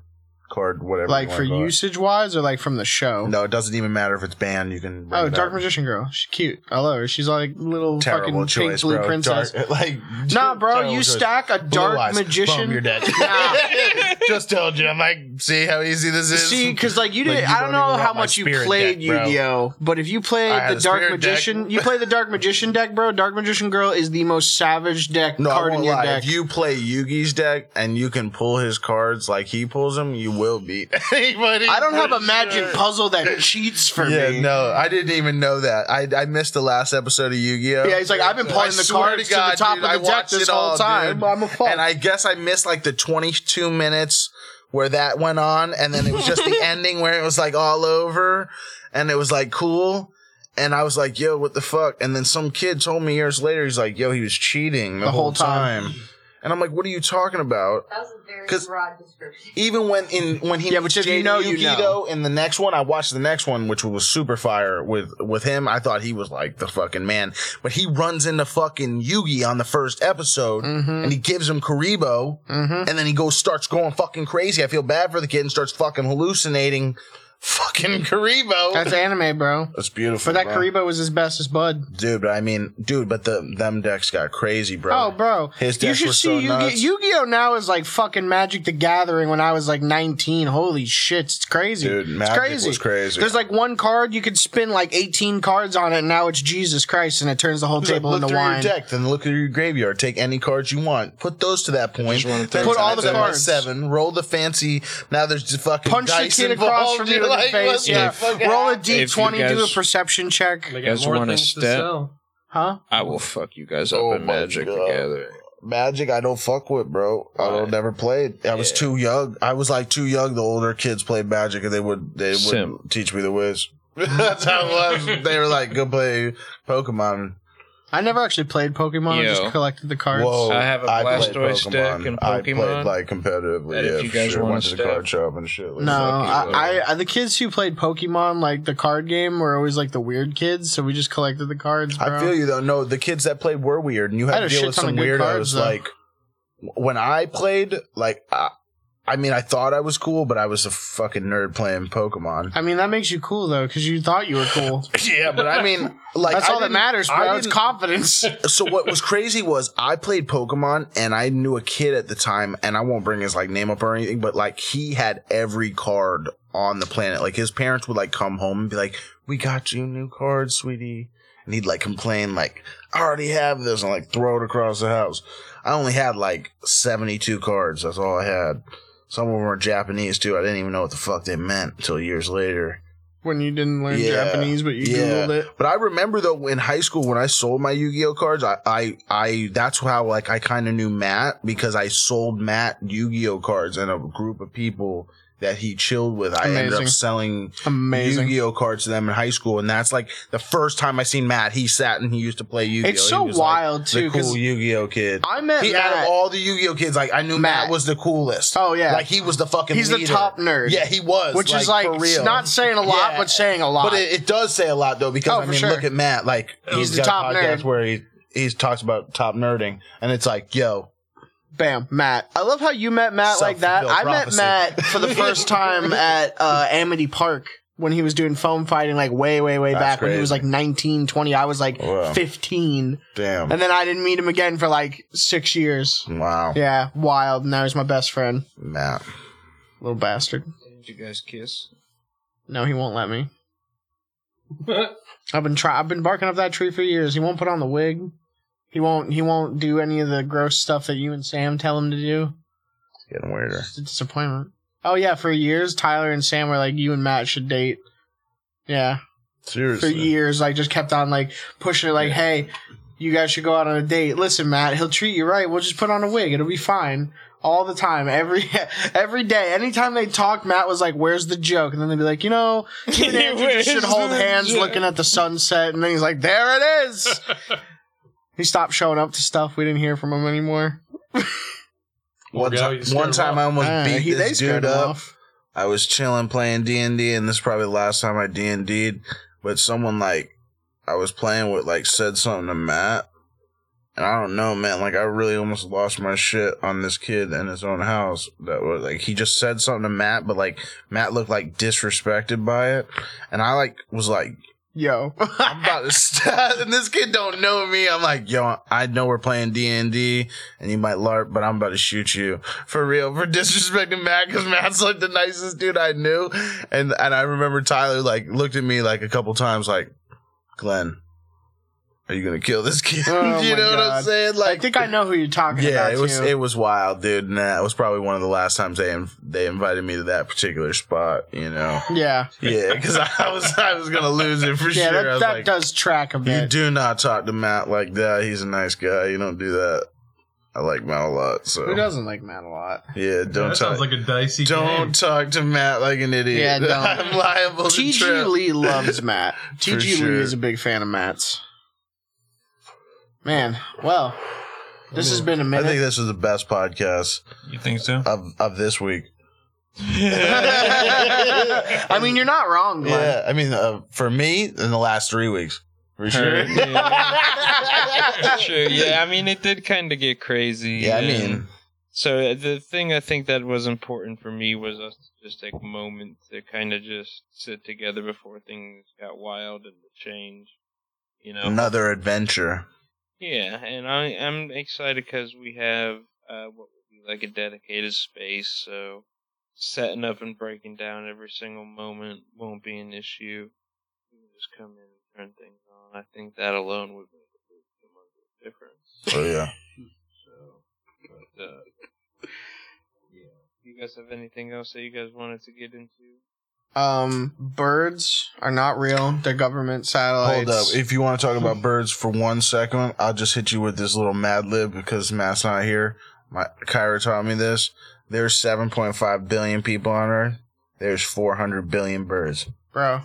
A: card, whatever?
B: Like
A: wanna
B: for
A: call it.
B: usage wise, or like from the show.
A: Oh No, it doesn't even matter if it's banned. You can. bring
B: Oh,
A: it
B: Dark
A: up.
B: Magician Girl. She's cute. I love her. She's like little
A: Terrible
B: fucking
A: choice,
B: pink blue
A: bro.
B: princess.
A: Dark, like,
B: Nah, bro,
A: terrible
B: you
A: choice.
B: stack a
A: Blue
B: dark
A: eyes.
B: magician.
A: Boom, you're dead.
B: Nah.
A: Just told you. I'm like, see how easy this is.
B: See, because like you
A: Like,
B: didn't,
A: you
B: I don't
A: don't even
B: know how
A: want my
B: much you
A: spirit
B: played
A: deck, bro.
B: Yu-Gi-Oh, but if you
A: I
B: played
A: had
B: the
A: a
B: Dark
A: spirit deck.
B: Magician, you play the Dark Magician deck, bro. Dark Magician Girl is the most savage deck
A: no, I
B: card in
A: won't
B: your
A: lie.
B: deck.
A: If you play Yugi's deck and you can pull his cards like he pulls them, you will beat anybody.
B: I don't have
C: Oh,
A: for
B: a magic
A: sure.
B: puzzle that cheats for
A: Yeah,
B: me.
A: no, I didn't even know that. I I missed the last episode of Yu-Gi-Oh.
B: Yeah, he's like, I've been
A: I
B: playing the
A: swear
B: cards to, the top
A: dude, I
B: of the deck
A: watched
B: this
A: it
B: whole
A: all,
B: time.
A: dude. And I guess I missed like the 22 minutes where that went on, and then it was just the ending where it was like all over, and it was like cool. And I was like, yo, what the fuck? And then some kid told me years later, he's like, yo, he was cheating the,
B: The
A: whole,
B: whole
A: time. And I'm like, what are you talking about?
H: That was a very
A: 'Cause-
H: broad description.
A: Even when in when he
B: Yeah, but if you know, you know.
A: though, in the next one, I watched the next one, which was super fire with with him. I thought he was like the fucking man, but he runs into fucking Yugi on the first episode,
B: Mm-hmm.
A: and he gives him Karibo, and then he goes starts going fucking crazy. I feel bad for the kid and starts fucking hallucinating, fucking Karibo.
B: That's anime, bro.
A: That's beautiful.
B: But that
A: bro.
B: Karibo was his bestest bud.
A: dude. But I mean, dude, but the them decks got crazy, bro.
B: Oh, bro.
A: His
B: you
A: decks
B: should
A: were
B: see
A: so
B: Yu-Gi-
A: nuts.
B: Yu-Gi-Oh now is like fucking Magic the Gathering when I was like 19. Holy shit, it's crazy.
A: Dude, Magic
B: it's crazy.
A: was crazy.
B: There's like one card you could spin like 18 cards on it and now it's Jesus Christ and it turns the whole
A: It's like,
B: table
A: look
B: into
A: through
B: wine.
A: your deck, then look through your graveyard. Take any cards you want. Put those to that point.
C: one
A: then
B: Put all
A: times
B: the
A: that by
B: cards.
A: Seven. Roll the fancy. Now there's the fucking
B: Punch the
A: dice
B: kid across
A: involved.
B: from you in the
A: You're like, what
B: face.
A: the
B: Yeah.
A: fuck?
B: Roll a
C: you
B: d20, do a
C: guys-
B: perception check.
D: They
C: guys want a step?
D: sell.
B: Huh?
C: I will fuck you guys
A: Oh
C: up in
A: my
C: Magic
A: God.
C: together.
A: Magic, I don't fuck with, bro. I don't
C: Why?
A: never play it. I was
C: Yeah.
A: too young. I was like too young. The older kids played Magic, and they would they
C: Simp.
A: would teach me the whiz. That's how it was. They were like, "Go play Pokemon."
B: I never actually played Pokemon. I
C: Yo.
B: just collected the cards.
A: Whoa!
C: I have a
A: played
C: Blastoise deck
A: Pokemon.
C: and
A: I played
C: Pokemon.
A: like competitively.
C: That
A: yeah,
C: if you
A: for
C: guys
A: sure.
C: want
A: Went
C: to
A: to the
C: step.
A: card shop and shit.
B: No,
A: uh,
C: Fuck you,
B: I, I the kids who played Pokemon like the card game were always like the weird kids, so we just collected the cards. Bro.
A: I feel you though. No, the kids that played were weird, and you
B: I
A: had
B: had a
A: to deal
B: shit
A: with
B: ton
A: some
B: of
A: weirdos.
B: good cards, though.
A: like when I played, like I, I mean, I thought I was cool, but I was a fucking nerd playing Pokemon.
B: I mean, that makes you cool though, because you thought you were cool.
A: yeah, but I mean, like
B: That's
A: I
B: all that
A: didn't-
B: matters,
A: I
B: bro. It's
A: didn't-
B: confidence.
A: so what was crazy was I played Pokemon and I knew a kid at the time, and I won't bring his like name up or anything, but like he had every card on the planet. Like his parents would like come home and be like, "We got you new cards, sweetie," and he'd like complain like, "I already have this," and like throw it across the house. I only had like seventy two cards. That's all I had. Some of them were Japanese too. I didn't even know what the fuck they meant until years later.
B: when you didn't learn
A: Yeah.
B: Japanese, but you
A: Yeah.
B: googled it.
A: But I remember though in high school when I sold my Yu-Gi-Oh cards, I I, I that's how like I kind of knew Matt because I sold Matt Yu-Gi-Oh cards and a group of people that he chilled with. I ended up
B: Amazing.
A: selling
B: Amazing.
A: Yu-Gi-Oh cards to them in high school, and that's like the first time I seen Matt. He sat and he used to play Yu-Gi-Oh.
B: It's
A: He
B: so
A: was,
B: wild, too,
A: the cool
B: 'cause
A: Yu-Gi-Oh kid.
B: I met
A: He, out
B: Matt.
A: of all the Yu-Gi-Oh kids, like I knew Matt,
B: Matt.
A: was the coolest.
B: Oh, yeah.
A: like he was the fucking.
B: He's the
A: leader.
B: top nerd.
A: Yeah, he was.
B: which is like
A: for real.
B: it's not saying a lot,
A: Yeah.
B: but saying a lot.
A: But it, it does say a lot though, because
B: Oh,
A: I
B: for
A: mean,
B: sure.
A: look at Matt. Like
B: He's
A: he's
B: the
A: got
B: top
A: podcasts
B: nerd.
A: where he he talks about top nerding, and it's like, yo,
B: Bam, Matt. I love how you met Matt like that. I
A: Self-fulfilled
B: met
A: prophecy.
B: Matt for the first time at uh, Amity Park when he was doing foam fighting, like way, way, way
A: That's
B: back when he
A: crazy.
B: was like 19, 20. I was like
A: Wow.
B: 15.
A: damn,
B: And then I didn't meet him again for like six years.
A: wow,
B: Yeah, wild. Now he's my best friend.
A: Matt.
B: Little bastard.
C: Did you guys kiss?
B: No, he won't let me. I've been try. I've been barking up that tree for years. He won't put on the wig. He won't. He won't do any of the gross stuff that you and Sam tell him to do.
A: Getting weirder.
B: It's a disappointment. Oh yeah, for years Tyler and Sam were like, you and Matt should date. Yeah, for
A: Seriously.
B: years, like just kept on like pushing it, like, hey, you guys should go out on a date. Listen, Matt, he'll treat you right. We'll just put on a wig. It'll be fine. All the time, every every day, anytime they talked, Matt was like, "Where's the joke?" And then they'd be like, "You know, you and Andrew just should hold hands, looking at the sunset." And then he's like, "There it is." he stopped showing up to stuff. We didn't hear from him anymore.
A: One,
D: Workout,
A: ti-
D: you scared
A: one
D: him
A: time
D: off.
A: I almost
B: Ah,
A: beat
B: he- they
A: this
B: scared
A: dude
B: him
A: up.
B: off.
A: I was chilling playing D and D, and this is probably the last time I D and D'd. But someone like I was playing with like said something to Matt, and I don't know, man. Like I really almost lost my shit on this kid in his own house. That was like he just said something to Matt, but like Matt looked like disrespected by it, and I like was like.
B: Yo,
A: I'm about to stab, and this kid don't know me. I'm like, yo, I know we're playing D and D, and you might LARP, but I'm about to shoot you for real for disrespecting Matt because Matt's like the nicest dude I knew, and and I remember Tyler like looked at me like a couple times like, Glenn, are you gonna kill this kid?
B: Oh,
A: you
B: my
A: know what I'm
B: God.
A: saying?
B: I
A: Like,
B: think I know who you're talking
A: yeah,
B: about.
A: it was
B: too.
A: it was wild, dude. And that was probably one of the last times they inv- they invited me to that particular spot. You know,
B: yeah,
A: yeah, because I was I was gonna lose it for
B: yeah.
A: sure. I
B: that
A: was
B: that
A: like,
B: does track a bit.
A: you do not talk to Matt like that. He's a nice guy. You don't do that. I like Matt a lot, so
B: Who doesn't like Matt a lot?
A: yeah. Don't
D: that
A: talk.
D: sounds like a dicey
A: don't
D: game.
A: talk to Matt like an idiot.
B: Yeah, don't.
A: I'm liable to
B: TG
A: trip.
B: Lee loves Matt. TG Lee
A: sure.
B: is a big fan of Matt's. Man, well, this has been a
A: I
B: minute.
A: think this was the best podcast
J: You think so?
A: of of this week.
B: I mean, you're not wrong, Glenn.
A: Yeah, I mean, uh, for me, in the last three weeks, for sure.
C: Sure, yeah. I mean, it did kind of get crazy.
A: Yeah, I
C: and-
A: mean,
C: So uh, the thing I think that was important for me was us to just take a moment to kind of just sit together before things got wild and change. You know.
A: another adventure.
C: Yeah, and I I'm excited because we have uh, what would be like a dedicated space, so setting up and breaking down every single moment won't be an issue. We can just come in and turn things on. I think that alone would make a big humongous difference.
A: Oh yeah.
C: So, but, uh, yeah. You guys have anything else that you guys wanted to get into?
B: Um, birds are not real. They're government satellites.
A: Hold up. If you want to talk about birds for one second, I'll just hit you with this little Mad Lib because Matt's not here. My Kyra taught me this. There's 7.5 billion people on Earth. There's 400 billion birds.
B: Bro,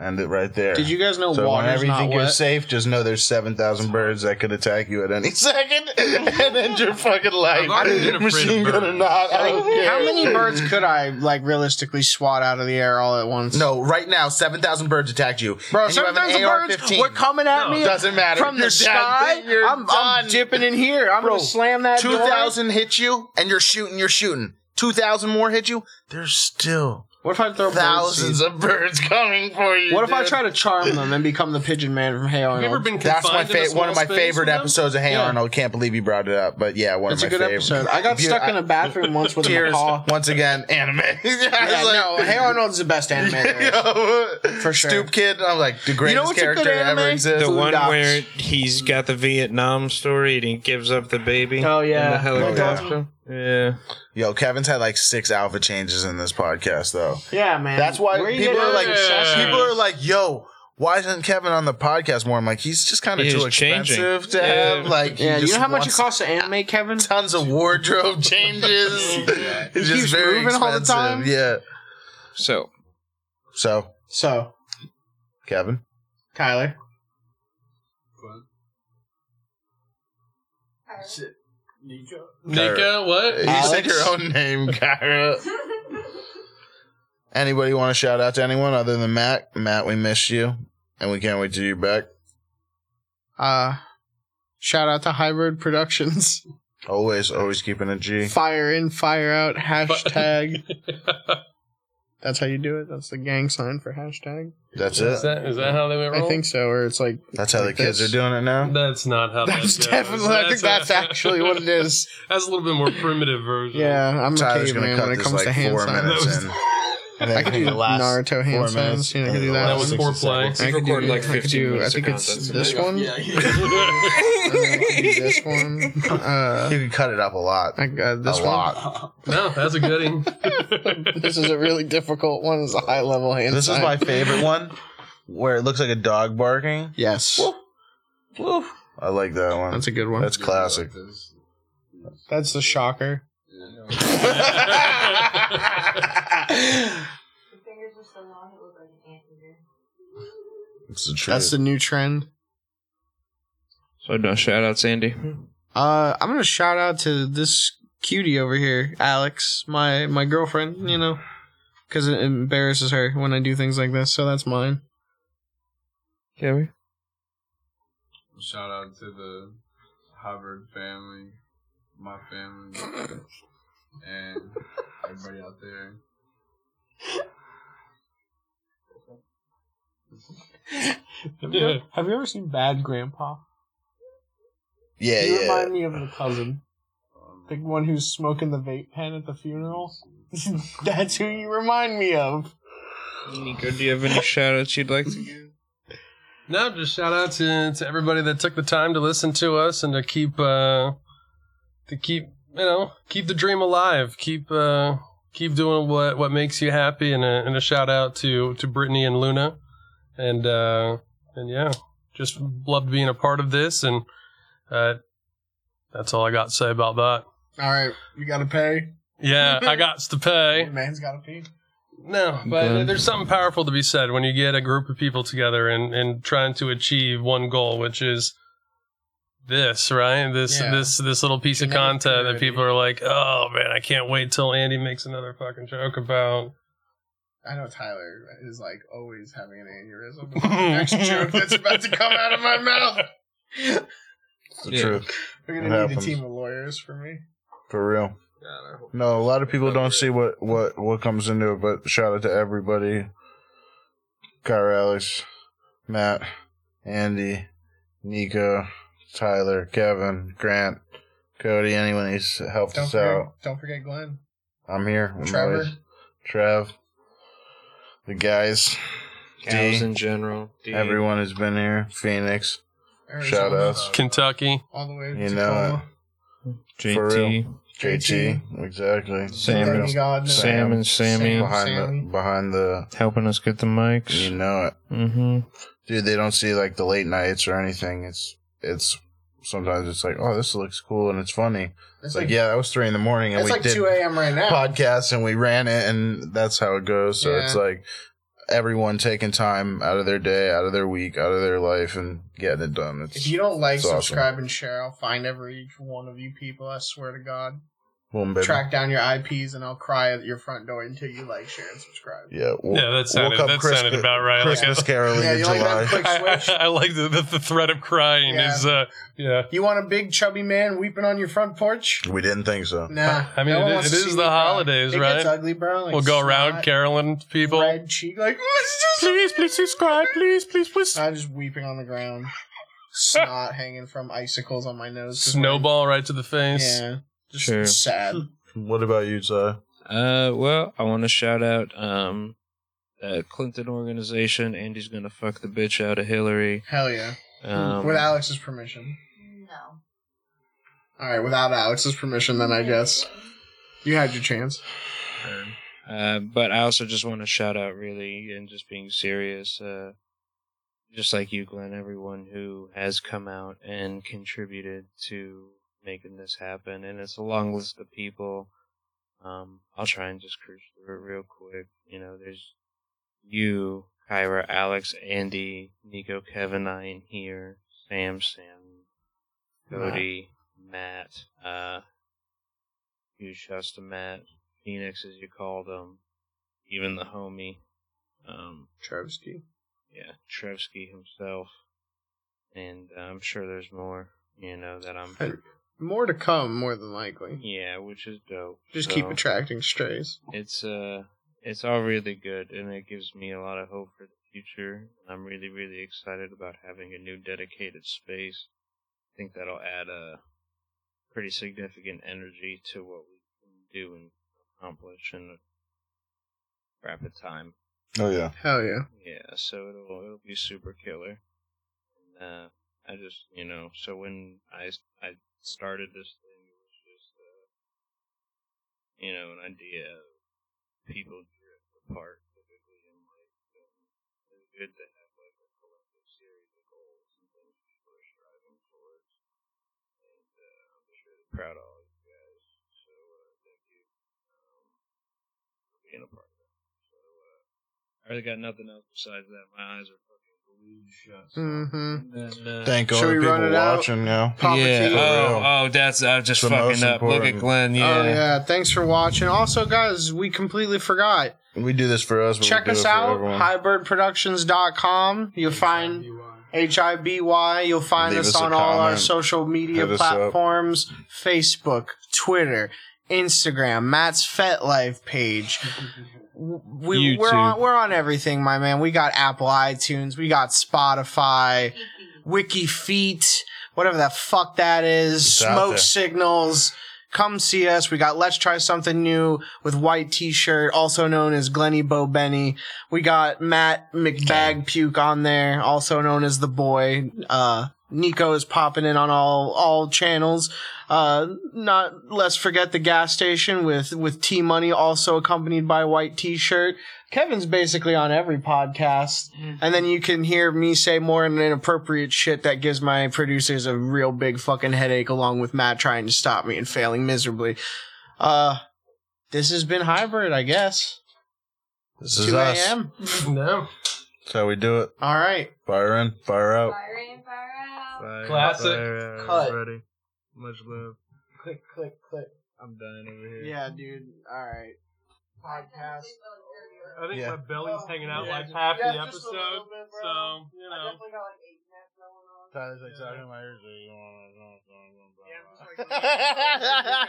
A: End it right there.
B: did you guys know
A: so when
B: water's
A: everything
B: not wet?
A: gets safe, just know there's 7,000 birds that could attack you at any second and end your fucking life.
D: I've already been afraid of
A: Machine gun or
D: birds.
A: not, I don't care.
B: How many birds could I like realistically swat out of the air all at once?
A: No, right now, 7,000 birds attacked you.
B: Bro,
A: and you have an
B: sometimes the birds
A: AR-15.
B: were coming at me
A: Doesn't matter.
B: from the
A: You're
B: sky.
A: dead. You're
B: I'm, I'm
A: done.
B: dipping in here. I'm
A: Bro,
B: gonna slam that door.
A: Two thousand hit you, and you're shooting. You're shooting. Two thousand more hit you. There's still
B: What if I throw bird
A: thousands of birds coming for you.
B: What if I
A: dude.
B: try to charm them and become the pigeon man from Hey
D: Have you ever
B: Arnold?
D: been
A: That's my
D: confined
A: fa- one
D: in a small
A: of my
D: space
A: favorite
D: with them?
A: episodes of Hey
B: Yeah.
A: Arnold. Can't believe you brought it up, but yeah, one
B: That's a
A: of my
B: good
A: favorites.
B: episode. I got
A: If you-
B: stuck
A: I-
B: in a bathroom once with a
A: Tears.
B: paw.
A: Once again, anime. I was
B: Yeah, no, Hey Arnold's the best anime. there is. For sure.
A: Stoop Kid. I'm like the
B: know
A: greatest
B: what's a good
A: character
B: anime?
A: ever exists.
C: The
B: Food
C: one
B: ops.
C: where he's got the Vietnam story and he gives up the baby.
B: Oh, yeah.
C: in the
A: Oh, yeah.
C: helicopter. yeah.
A: Yo, Kevin's had like six alpha changes in this podcast though.
B: Yeah, man.
A: That's why
B: Where you
A: people
B: getting
A: are like,
B: all this sausage?
A: people are like, yo, why isn't Kevin on the podcast more? I'm like, he's just kind of
C: He
A: too
C: is changing.
A: expensive to
C: Yeah.
A: have. Like, he
B: Yeah, you
A: just
B: know how much it
A: wants
B: costs to animate, Kevin?
A: Tons of wardrobe changes. It's
B: keeps
A: just very
B: moving
A: expensive.
B: all the time.
A: Yeah.
C: So
A: So,
B: So,
A: Kevin,
B: Tyler,
D: Nika, what?
A: you said your own name, Kyra. Anybody want to shout out to anyone other than Matt? Matt, we miss you, and we can't wait to you back.
B: uh, shout out to Hybrid Productions.
A: Always, always keeping a G.
B: Fire in, fire out, hashtag. That's how you do it. That's the gang sign for hashtag.
A: That's
D: Is
A: it.
D: that, is that how they went
B: I
D: wrong?
B: think so, or it's like
A: That's how the
B: like
A: kids
B: this.
A: are doing it now.
D: that's not how.
B: That's
D: that goes.
B: definitely. I think that's actually what it is.
D: That's a little bit more primitive version.
B: Yeah, I'm a
A: Tyler's gonna
B: caveman
A: cut
B: when it
A: this
B: comes
A: like
B: to hand
A: four
B: signs.
A: minutes in. And then
B: I could do
A: the last
B: Naruto
A: four
B: hand
A: minutes,
B: signs. Yeah, I could
A: and
B: do
A: the
B: that.
A: last
D: That was
A: six or
D: foreplay.
B: I could do
J: Record like
B: I could
J: 15
B: do. I
J: minutes
B: think
J: of
B: it's
J: content.
B: this one.
J: Yeah,
B: Uh, I could do this one.
A: seven.
B: Uh,
A: You could cut it up a lot.
B: I got
A: A
B: this one.
A: lot.
D: No, that's a goodie.
B: This is a really difficult one. It's a high level hand.
A: This is
B: sign.
A: my favorite one, where it looks like a dog barking.
B: yes.
A: I like that one.
B: That's
A: That's,
B: a good one. That's,
A: classic.
B: the shocker.
H: The fingers were so long it looked like an anteater.
A: It's the truth.
B: That's the new trend.
C: So no shout outs, Andy.
B: Uh, I'm gonna shout out to this cutie over here, Alex, my my girlfriend. You know, because it embarrasses her when I do things like this. So that's mine.
C: Can we?
F: Shout out to the Hubbard family, my family, and everybody out there.
G: Have you, ever, have you ever seen Bad Grandpa?
A: yeah,
G: you
A: yeah.
G: remind me of the cousin. The one who's smoking the vape pen at the funeral. That's who you remind me of.
C: Nico, do you have any shout outs you'd like to give?
D: No, just shout out to, to everybody that took the time to listen to us and to keep uh to keep you know keep the dream alive. Keep uh keep doing what what makes you happy and a, and a shout out to to Brittany and Luna and uh and yeah, just loved being a part of this and uh that's all I got to say about that.
B: All right, you gotta pay.
D: Yeah, I got to pay.
B: Man's gotta pay.
D: No, but there's something powerful to be said when you get a group of people together and, and trying to achieve one goal, which is this, right? This
B: Yeah.
D: this this little piece of
B: Genetic
D: content that
B: purity.
D: people are like, oh man, I can't wait till Andy makes another fucking joke about.
B: I know Tyler is like always having an aneurysm. But the next joke that's about to come out of my mouth.
A: It's the
C: Yeah.
A: truth.
B: We're
A: It
B: gonna need
A: happens.
B: a team of lawyers for me.
A: For real. No, a lot of people don't see what, what, what comes into it, but shout out to everybody. Kyra Alex, Matt, Andy, Nico, Tyler, Kevin, Grant, Cody, anyone who's helped
B: Don't
A: us
B: forget,
A: out.
B: don't forget Glenn.
A: I'm here. I'm
B: Trevor.
A: always- Trev. The guys.
C: Cows
A: D.
C: in general. D.
A: Everyone who's been here. Phoenix. Shout
B: Arizona,
A: outs.
D: Kentucky.
B: all the way to
A: You know
B: Tacoma.
A: For
C: JT.
A: real. JT. Exactly.
C: Samuel.
B: Demigod.
C: Sam and Sammy
B: Sam.
A: Behind
B: Sammy.
A: the, behind the,
C: helping us get the mics.
A: you know it.
C: Mm-hmm.
A: dude they don't see like the late nights or anything it's it's sometimes it's like oh this looks cool and it's funny
B: It's
A: it's like yeah that was three in the morning and
B: it's
A: we
B: like
A: did
B: two a.m. right now.
A: podcasts and we ran it and that's how it goes so it's
B: Yeah.
A: like everyone taking time out of their day out of their week out of their life and getting it done
B: If
A: it's
B: you don't like,
A: It's awesome.
B: subscribe, and share, I'll find every one of you people. I swear to God.
A: boom baby
B: Track down your IPs, and I'll cry at your front door until you like, share, and subscribe.
A: yeah we'll,
D: Yeah, that sounded,
A: up
D: that
A: Chris-
D: sounded about right. Like,
A: Christmas Carol
B: Yeah,
A: in
B: you like
A: July
B: that quick
D: I,
B: switch.
D: I- I like the, the, the threat of crying
B: Yeah.
D: is, uh, yeah.
B: You want a big chubby man weeping on your front porch?
A: we didn't think so
B: Nah.
D: I mean,
B: one
D: it-
B: wants
D: it
B: to
D: is
B: see
D: the
B: me cry.
D: holidays,
B: it
D: right?
B: Gets ugly, bro. Like,
D: we'll go around
B: snot,
D: caroling people.
B: Red cheek, like
D: Please, please subscribe. Please, please, please.
B: I'm just weeping on the ground, snot hanging from icicles on my nose. 'cause
D: Snowball right to the
B: my-
D: face.
B: Yeah, just
C: Sure.
B: sad.
A: what about you Ty?
C: Uh, well, I want to shout out um, uh, Clinton organization. Andy's gonna fuck the bitch out of Hillary.
B: Hell yeah.
C: Um,
B: With Alex's permission.
H: No.
B: All right, without Alex's permission, then I guess you had your chance.
C: Uh, but I also just want to shout out, really, and just being serious, uh, just like you, Glenn, everyone who has come out and contributed to making this happen. And it's a long list of people. Um, I'll try and just cruise through it real quick. You know, there's you, Kyra, Alex, Andy, Nico, Kevin, I in here, Sam, Sam, Cody, Matt, uh, huge shouts to Matt, Phoenix as you called him, even the homie, um,
B: Travesty.
C: yeah, Trevsky himself, and uh, I'm sure there's more, you know, that I'm,
B: Uh, More to come, more than likely.
C: yeah, which is dope.
B: Just keep
C: So,
B: attracting strays.
C: It's uh, it's all really good, and it gives me a lot of hope for the future. I'm really, really excited about having a new dedicated space. I think that'll add a pretty significant energy to what we can do and accomplish, and rapid time.
A: Oh yeah.
B: Hell yeah.
C: Yeah, so it'll it'll be super killer. And, uh, I just you know, so when I s- I started this thing, it was just uh, you know an idea of people drift apart typically in life. And it's good to have like a collective series of goals and things people are striving towards. And uh, I'm just really proud of all you guys. So uh, thank you um, for being a part of that. So. Uh, I really got nothing else besides that. My eyes are fucking glued shut.
B: Mm-hmm.
J: And, uh,
A: Thank all
B: Should
A: the
B: we
A: people
B: run it out?
A: watching now.
B: Papa
C: yeah.
B: T.
A: For
C: Oh,
A: real.
C: oh, that's I just
A: It's the most
C: fucking up. Look at
A: important.
C: Glenn. Yeah.
B: Oh yeah, thanks for watching. Also, guys, we completely forgot.
A: We do this for us. But
B: Check
A: we do
B: us
A: it for
B: out,
A: everyone.
B: highbirdproductions.com. You'll find H-I-B-Y. You'll find
A: Leave
B: us,
A: us a
B: on all our
A: comment.
B: social media
A: Hit us up.
B: platforms. Facebook, Twitter, Instagram, Matt's Fet Life page. We, we're
C: YouTube.
B: on we're on everything, my man. We got Apple iTunes, we got Spotify, Wiki Feet, whatever that fuck that is,
A: It's out
B: smoke
A: there.
B: signals. Come see us. We got Let's Try Something New with White T-shirt, also known as Glenny Bo Benny. We got Matt McBag Puke on there, also known as the boy. Uh, Nico is popping in on all all channels. Uh, not let's forget the gas station with with T Money, also accompanied by White T-shirt. Kevin's basically on every podcast, and then you can hear me say more inappropriate shit that gives my producers a real big fucking headache, along with Matt trying to stop me and failing miserably. Uh, this has been hybrid, I guess.
A: This is
B: Two
A: us.
B: a.m.
D: No.
A: That's how we do it.
B: All right.
A: Fire in, fire out.
H: Fire in, fire out.
D: Classic.
B: Cut.
C: Much love.
G: Click, click, click.
C: I'm dying over here.
B: Yeah, dude. All right. Podcast.
D: I think
A: Yeah.
D: my belly's hanging out
G: Yeah,
D: like
G: just-
D: half
G: yeah,
D: the
G: just a
D: episode.
G: little bit, bro.
D: so, you know.
A: Tyler's like,
D: Yeah.
A: "Sorry, my ears are-
G: Yeah, I'm just like-